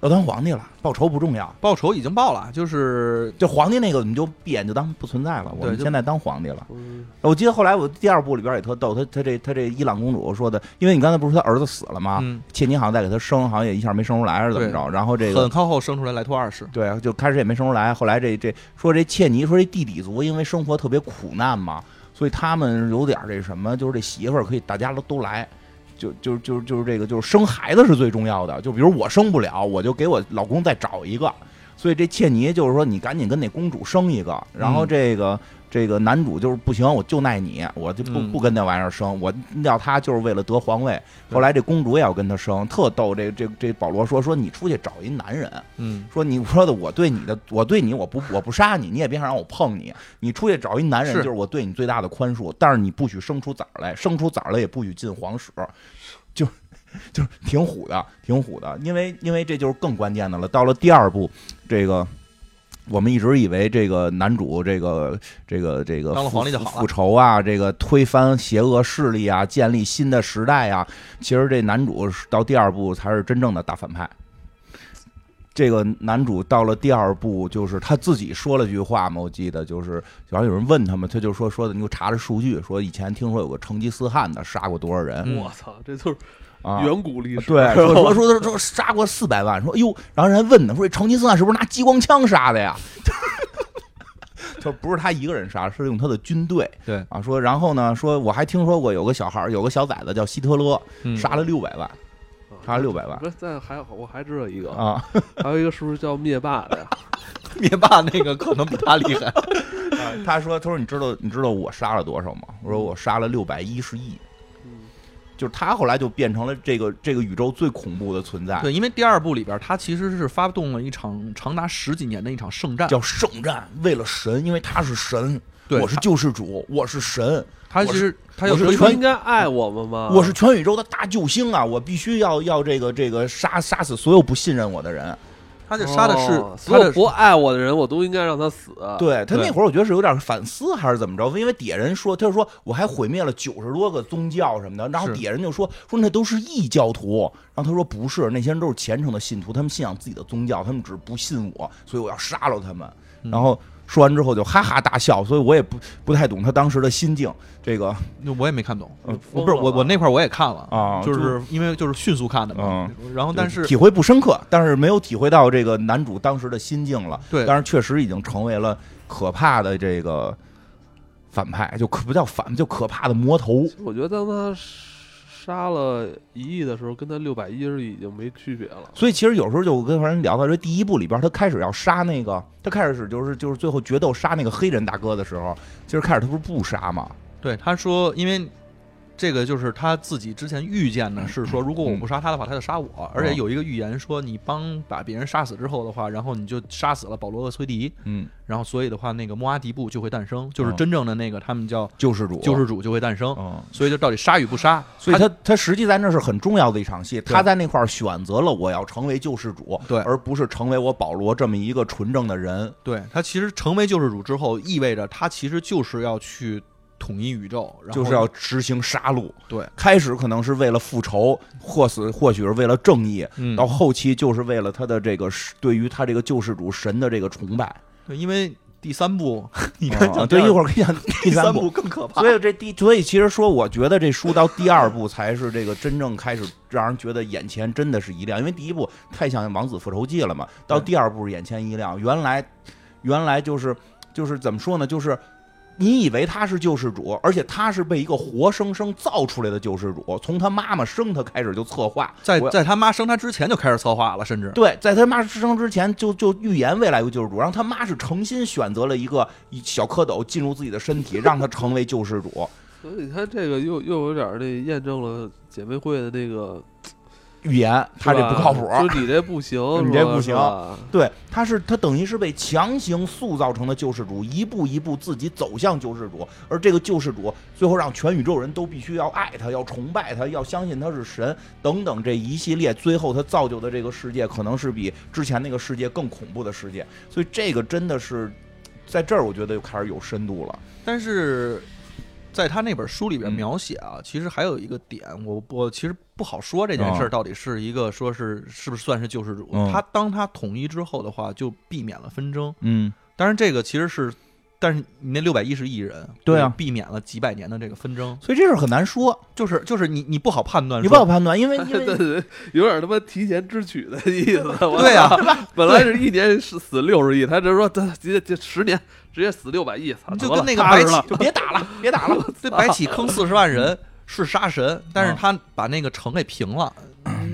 Speaker 2: 要当皇帝了，报仇不重要。
Speaker 4: 报仇已经报了，就是
Speaker 2: 就皇帝那个，我们就闭眼就当不存在了。我们
Speaker 4: 就
Speaker 2: 现在当皇帝了。
Speaker 1: 嗯
Speaker 2: 我记得后来我第二部里边也特逗，他他这他这伊朗公主说的，因为你刚才不是说他儿子死了吗？
Speaker 4: 嗯，
Speaker 2: 切尼好像再给他生，好像也一下没生出来还是怎么着？然后这
Speaker 4: 很
Speaker 2: 个
Speaker 4: 靠后生出来莱托二世，
Speaker 2: 对，就开始也没生出来。后来这这说这切尼说这地底族因为生活特别苦难嘛，所以他们有点这什么，就是这媳妇儿可以大家都都来。就就就就是这个，就是生孩子是最重要的。就比如我生不了，我就给我老公再找一个。所以这切尼就是说，你赶紧跟那公主生一个。然后
Speaker 4: 嗯
Speaker 2: 这个、这个男主就是不行，我就耐你，我就不
Speaker 4: 嗯
Speaker 2: 不跟那玩意儿生，我要他就是为了得皇位。后来这公主也要跟他生，特逗。这这这保罗说说你出去找一男人，
Speaker 4: 嗯，
Speaker 2: 说你说的我对你的，我对你我不我不杀你，你也别想让我碰你。你出去找一男人，
Speaker 4: 是
Speaker 2: 就是我对你最大的宽恕，但是你不许生出崽儿来，生出崽儿来也不许进皇室，就就是挺虎的，挺虎的。因为因为这就是更关键的了。到了第二部，这个我们一直以为这个男主这个这个这个
Speaker 4: 当了
Speaker 2: 复
Speaker 4: 皇帝就好了
Speaker 2: 复仇啊，这个推翻邪恶势力啊，建立新的时代啊。其实这男主是到第二部才是真正的大反派。这个男主到了第二部，就是他自己说了句话嘛，我记得就是好像有人问他们，他就说说的，你给我查查数据，说以前听说有个成吉思汗的杀过多少人
Speaker 4: 嗯
Speaker 1: 我操，这就是
Speaker 2: 啊？
Speaker 1: 远古历史。
Speaker 2: 对，
Speaker 1: 是吧
Speaker 2: 说说说说说杀过四百万，说哎呦，然后人还问呢，说这成吉思汗是不是拿激光枪杀的呀？ 就不是他一个人杀，是用他的军队。
Speaker 4: 对
Speaker 2: 啊，说然后呢，说我还听说过有个小孩儿，有个小崽子叫希特勒，
Speaker 4: 嗯
Speaker 2: 杀了六百万，杀了六百万
Speaker 1: 不是，但还好，我还知道一个，
Speaker 2: 啊，
Speaker 1: 还有一个是不是叫灭霸的呀？
Speaker 4: 灭霸那个可能比他 厉害，
Speaker 2: 他说：“他说你知道你知道我杀了多少吗？”我说：“我杀了六百一十亿。
Speaker 1: 嗯”
Speaker 2: 就是他后来就变成了这个这个宇宙最恐怖的存在，
Speaker 4: 对，因为第二部里边他其实是发动了一场长达十几年的一场圣战，
Speaker 2: 叫圣战。为了神，因为他是神，
Speaker 3: 对
Speaker 2: 我是救世主，我是神，
Speaker 3: 他
Speaker 2: 我
Speaker 3: 其实他要
Speaker 2: 我是
Speaker 3: 追
Speaker 2: 全
Speaker 1: 不应该爱我们吗？
Speaker 2: 我是全宇宙的大救星啊！我必须要要这个这个杀杀死所有不信任我的人。
Speaker 4: 他这杀的是
Speaker 1: 哦所
Speaker 4: 他
Speaker 1: 有
Speaker 4: 的
Speaker 1: 不爱我的人，我都应该让他死。啊
Speaker 2: 对他
Speaker 3: 对
Speaker 2: 那会儿，我觉得是有点反思还是怎么着，因为底下人说，他就说我还毁灭了九十多个宗教什么的，然后
Speaker 3: 是
Speaker 2: 底下人就说说那都是异教徒，然后他说不是，那些人都是虔诚的信徒，他们信仰自己的宗教，他们只是不信我，所以我要杀了他们。然后说完之后就哈哈大笑，所以我也不不太懂他当时的心境。这个
Speaker 4: 那我也没看懂，
Speaker 2: 嗯
Speaker 4: 我不是
Speaker 1: 疯了
Speaker 4: 我
Speaker 1: 吧
Speaker 4: 我那块儿我也看了
Speaker 2: 啊嗯
Speaker 4: 就是因为就是迅速看的嘛，然后但是
Speaker 2: 体会不深刻，但是没有体会到这个男主当时的心境了。
Speaker 4: 对
Speaker 2: 但是确实已经成为了可怕的这个反派，就可不叫反，就可怕的魔头。
Speaker 1: 我觉得当他杀了一亿的时候，跟他六百一是已经没区别了。
Speaker 2: 所以其实有时候就我跟人聊到这第一部里边，他开始要杀那个，他开始就是就是最后决斗杀那个黑人大哥的时候，其实开始他不是不杀吗？
Speaker 4: 对他说，因为这个就是他自己之前预见 的是说，如
Speaker 2: 嗯
Speaker 4: 果我不杀他的话，他就杀我，而且有一个预言说，你帮把别人杀死之后的话，然后你就杀死了保罗厄崔迪，
Speaker 2: 嗯，
Speaker 4: 然后所以的话，那个莫阿迪布就会诞生，就是
Speaker 2: 嗯
Speaker 4: 真正的那个他们叫
Speaker 2: 救世主，
Speaker 4: 救世主就会诞生。
Speaker 2: 嗯。
Speaker 4: 所以就到底杀与不杀，
Speaker 2: 所以
Speaker 4: 他
Speaker 2: 他他实际在那是很重要的一场戏，他在那块儿选择了我要成为救世主，
Speaker 4: 对
Speaker 2: 而不是成为我保罗这么一个纯正的人，
Speaker 4: 对他其实成为救世主之后，意味着他其实就是要去统一宇宙，然后
Speaker 2: 就是要实行杀戮。
Speaker 4: 对，
Speaker 2: 开始可能是为了复仇，或死或许是为了正义，
Speaker 4: 嗯
Speaker 2: 到后期就是为了他的这个对于他这个救世主神的这个崇拜。
Speaker 4: 对，因为第三部你看
Speaker 2: 啊
Speaker 4: 讲
Speaker 2: 对，
Speaker 4: 第
Speaker 2: 一
Speaker 4: 二
Speaker 2: 会儿跟你讲第
Speaker 4: 第
Speaker 2: 三
Speaker 4: 三
Speaker 2: 部。
Speaker 4: 更可怕，
Speaker 2: 所以这第，所以其实说，我觉得这书到第二部才是这个真正开始让人觉得眼前真的是一亮，因为第一部太像《王子复仇记》了嘛，到
Speaker 4: 对
Speaker 2: 第二部是眼前一亮，原来原来就是就是怎么说呢，就是。你以为他是救世主，而且他是被一个活生生造出来的救世主，从他妈妈生他开始就策划，
Speaker 4: 在
Speaker 2: 我
Speaker 4: 在他妈生他之前就开始策划了，甚至
Speaker 2: 对，在他妈出生之前就就预言未来有救世主，然后他妈是诚心选择了一个一小蝌蚪进入自己的身体，让他成为救世主，
Speaker 1: 所以他这个又又有点儿那验证了姐妹会的那个，
Speaker 2: 预言他这
Speaker 1: 是吧
Speaker 2: 不靠谱。，
Speaker 1: 就你这不行
Speaker 2: 你这
Speaker 1: 是吧
Speaker 2: 不行
Speaker 1: 是吧
Speaker 2: 对，他是他等于是被强行塑造成的救世主，一步一步自己走向救世主，而这个救世主最后让全宇宙人都必须要爱他，要崇拜他，要相信他是神等等这一系列，最后他造就的这个世界可能是比之前那个世界更恐怖的世界，所以这个真的是在这儿，我觉得就开始有深度了。
Speaker 4: 但是在他那本书里边
Speaker 2: 嗯
Speaker 4: 描写啊，其实还有一个点，我我其实不好说这件事
Speaker 2: 啊
Speaker 4: 儿到底是一个说是是不是算是救世主。
Speaker 2: 嗯
Speaker 4: 他当他统一之后的话，就避免了纷争。
Speaker 2: 嗯，
Speaker 4: 当然，这个其实是，但是你那六百一十亿人，
Speaker 2: 对啊
Speaker 4: 避免了几百年的这个纷争，
Speaker 2: 所以这事儿很难说，
Speaker 4: 就是就是你你不好判断，
Speaker 2: 你不好。判断，因为因
Speaker 1: 对对
Speaker 2: 为
Speaker 1: 对，有点他妈提前支取的意思。 我
Speaker 4: 对啊呀、
Speaker 1: 本来是一年是死六十亿，他这说这这这十年直接死六百亿，操，
Speaker 4: 就
Speaker 1: 得了
Speaker 4: 跟那个
Speaker 1: 踏
Speaker 4: 白
Speaker 1: 实
Speaker 4: 起
Speaker 1: 了，
Speaker 2: 就别打了，别打了。
Speaker 4: 这白 起坑四十万人是杀神，但
Speaker 1: 嗯
Speaker 4: 是他把那个城给平了，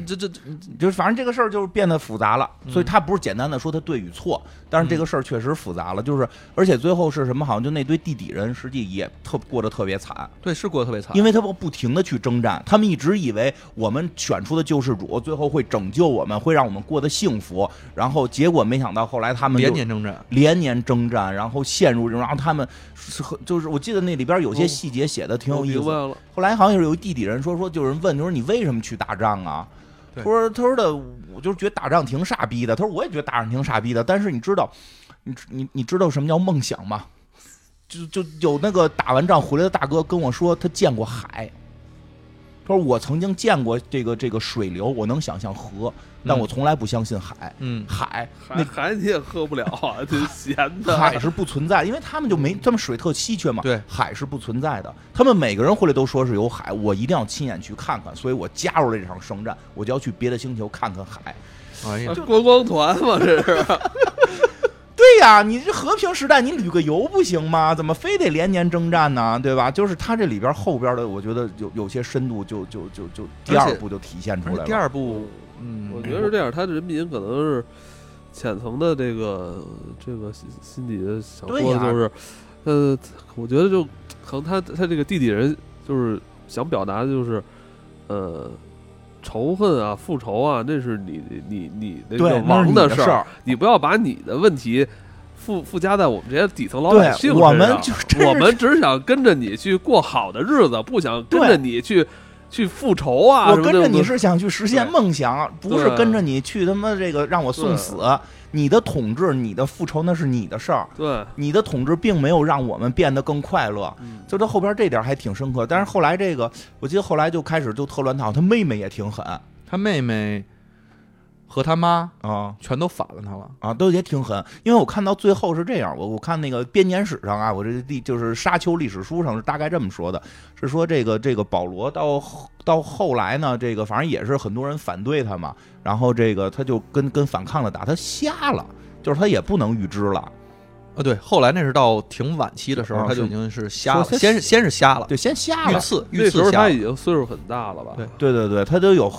Speaker 4: 这这这
Speaker 2: 就是反正这个事儿就是变得复杂了，
Speaker 1: 嗯
Speaker 2: 所以他不是简单的说他对与错，但是这个事儿确实复杂了。就是而且最后是什么？好像就那堆地底人实际也特过得特别
Speaker 1: 啊
Speaker 2: 惨，
Speaker 4: 对是过得特别惨，
Speaker 2: 因为他们不停的去征战，他们一直以为我们选出的救世主最后会拯救我们，会让我们过得幸福，然后结果没想到后来他们就
Speaker 4: 连年征战。
Speaker 2: 连年征战，然后陷入这种，然后他们是和就是我记得那里边有些
Speaker 1: 哦
Speaker 2: 细节写的挺有
Speaker 1: 我
Speaker 2: 意思
Speaker 1: 明白
Speaker 2: 的。
Speaker 1: 了，
Speaker 2: 后来好像是有一地底人说说，就有人问，就说你为什么去打仗啊？他
Speaker 4: 对
Speaker 2: 说他说的，我就是觉得打仗挺傻逼的。他说我也觉得打仗挺傻逼的，但是你知道，你你你知道什么叫梦想吗？就就有那个打完仗回来的大哥跟我说，他见过海。他说我曾经见过这个这个水流，我能想象河，但我从来不相信海。
Speaker 4: 嗯，
Speaker 2: 海
Speaker 1: 海海你也喝不了啊，这咸的。
Speaker 2: 海是不存在，因为他们就没，他们水特稀缺嘛。
Speaker 4: 对
Speaker 2: 海是不存在的。他们每个人回来都说是有海，我一定要亲眼去看看，所以我加入了这场圣战，我就要去别的星球看看海。
Speaker 4: 哎呀
Speaker 1: 啊，观光团嘛，这 是
Speaker 2: 对呀，你这和平时代你旅个游不行吗？怎么非得连年征战呢？对吧？就是它这里边后边的，我觉得有有些深度就，就就就第
Speaker 4: 而且
Speaker 2: 二部就体现出来
Speaker 4: 而且
Speaker 2: 了。
Speaker 4: 第二部，嗯，
Speaker 1: 我觉得是这样，他人民可能是浅层的这个这个心心底的想说
Speaker 2: 对呀
Speaker 1: 的就是，呃，我觉得就可能他他这个地底人就是想表达的就是，呃，仇恨啊、复仇啊，那是你你你你那
Speaker 2: 对
Speaker 1: 个
Speaker 2: 那是
Speaker 1: 王
Speaker 2: 你
Speaker 1: 的
Speaker 2: 的
Speaker 1: 事
Speaker 2: 事儿
Speaker 1: 儿，你不要把你的问题附附加在我们这些底层老百
Speaker 2: 对，
Speaker 1: 姓
Speaker 2: 我
Speaker 1: 身
Speaker 2: 们
Speaker 1: 上
Speaker 2: 就真是
Speaker 1: 我们只想跟着你去过好的日子，不想跟着你去去复仇啊。
Speaker 2: 我
Speaker 1: 什么
Speaker 2: 跟
Speaker 1: 这
Speaker 2: 着
Speaker 1: 种
Speaker 2: 你是想去实现梦想，不是
Speaker 1: 对
Speaker 2: 跟着你去他妈这个让我送死。你的统治，你的复仇，那是你的事儿。
Speaker 1: 对，
Speaker 2: 你的统治并没有让我们变得更快乐。
Speaker 1: 嗯
Speaker 2: 就到后边这点还挺深刻，但是后来这个，我记得后来就开始就特乱套，他妹妹也挺狠
Speaker 4: 他妹妹和他妈
Speaker 2: 啊
Speaker 4: 全都反了他了。
Speaker 2: 啊，都也挺狠。因为我看到最后是这样，我我看那个编年史上啊，我这历就是沙丘历史书上是大概这么说的，是说这个这个保罗到后到后来呢，这个反正也是很多人反对他嘛，然后这个他就跟跟反抗的打，他瞎了，就是他也不能预知了，
Speaker 5: 啊，对，后来那是到挺晚期的时
Speaker 2: 啊
Speaker 5: 候，他就是已经是瞎了，
Speaker 2: 说先
Speaker 5: 先是先是瞎了，
Speaker 2: 对，先瞎
Speaker 5: 遇
Speaker 2: 了，
Speaker 5: 刺遇
Speaker 1: 那时
Speaker 5: 刺
Speaker 1: 候
Speaker 5: 瞎
Speaker 1: 他
Speaker 5: 了
Speaker 1: 已经岁数很大了吧？
Speaker 5: 对
Speaker 2: 对对对，他都有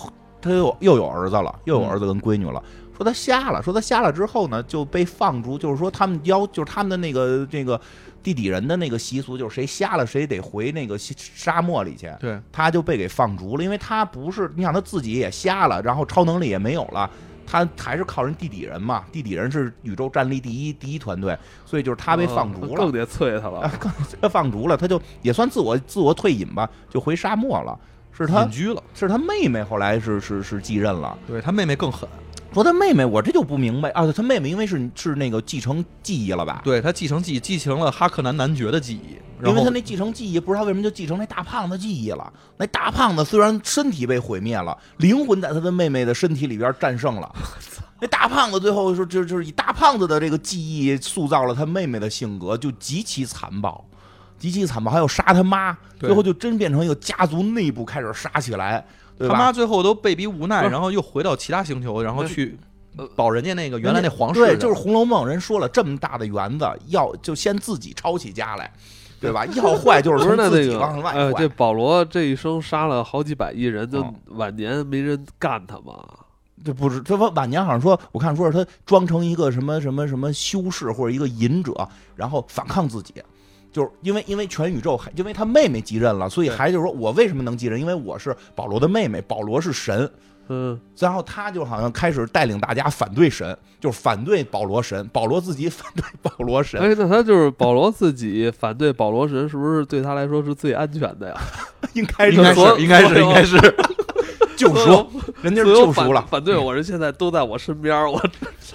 Speaker 2: 他又又有儿子了，又有儿子跟闺女了。说他瞎了，说他瞎了之后呢，就被放逐，就是说他们要就是他们的那个这个地底人的那个习俗，就是谁瞎了谁得回那个西沙漠里去。
Speaker 4: 对，
Speaker 2: 他就被给放逐了，因为他不是你想他自己也瞎了，然后超能力也没有了。他还是靠人地底人嘛，地底人是宇宙战力第一第一团队，所以就是他被放逐
Speaker 1: 嗯
Speaker 2: 了
Speaker 1: 更，
Speaker 2: 哎
Speaker 1: 得啐他了。
Speaker 2: 他放逐了，他就也算自我自我退隐吧，就回沙漠了。是他
Speaker 5: 隐居了。
Speaker 2: 是他妹妹后来是是是继任了，
Speaker 5: 对他妹妹更狠，
Speaker 2: 说他妹妹我这就不明白啊，他妹妹因为是是那个继承记忆了吧？
Speaker 5: 对他继承记忆，继承了哈克南男爵的记忆，然
Speaker 2: 因为
Speaker 5: 后
Speaker 2: 他那继承记忆，不知道为什么就继承那大胖子记忆了。那大胖子虽然身体被毁灭了，灵魂在他的妹妹的身体里边战胜了。那大胖子最后说，就就是以大胖子的这个记忆塑造了他妹妹的性格，就极其残暴，极其残暴，还有杀他妈，
Speaker 4: 对
Speaker 2: 最后就真变成一个家族内部开始杀起来，对
Speaker 4: 他
Speaker 2: 吧？
Speaker 4: 妈最后都被逼无
Speaker 1: 不
Speaker 4: 奈，
Speaker 1: 是
Speaker 4: 然后又回到其他星球，然后去
Speaker 1: 呃
Speaker 4: 保人家那个原来那皇室
Speaker 2: 对，
Speaker 4: 的。
Speaker 2: 就是《红楼梦》，人说了这么大的园子，要就先自己抄起家来，对吧？要坏就是
Speaker 1: 不是
Speaker 2: 从
Speaker 1: 那
Speaker 2: 自
Speaker 1: 那
Speaker 2: 己
Speaker 1: 个
Speaker 2: 往外，
Speaker 1: 哎，
Speaker 2: 坏
Speaker 1: 这。保罗这一生杀了好几百亿人，就
Speaker 2: 哦
Speaker 1: 晚年没人干他嘛。
Speaker 2: 这不是，这不晚年好像说，我看说是他装成一个什么什么什么修士或者一个隐者，然后反抗自己，就是因为因为全宇宙还因为他妹妹继任了，所以还就是说我为什么能继任？因为我是保罗的妹妹，保罗是神，
Speaker 1: 嗯，
Speaker 2: 然后他就好像开始带领大家反对神，就是反对保罗神，保罗自己反对保罗神。
Speaker 1: 哎，那他就是保罗自己 反对保罗神，是不是对他来说是最安全的呀？
Speaker 2: 应该
Speaker 1: 应该是
Speaker 2: 是
Speaker 1: 应该是应该
Speaker 2: 是救赎，人家是
Speaker 1: 所有
Speaker 2: 救
Speaker 1: 反
Speaker 2: 赎了。
Speaker 1: 反对我人现在都在我身边，我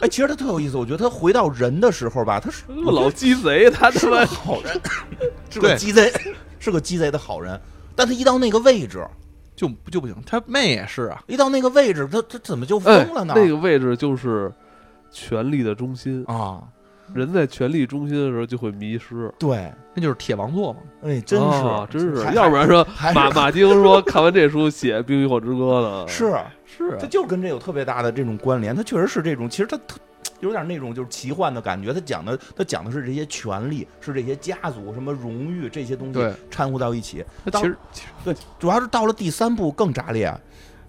Speaker 2: 哎，其实他特有意思，我觉得他回到人的时候吧，他是
Speaker 1: 老鸡贼，他他
Speaker 2: 是
Speaker 1: 妈
Speaker 2: 个好人， 是个鸡贼，是个鸡贼的好人。但他一到那个位置，
Speaker 4: 就就不行，他妹也是啊，
Speaker 2: 一到那个位置，他他怎么就
Speaker 1: 哎
Speaker 2: 疯了呢？
Speaker 1: 那个位置就是权力的中心，
Speaker 4: 啊，
Speaker 1: 人在权力中心的时候就会迷失。
Speaker 2: 对，
Speaker 4: 那就是铁王座嘛。
Speaker 2: 哎，真是，
Speaker 1: 啊真是
Speaker 2: 还，
Speaker 1: 要不然说
Speaker 4: 哎
Speaker 2: 还是
Speaker 1: 马马丁说看完这书写《冰与火之歌》呢，
Speaker 2: 是
Speaker 1: 是啊
Speaker 2: 他就跟这有特别大的这种关联。他确实是这种，其实他特有点那种就是奇幻的感觉。他讲的他讲的是这些权利，是这些家族什么荣誉这些东西
Speaker 4: 对
Speaker 2: 掺和到一起。
Speaker 4: 他
Speaker 2: 当
Speaker 4: 其实其实
Speaker 2: 对，主要是到了第三部更炸裂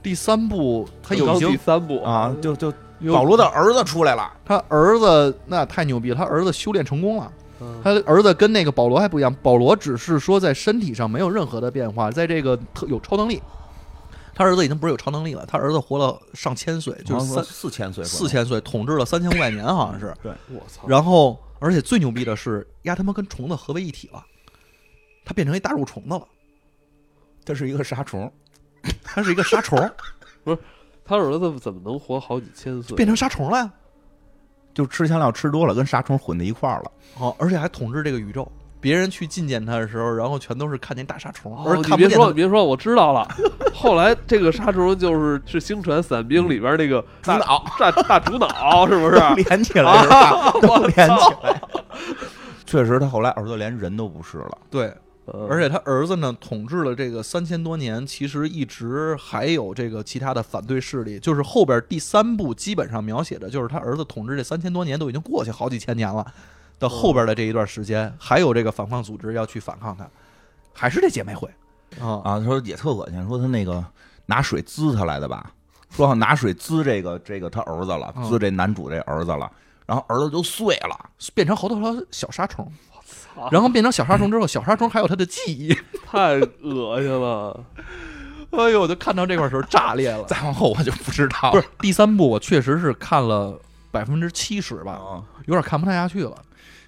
Speaker 4: 第三部他
Speaker 1: 等
Speaker 4: 已
Speaker 1: 到第
Speaker 4: 经
Speaker 1: 三部
Speaker 2: 啊，就就
Speaker 4: 有
Speaker 2: 保罗的儿子出来了，
Speaker 4: 他儿子那太牛逼了，他儿子修炼成功了。
Speaker 1: 嗯
Speaker 4: 他儿子跟那个保罗还不一样，保罗只是说在身体上没有任何的变化，在这个特有超能力。他儿子已经不是有超能力了，他儿子活了上千岁，就是三
Speaker 2: 四千岁，
Speaker 4: 四千岁，统治了三千五百年，好像是。
Speaker 1: 我操，
Speaker 4: 然后，而且最牛逼的是，丫他妈跟虫子合为一体了，他变成一大肉虫子了，
Speaker 2: 他是一个杀虫，
Speaker 4: 他是一个杀虫，
Speaker 1: 他儿子怎么能活好几千岁？
Speaker 4: 变成杀虫了呀！
Speaker 2: 就吃香料吃多了，跟杀虫混在一块儿了。
Speaker 4: 哦，而且还统治这个宇宙。别人去觐见他的时候，然后全都是看见大杀虫，而
Speaker 1: 哦，你
Speaker 4: 看不
Speaker 1: 别
Speaker 4: 见
Speaker 1: 说，
Speaker 4: 他
Speaker 1: 你别说，我知道了。后来这个杀虫就是是《星船散兵》里边那啊个
Speaker 2: 主
Speaker 1: 大
Speaker 2: 脑
Speaker 1: 大大主脑，是不 是？
Speaker 2: 连起来是吧？都连起来。确实，他后来儿子连人都不是了。
Speaker 4: 对，
Speaker 1: 嗯
Speaker 4: 而且他儿子呢，统治了这个三千多年，其实一直还有这个其他的反对势力。就是后边第三部基本上描写的就是他儿子统治这三千多年都已经过去好几千年了，到后边的这一段时间，还有这个反抗组织要去反抗他，还是这姐妹会啊
Speaker 2: 啊，他说也特恶心，说他那个拿水滋他来的吧，说好像拿水滋这个这个他儿子了，滋这男主这儿子了，然后儿子就碎了，
Speaker 4: 变成好多条小沙虫，
Speaker 1: 操
Speaker 4: 然后变成小沙虫之后，小沙虫还有他的记忆。
Speaker 1: 太恶心了。
Speaker 4: 哎呦，我就看到这块儿的时候炸裂 了。
Speaker 2: 再往后我就不知道
Speaker 4: 不是第三部，我确实是看了百分之七十吧，
Speaker 2: 啊，
Speaker 4: 有点看不太下去了。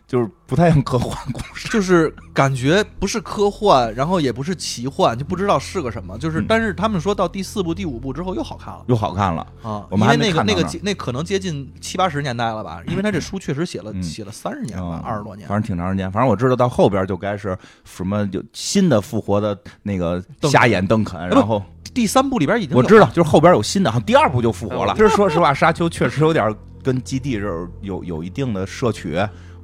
Speaker 2: 就是不太像科幻故事。
Speaker 4: 就是感觉不是科幻，然后也不是奇幻，就不知道是个什么。就是，
Speaker 2: 嗯
Speaker 4: 但是他们说到第四部、第五部之后又好看了
Speaker 2: 又好看了，
Speaker 4: 啊，
Speaker 2: 我们还
Speaker 4: 因为
Speaker 2: 没
Speaker 4: 那个
Speaker 2: 看到
Speaker 4: 那个
Speaker 2: 那儿
Speaker 4: 接那可能接近七八十年代了吧，因为他这书确实写了
Speaker 2: 嗯
Speaker 4: 写了三十年吧
Speaker 2: 嗯，
Speaker 4: 二十多年
Speaker 2: 反。正挺长时间。反正我知道到后边就该是什么有新的复活的那个
Speaker 4: 肯
Speaker 2: 瞎眼邓肯，
Speaker 4: 不
Speaker 2: 然后
Speaker 4: 第三部里边已经
Speaker 2: 我
Speaker 4: 有
Speaker 2: 知道就是后边有新的，好像第二部就复活了。
Speaker 1: 嗯
Speaker 2: 这说实话，沙丘确实有点跟基地这儿有有一定的摄取。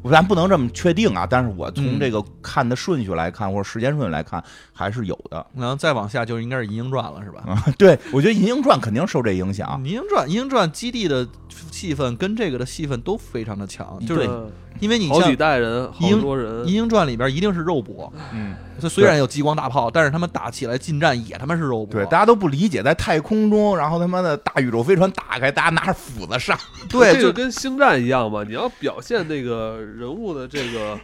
Speaker 2: 我咱不能这么确定啊，但是我从
Speaker 4: 嗯
Speaker 2: 这个看的顺序来看，或者时间顺序来看，还是有的。
Speaker 4: 然后再往下就应该是《银鹰传》了，是吧？
Speaker 2: 对，我觉得《银鹰传》肯定受这影
Speaker 3: 啊
Speaker 2: 响。
Speaker 4: 嗯银鹰传》《银鹰传》基地的戏份跟这个的戏份都非常的强，就是
Speaker 1: 嗯
Speaker 4: 因为你
Speaker 1: 好
Speaker 4: 像
Speaker 1: 几
Speaker 4: 《
Speaker 1: 代人，好
Speaker 4: 鹰
Speaker 1: 多人，
Speaker 4: 银鹰传》里边一定是肉搏，
Speaker 2: 嗯，
Speaker 4: 虽虽然有激光大炮，但是他们打起来近战也他妈是肉搏。
Speaker 2: 对，大家都不理解，在太空中，然后他妈的大宇宙飞船打开，大家拿着斧子上，
Speaker 4: 对，
Speaker 1: 这
Speaker 4: 就
Speaker 1: 个跟星战一样嘛，你要表现这个人物的这个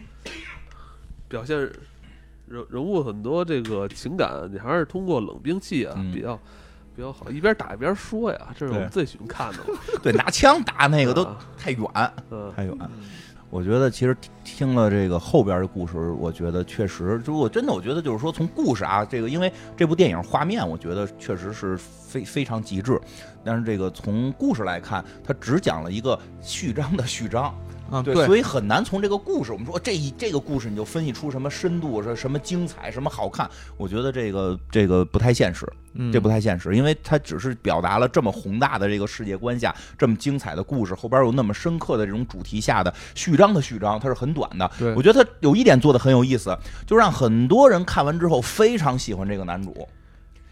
Speaker 1: 表现人人物很多这个情感，你还是通过冷兵器啊、
Speaker 2: 嗯
Speaker 1: 比较比较好，一边打一边说呀，这是我们
Speaker 2: 对
Speaker 1: 最喜欢看的了。
Speaker 2: 对，拿枪打那
Speaker 1: 这
Speaker 2: 个都太远，
Speaker 1: 嗯，
Speaker 2: 太远。
Speaker 4: 嗯
Speaker 2: 我觉得其实听听了这个后边的故事，我觉得确实，就我真的我觉得就是说从故事啊，这个因为这部电影画面，我觉得确实是非非常极致。但是这个从故事来看，它只讲了一个序章的序章，
Speaker 4: 啊，
Speaker 2: 对，所以很难从这个故事，我们说这一这个故事你就分析出什么深度、什什么精彩、什么好看，我觉得这个这个不太现实。
Speaker 4: 嗯
Speaker 2: 这不太现实，因为它只是表达了这么宏大的这个世界观下这么精彩的故事，后边有那么深刻的这种主题下的序章的序章，它是很短的。
Speaker 4: 对
Speaker 2: 我觉得它有一点做的很有意思，就让很多人看完之后非常喜欢这个男主。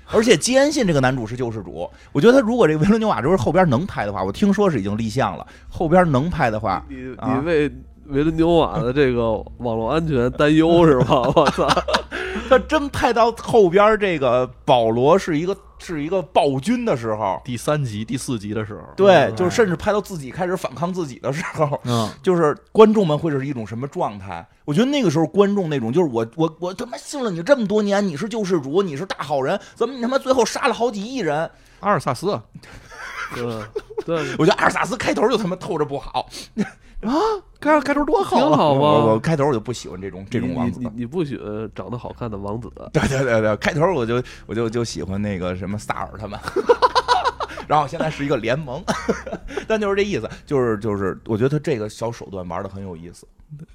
Speaker 2: 而且坚信这个男主是救世主，我觉得他如果这个维伦纽瓦州后边能拍的话，我听说是已经立项了。后边能拍的话，
Speaker 1: 你
Speaker 2: 啊
Speaker 1: 你为维伦纽瓦的这个网络安全担忧是吧？ 我操，
Speaker 2: 他真拍到后边这个保罗是一个是一个暴君的时候，
Speaker 4: 第三集、第四集的时候，
Speaker 3: 嗯
Speaker 2: 对，就是甚至拍到自己开始反抗自己的时候，
Speaker 4: 嗯，
Speaker 2: 就是观众们会是一种什么状态？我觉得那个时候观众那种就是我我我他妈信了你这么多年，你是救世主，你是大好人，怎么你他妈最后杀了好几亿人？
Speaker 4: 阿尔萨斯啊
Speaker 1: 嗯，对，
Speaker 2: 我觉得阿尔萨斯开头就他妈透着不好，
Speaker 4: 开开头多好
Speaker 1: 挺
Speaker 4: 啊，
Speaker 1: 好
Speaker 2: 我我
Speaker 1: 吗？
Speaker 2: 开头我就不喜欢这种 这种王子
Speaker 1: 你你。你不许长得好看的王子，
Speaker 2: 对对对对，开头我就我就就喜欢那个什么萨尔他们，然后现在是一个联盟，但就是这意思，就是就是，我觉得他这个小手段玩的很有意思。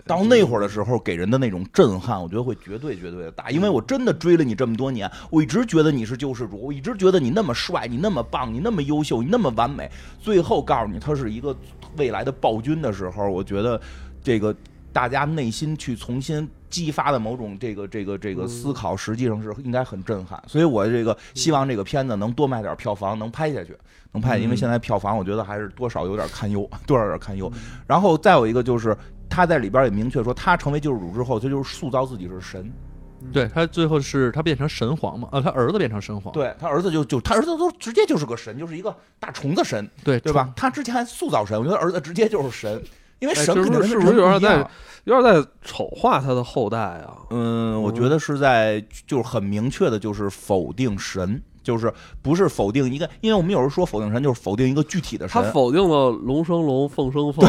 Speaker 2: 到那会儿的时候，给人的那种震撼，我觉得会绝对绝对的大，因为我真的追了你这么多年，我一直觉得你是救世主，我一直觉得你那么帅，你那么棒，你那么优秀，你那么完美，最后告诉你他是一个未来的暴君的时候，我觉得这个大家内心去重新激发的某种这个这个这个
Speaker 1: 嗯
Speaker 2: 思考，实际上是应该很震撼。所以我这个希望这个片子能多卖点票房，能拍下去，能拍，因为
Speaker 4: 嗯
Speaker 2: 现在票房我觉得还是多少有点堪忧， 多少有点堪忧。
Speaker 1: 嗯
Speaker 2: 然后再有一个就是。他在里边也明确说，他成为救世主之后，他就是塑造自己是神。
Speaker 3: 对他最后是他变成神皇嘛，呃，他儿子变成神皇，
Speaker 2: 对他儿子就就他儿子都直接就是个神，就是一个大虫子神，
Speaker 3: 对
Speaker 2: 对吧？？他之前还塑造神，我觉得儿子直接就是神，因为
Speaker 1: 哎
Speaker 2: 神
Speaker 1: 是
Speaker 2: 肯
Speaker 1: 不
Speaker 2: 定
Speaker 1: 是
Speaker 2: 跟
Speaker 1: 是不是有
Speaker 2: 人
Speaker 1: 点
Speaker 2: 不一样
Speaker 1: 在有点在丑化他的后代啊？
Speaker 2: 嗯，我觉得是在就是很明确的，就是否定神，就是不是否定一个，因为我们有时候说否定神，就是否定一个具体的
Speaker 1: 他
Speaker 2: 神，
Speaker 1: 否定了龙生龙，凤生凤，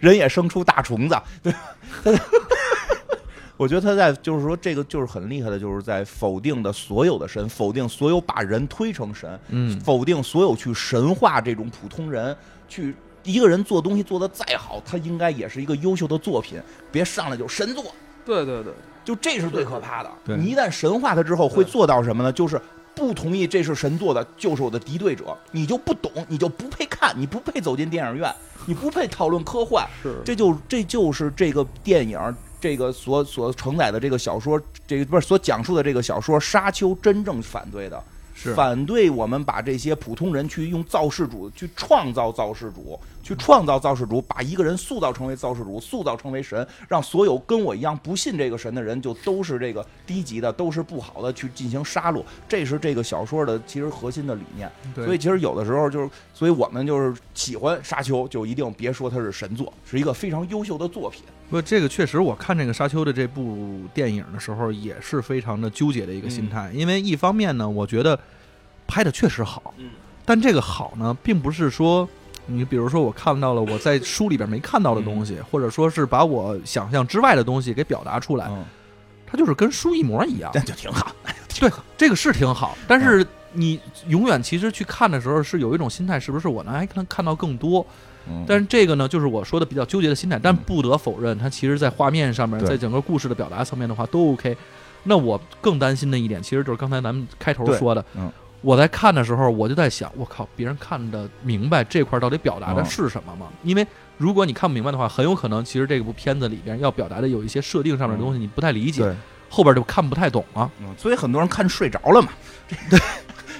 Speaker 2: 人也生出大虫子，对吧？他在 我觉得他在就是说这个就是很厉害的，就是在否定的所有的神，否定所有把人推成神，
Speaker 4: 嗯，
Speaker 2: 否定所有去神化这种普通人，去一个人做东西做得再好，他应该也是一个优秀的作品，别上来就神作，
Speaker 1: 对对对，
Speaker 2: 就这是最可怕的。
Speaker 4: 对
Speaker 2: 你一旦神化他之后，会
Speaker 1: 对
Speaker 2: 做到什么呢？就是不同意这是神做的，就是我的敌对者，你就不懂，你就不配看，你不配走进电影院，你不配讨论科幻。
Speaker 1: 是
Speaker 2: 这就这就是这个电影这个所所承载的这个小说，这个不是所讲述的这个小说《沙丘》真正反对的。
Speaker 4: 是
Speaker 2: 反对我们把这些普通人去用造世主去创造造世主，去创造造世主，把一个人塑造成为造世主，塑造成为神，让所有跟我一样不信这个神的人就都是这个低级的，都是不好的，去进行杀戮。这是这个小说的其实核心的理念。
Speaker 4: 对
Speaker 2: 所以其实有的时候就是，所以我们就是喜欢沙丘，就一定别说它是神作，是一个非常优秀的作品。
Speaker 4: 不，这个确实，我看这个《沙丘》的这部电影的时候，也是非常的纠结的一个
Speaker 2: 嗯
Speaker 4: 心态。因为一方面呢，我觉得拍的确实好，
Speaker 2: 嗯，
Speaker 4: 但这个好呢，并不是说你比如说，我看到了我在书里边没看到的东
Speaker 2: 嗯
Speaker 4: 西，或者说是把我想象之外的东西给表达出来，
Speaker 2: 嗯，
Speaker 4: 它就是跟书一模一样。
Speaker 2: 那就挺好。
Speaker 4: 对，这个是挺好，但
Speaker 2: 嗯
Speaker 4: 是你永远其实去看的时候是有一种心态，是不是我能还能看到更多？
Speaker 2: 嗯
Speaker 4: 但是这个呢，就是我说的比较纠结的心态。但
Speaker 2: 嗯
Speaker 4: 不得否认，它其实在画面上面，
Speaker 2: 对
Speaker 4: 在整个故事的表达层面的话都 OK。那我更担心的一点，其实就是刚才咱们开头
Speaker 2: 对
Speaker 4: 说的，
Speaker 2: 嗯
Speaker 4: 我在看的时候，我就在想，我靠，别人看的明白这块儿到底表达的
Speaker 2: 嗯
Speaker 4: 是什么吗？因为如果你看不明白的话，很有可能其实这部片子里边要表达的有一些设定上面的东西你不太理解，
Speaker 2: 嗯对，
Speaker 4: 后边就看不太懂啊了。
Speaker 2: 嗯，所以很多人看睡着了嘛，这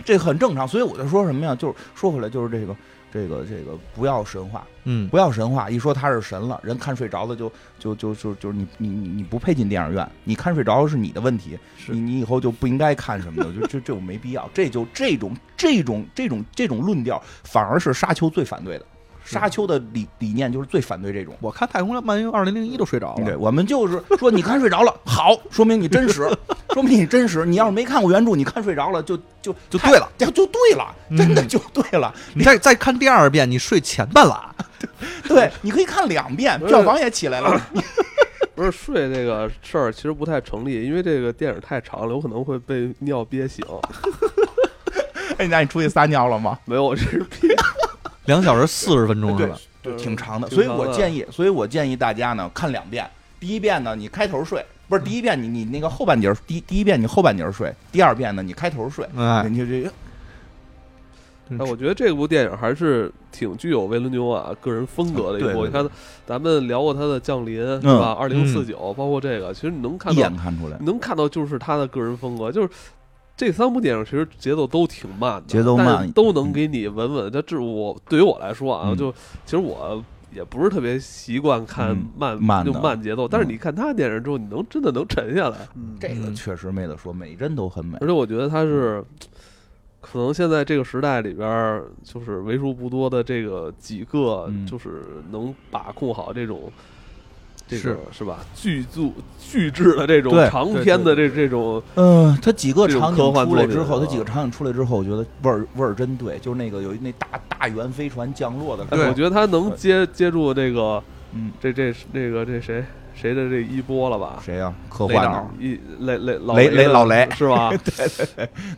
Speaker 2: 这很正常。所以我就说什么呀？就是说回来，就是这个这个这个不要神话，
Speaker 4: 嗯，
Speaker 2: 不要神话。一说他是神了，人看睡着了就就就就就是你你你你不配进电影院，你看睡着了是你的问题，
Speaker 4: 是
Speaker 2: 你你以后就不应该看什么的，就这这我没必要。这就这种这种这种这种论调，反而是沙丘最反对的。沙丘的理理念就是最反对这种。
Speaker 4: 我看《太空漫游二零零一》都睡着
Speaker 2: 对，
Speaker 4: 了。
Speaker 2: 我们就是说，你看睡着了， 好，说明你真实，说明你真实。你要是没看过原著，你看睡着了，就就
Speaker 4: 就对了，
Speaker 2: 就就对了， 真的就对了。
Speaker 4: 你再再看第二遍，你睡前半拉。
Speaker 2: 对，你可以看两遍，票房也起来了。
Speaker 1: 不是睡这个事儿其实不太成立，因为这个电影太长了，有可能会被尿憋 醒。
Speaker 2: 哎，那你出去撒尿了吗？
Speaker 1: 没有，我这是憋。
Speaker 4: 两小时四十分钟是
Speaker 2: 对
Speaker 4: 吧？，
Speaker 2: 对，挺长的。
Speaker 1: 挺
Speaker 2: 所以
Speaker 1: 长
Speaker 2: 我
Speaker 1: 的
Speaker 2: 建议，所以我建议大家呢看两遍。第一遍呢，你开头睡，不是第一遍你你那个后半截儿，第第一遍你后半截儿睡，第二遍呢你开头睡，
Speaker 4: 哎，
Speaker 2: 你就这嗯
Speaker 1: 哎，我觉得这部电影还是挺具有维伦纽瓦个人风格的一
Speaker 2: 对对
Speaker 1: 部。
Speaker 2: 对
Speaker 1: 你看，咱们聊过他的《降临》是吧？二零四九，包括这个，其实你能看
Speaker 2: 一
Speaker 1: 到嗯
Speaker 2: 眼，看出来。
Speaker 1: 能看到就是他的个人风格，就是。这三部电影其实节奏都挺慢的，
Speaker 2: 节奏慢
Speaker 1: 但是都能给你稳稳。这这我对于我来说啊，
Speaker 2: 嗯
Speaker 1: 就其实我也不是特别习惯看
Speaker 2: 嗯
Speaker 1: 慢
Speaker 2: 慢
Speaker 1: 就
Speaker 2: 的
Speaker 1: 慢节奏，但是
Speaker 2: 嗯
Speaker 1: 你看他的电影之后，你能真的能沉下来。
Speaker 2: 这个
Speaker 4: 嗯
Speaker 2: 确实没得说，每帧都很美
Speaker 1: 而。且我觉得他是，可能现在这个时代里边儿，就是为数不多的这个几个
Speaker 2: 嗯，
Speaker 1: 就是能把控好这种，这
Speaker 4: 是
Speaker 1: 个是吧？巨著巨制的这种
Speaker 2: 对
Speaker 1: 长
Speaker 4: 对
Speaker 1: 篇的
Speaker 4: 对
Speaker 1: 这这种，
Speaker 2: 嗯，他几个
Speaker 1: 这种
Speaker 2: 场
Speaker 1: 科
Speaker 2: 景
Speaker 1: 幻
Speaker 2: 出
Speaker 1: 作
Speaker 2: 来
Speaker 1: 品
Speaker 2: 之后，他
Speaker 1: 啊
Speaker 2: 几个场景出来之后，我觉得味儿味儿真对，就是那个有一那大大圆飞船降落的感
Speaker 1: 哎
Speaker 2: 觉
Speaker 1: 我。觉得他能
Speaker 4: 呃
Speaker 1: 接接住这个
Speaker 2: 嗯，
Speaker 1: 这这这个这谁谁的这一波了吧？
Speaker 2: 谁呀？科
Speaker 4: 雷
Speaker 2: 幻
Speaker 4: 导
Speaker 2: 的，
Speaker 1: 一雷雷老
Speaker 2: 雷
Speaker 1: 的
Speaker 2: 雷老雷
Speaker 1: 是 吧？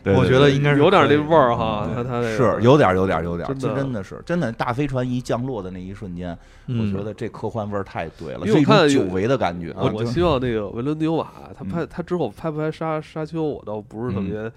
Speaker 2: 对
Speaker 4: 我
Speaker 2: 对
Speaker 4: 觉得
Speaker 2: 对
Speaker 4: 应该是
Speaker 1: 有点
Speaker 4: 可以
Speaker 1: 那味儿哈，啊
Speaker 2: 嗯
Speaker 1: 他他这
Speaker 2: 是
Speaker 1: 个
Speaker 2: 有点儿有点儿有点儿，
Speaker 1: 真的
Speaker 2: 这真的是真的。大飞船一降落的那一瞬间，
Speaker 4: 嗯
Speaker 2: 我觉得这科幻味儿太对了，
Speaker 1: 因为
Speaker 2: 是
Speaker 1: 我
Speaker 2: 一
Speaker 1: 看
Speaker 2: 种
Speaker 1: 有
Speaker 2: 久违的感觉啊。
Speaker 1: 我我
Speaker 2: 就
Speaker 1: 希望那个维伦纽瓦他拍
Speaker 2: 嗯
Speaker 1: 他之后拍不拍沙沙丘，我倒不是特
Speaker 2: 嗯
Speaker 1: 别，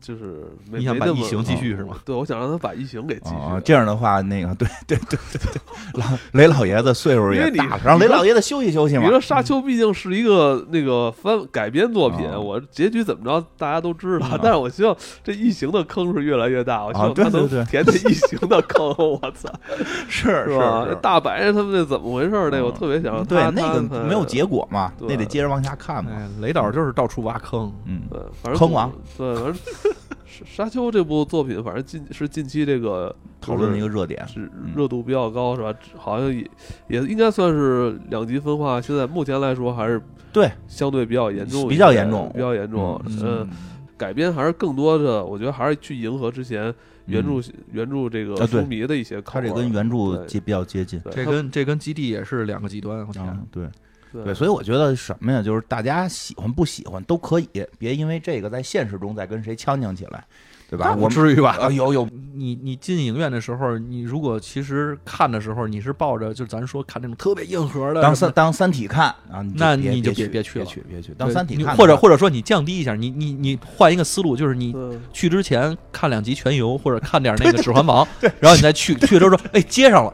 Speaker 1: 就是没
Speaker 3: 你想
Speaker 1: 没
Speaker 3: 把
Speaker 1: 那
Speaker 3: 异
Speaker 1: 么啊
Speaker 3: 形继续是吗？
Speaker 1: 对，我想让他把异形给继续。
Speaker 2: 啊，这样的话，那个对对对对对，老雷老爷子岁数
Speaker 1: 因为
Speaker 2: 也
Speaker 1: 你
Speaker 2: 大了，让
Speaker 1: 你
Speaker 2: 雷
Speaker 1: 说
Speaker 2: 老爷子休息休息
Speaker 1: 你
Speaker 2: 嘛。
Speaker 1: 说《沙丘》毕竟是一个那个翻改编作品，
Speaker 2: 啊
Speaker 1: 我结局怎么着大家都知道
Speaker 2: 嗯，啊
Speaker 1: 但是我希望这异形的坑是越来越大，我希望
Speaker 2: 对
Speaker 1: 他能
Speaker 2: 对对
Speaker 1: 填填异形的坑。我操，
Speaker 2: 是
Speaker 1: 是吧？那大白他们那怎么回事儿？那个我
Speaker 2: 嗯
Speaker 1: 特别想让
Speaker 2: 对
Speaker 1: 他
Speaker 2: 那个
Speaker 1: 他
Speaker 2: 没有结果嘛，
Speaker 1: 对
Speaker 2: 那得接着往下看嘛。
Speaker 4: 哎，雷导就是到处挖坑，
Speaker 2: 嗯，
Speaker 1: 对，反正
Speaker 2: 坑王
Speaker 1: 对，反正 是《沙丘》这部作品，反正近是近期这个
Speaker 2: 讨论的一
Speaker 1: 个
Speaker 2: 个热点，
Speaker 1: 是热度比较高，是吧？好像也也应该算是两极分化，现在目前来说还是
Speaker 2: 对
Speaker 1: 相对比较严重一些，
Speaker 2: 比较严重
Speaker 1: 比较严重。
Speaker 2: 嗯
Speaker 1: 嗯，改编还是更多的，我觉得还是去迎合之前原著原著这个
Speaker 2: 啊对
Speaker 1: 书迷的一些口
Speaker 2: 它
Speaker 1: 味
Speaker 2: 这
Speaker 1: 儿。
Speaker 2: 跟原著
Speaker 1: 对
Speaker 2: 接比较接近。
Speaker 1: 对
Speaker 3: 这
Speaker 1: 它
Speaker 3: 跟这跟基地也是两个极端，我天，
Speaker 2: 啊，对对，
Speaker 1: 对
Speaker 2: 所以我觉得什么呀，就是大家喜欢不喜欢都可以，别因为这个在现实中再跟谁呛呛起来，对吧？我
Speaker 4: 不
Speaker 2: 们
Speaker 4: 至于吧？
Speaker 2: 啊，有有
Speaker 3: 你你进影院的时候，你如果其实看的时候，你是抱着就是咱说看那种特别硬核的
Speaker 2: 当
Speaker 3: 什么
Speaker 2: 三当三体看啊，你
Speaker 3: 那
Speaker 2: 别
Speaker 3: 你就
Speaker 2: 别
Speaker 3: 别别去
Speaker 2: 去
Speaker 3: 了
Speaker 2: 别去别去
Speaker 3: 对
Speaker 2: 当三体
Speaker 3: 你
Speaker 2: 看的话，
Speaker 3: 或者或者说你降低一下，你你你换一个思路，就是你
Speaker 1: 嗯
Speaker 3: 去之前看两集《全游》或者看 点那个《指环王》， 然后你再去去了之后说，哎，接上了，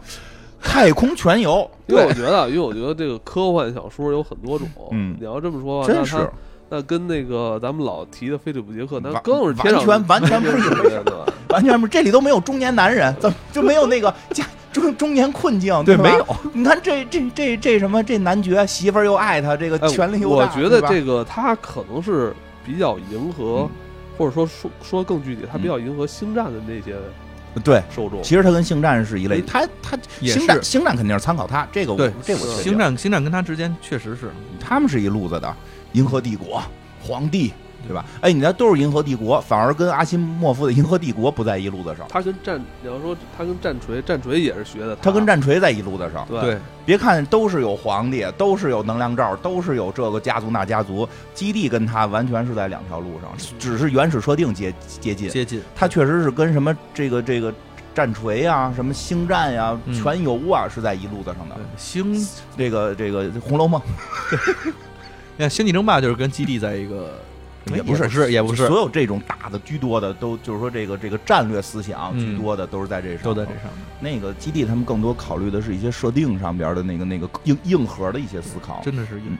Speaker 2: 太空 全游，
Speaker 1: 因为我觉得，因为我觉得这个科幻小说有很多种。
Speaker 2: 嗯
Speaker 1: 你要这么说，那
Speaker 2: 真
Speaker 1: 它
Speaker 2: 是
Speaker 1: 那跟那个咱们老提的菲利普杰克，那
Speaker 2: 完
Speaker 1: 更是天
Speaker 2: 完
Speaker 1: 壤
Speaker 2: 全完全不是一回事
Speaker 1: 对吧？
Speaker 2: 完全不是，这里都没有中年男人，怎么就没有那个家中中年困境？
Speaker 4: 对
Speaker 2: 吧
Speaker 4: 没有。
Speaker 2: 你看这这这这什么？这男爵媳妇儿又爱他，这个
Speaker 1: 哎
Speaker 2: 权力又
Speaker 1: 我
Speaker 2: 大
Speaker 1: 觉得
Speaker 2: 对吧
Speaker 1: 这个他可能是比较迎合
Speaker 2: 嗯，
Speaker 1: 或者说说说更具体，他比较迎合星战的那些
Speaker 2: 对，
Speaker 1: 受众。
Speaker 2: 其实他跟星战是一类，他他
Speaker 3: 嗯也是
Speaker 2: 星战星战肯定是参考他，这个我
Speaker 3: 对
Speaker 2: 这我确定
Speaker 3: 星战星战跟他之间确实是
Speaker 2: 他们是一路子的，银河帝国、皇帝对吧？哎，你那都是银河帝国，反而跟阿西莫夫的银河帝国不在一路子上，
Speaker 1: 他跟战，你要说他跟战锤，战锤也是学的
Speaker 2: 他跟
Speaker 1: 战
Speaker 2: 战锤在一路子上。
Speaker 1: 对
Speaker 4: 对，
Speaker 2: 别看都是有皇帝，都是有能量罩，都是有这个家族那家族，基地跟他完全是在两条路上，只是原始设定接接近。
Speaker 4: 接近
Speaker 2: 他确实是跟什么这个这个战锤啊、什么星战呀、
Speaker 4: 嗯
Speaker 2: 全游啊是在一路子上的。
Speaker 4: 对星
Speaker 2: 这个这个《红楼梦
Speaker 4: 你看《星际争霸》就是跟基地在一个，》
Speaker 2: 哎
Speaker 4: 也不是，也不是，
Speaker 2: 所有这种大的居多的都就是说这个这个战略思想
Speaker 4: 嗯
Speaker 2: 居多的都是在这上头，
Speaker 4: 都在这上面。
Speaker 2: 那个基地他们更多考虑的是一些设定上边的那个那个硬硬核的一些思考。
Speaker 4: 真的是硬
Speaker 2: 嗯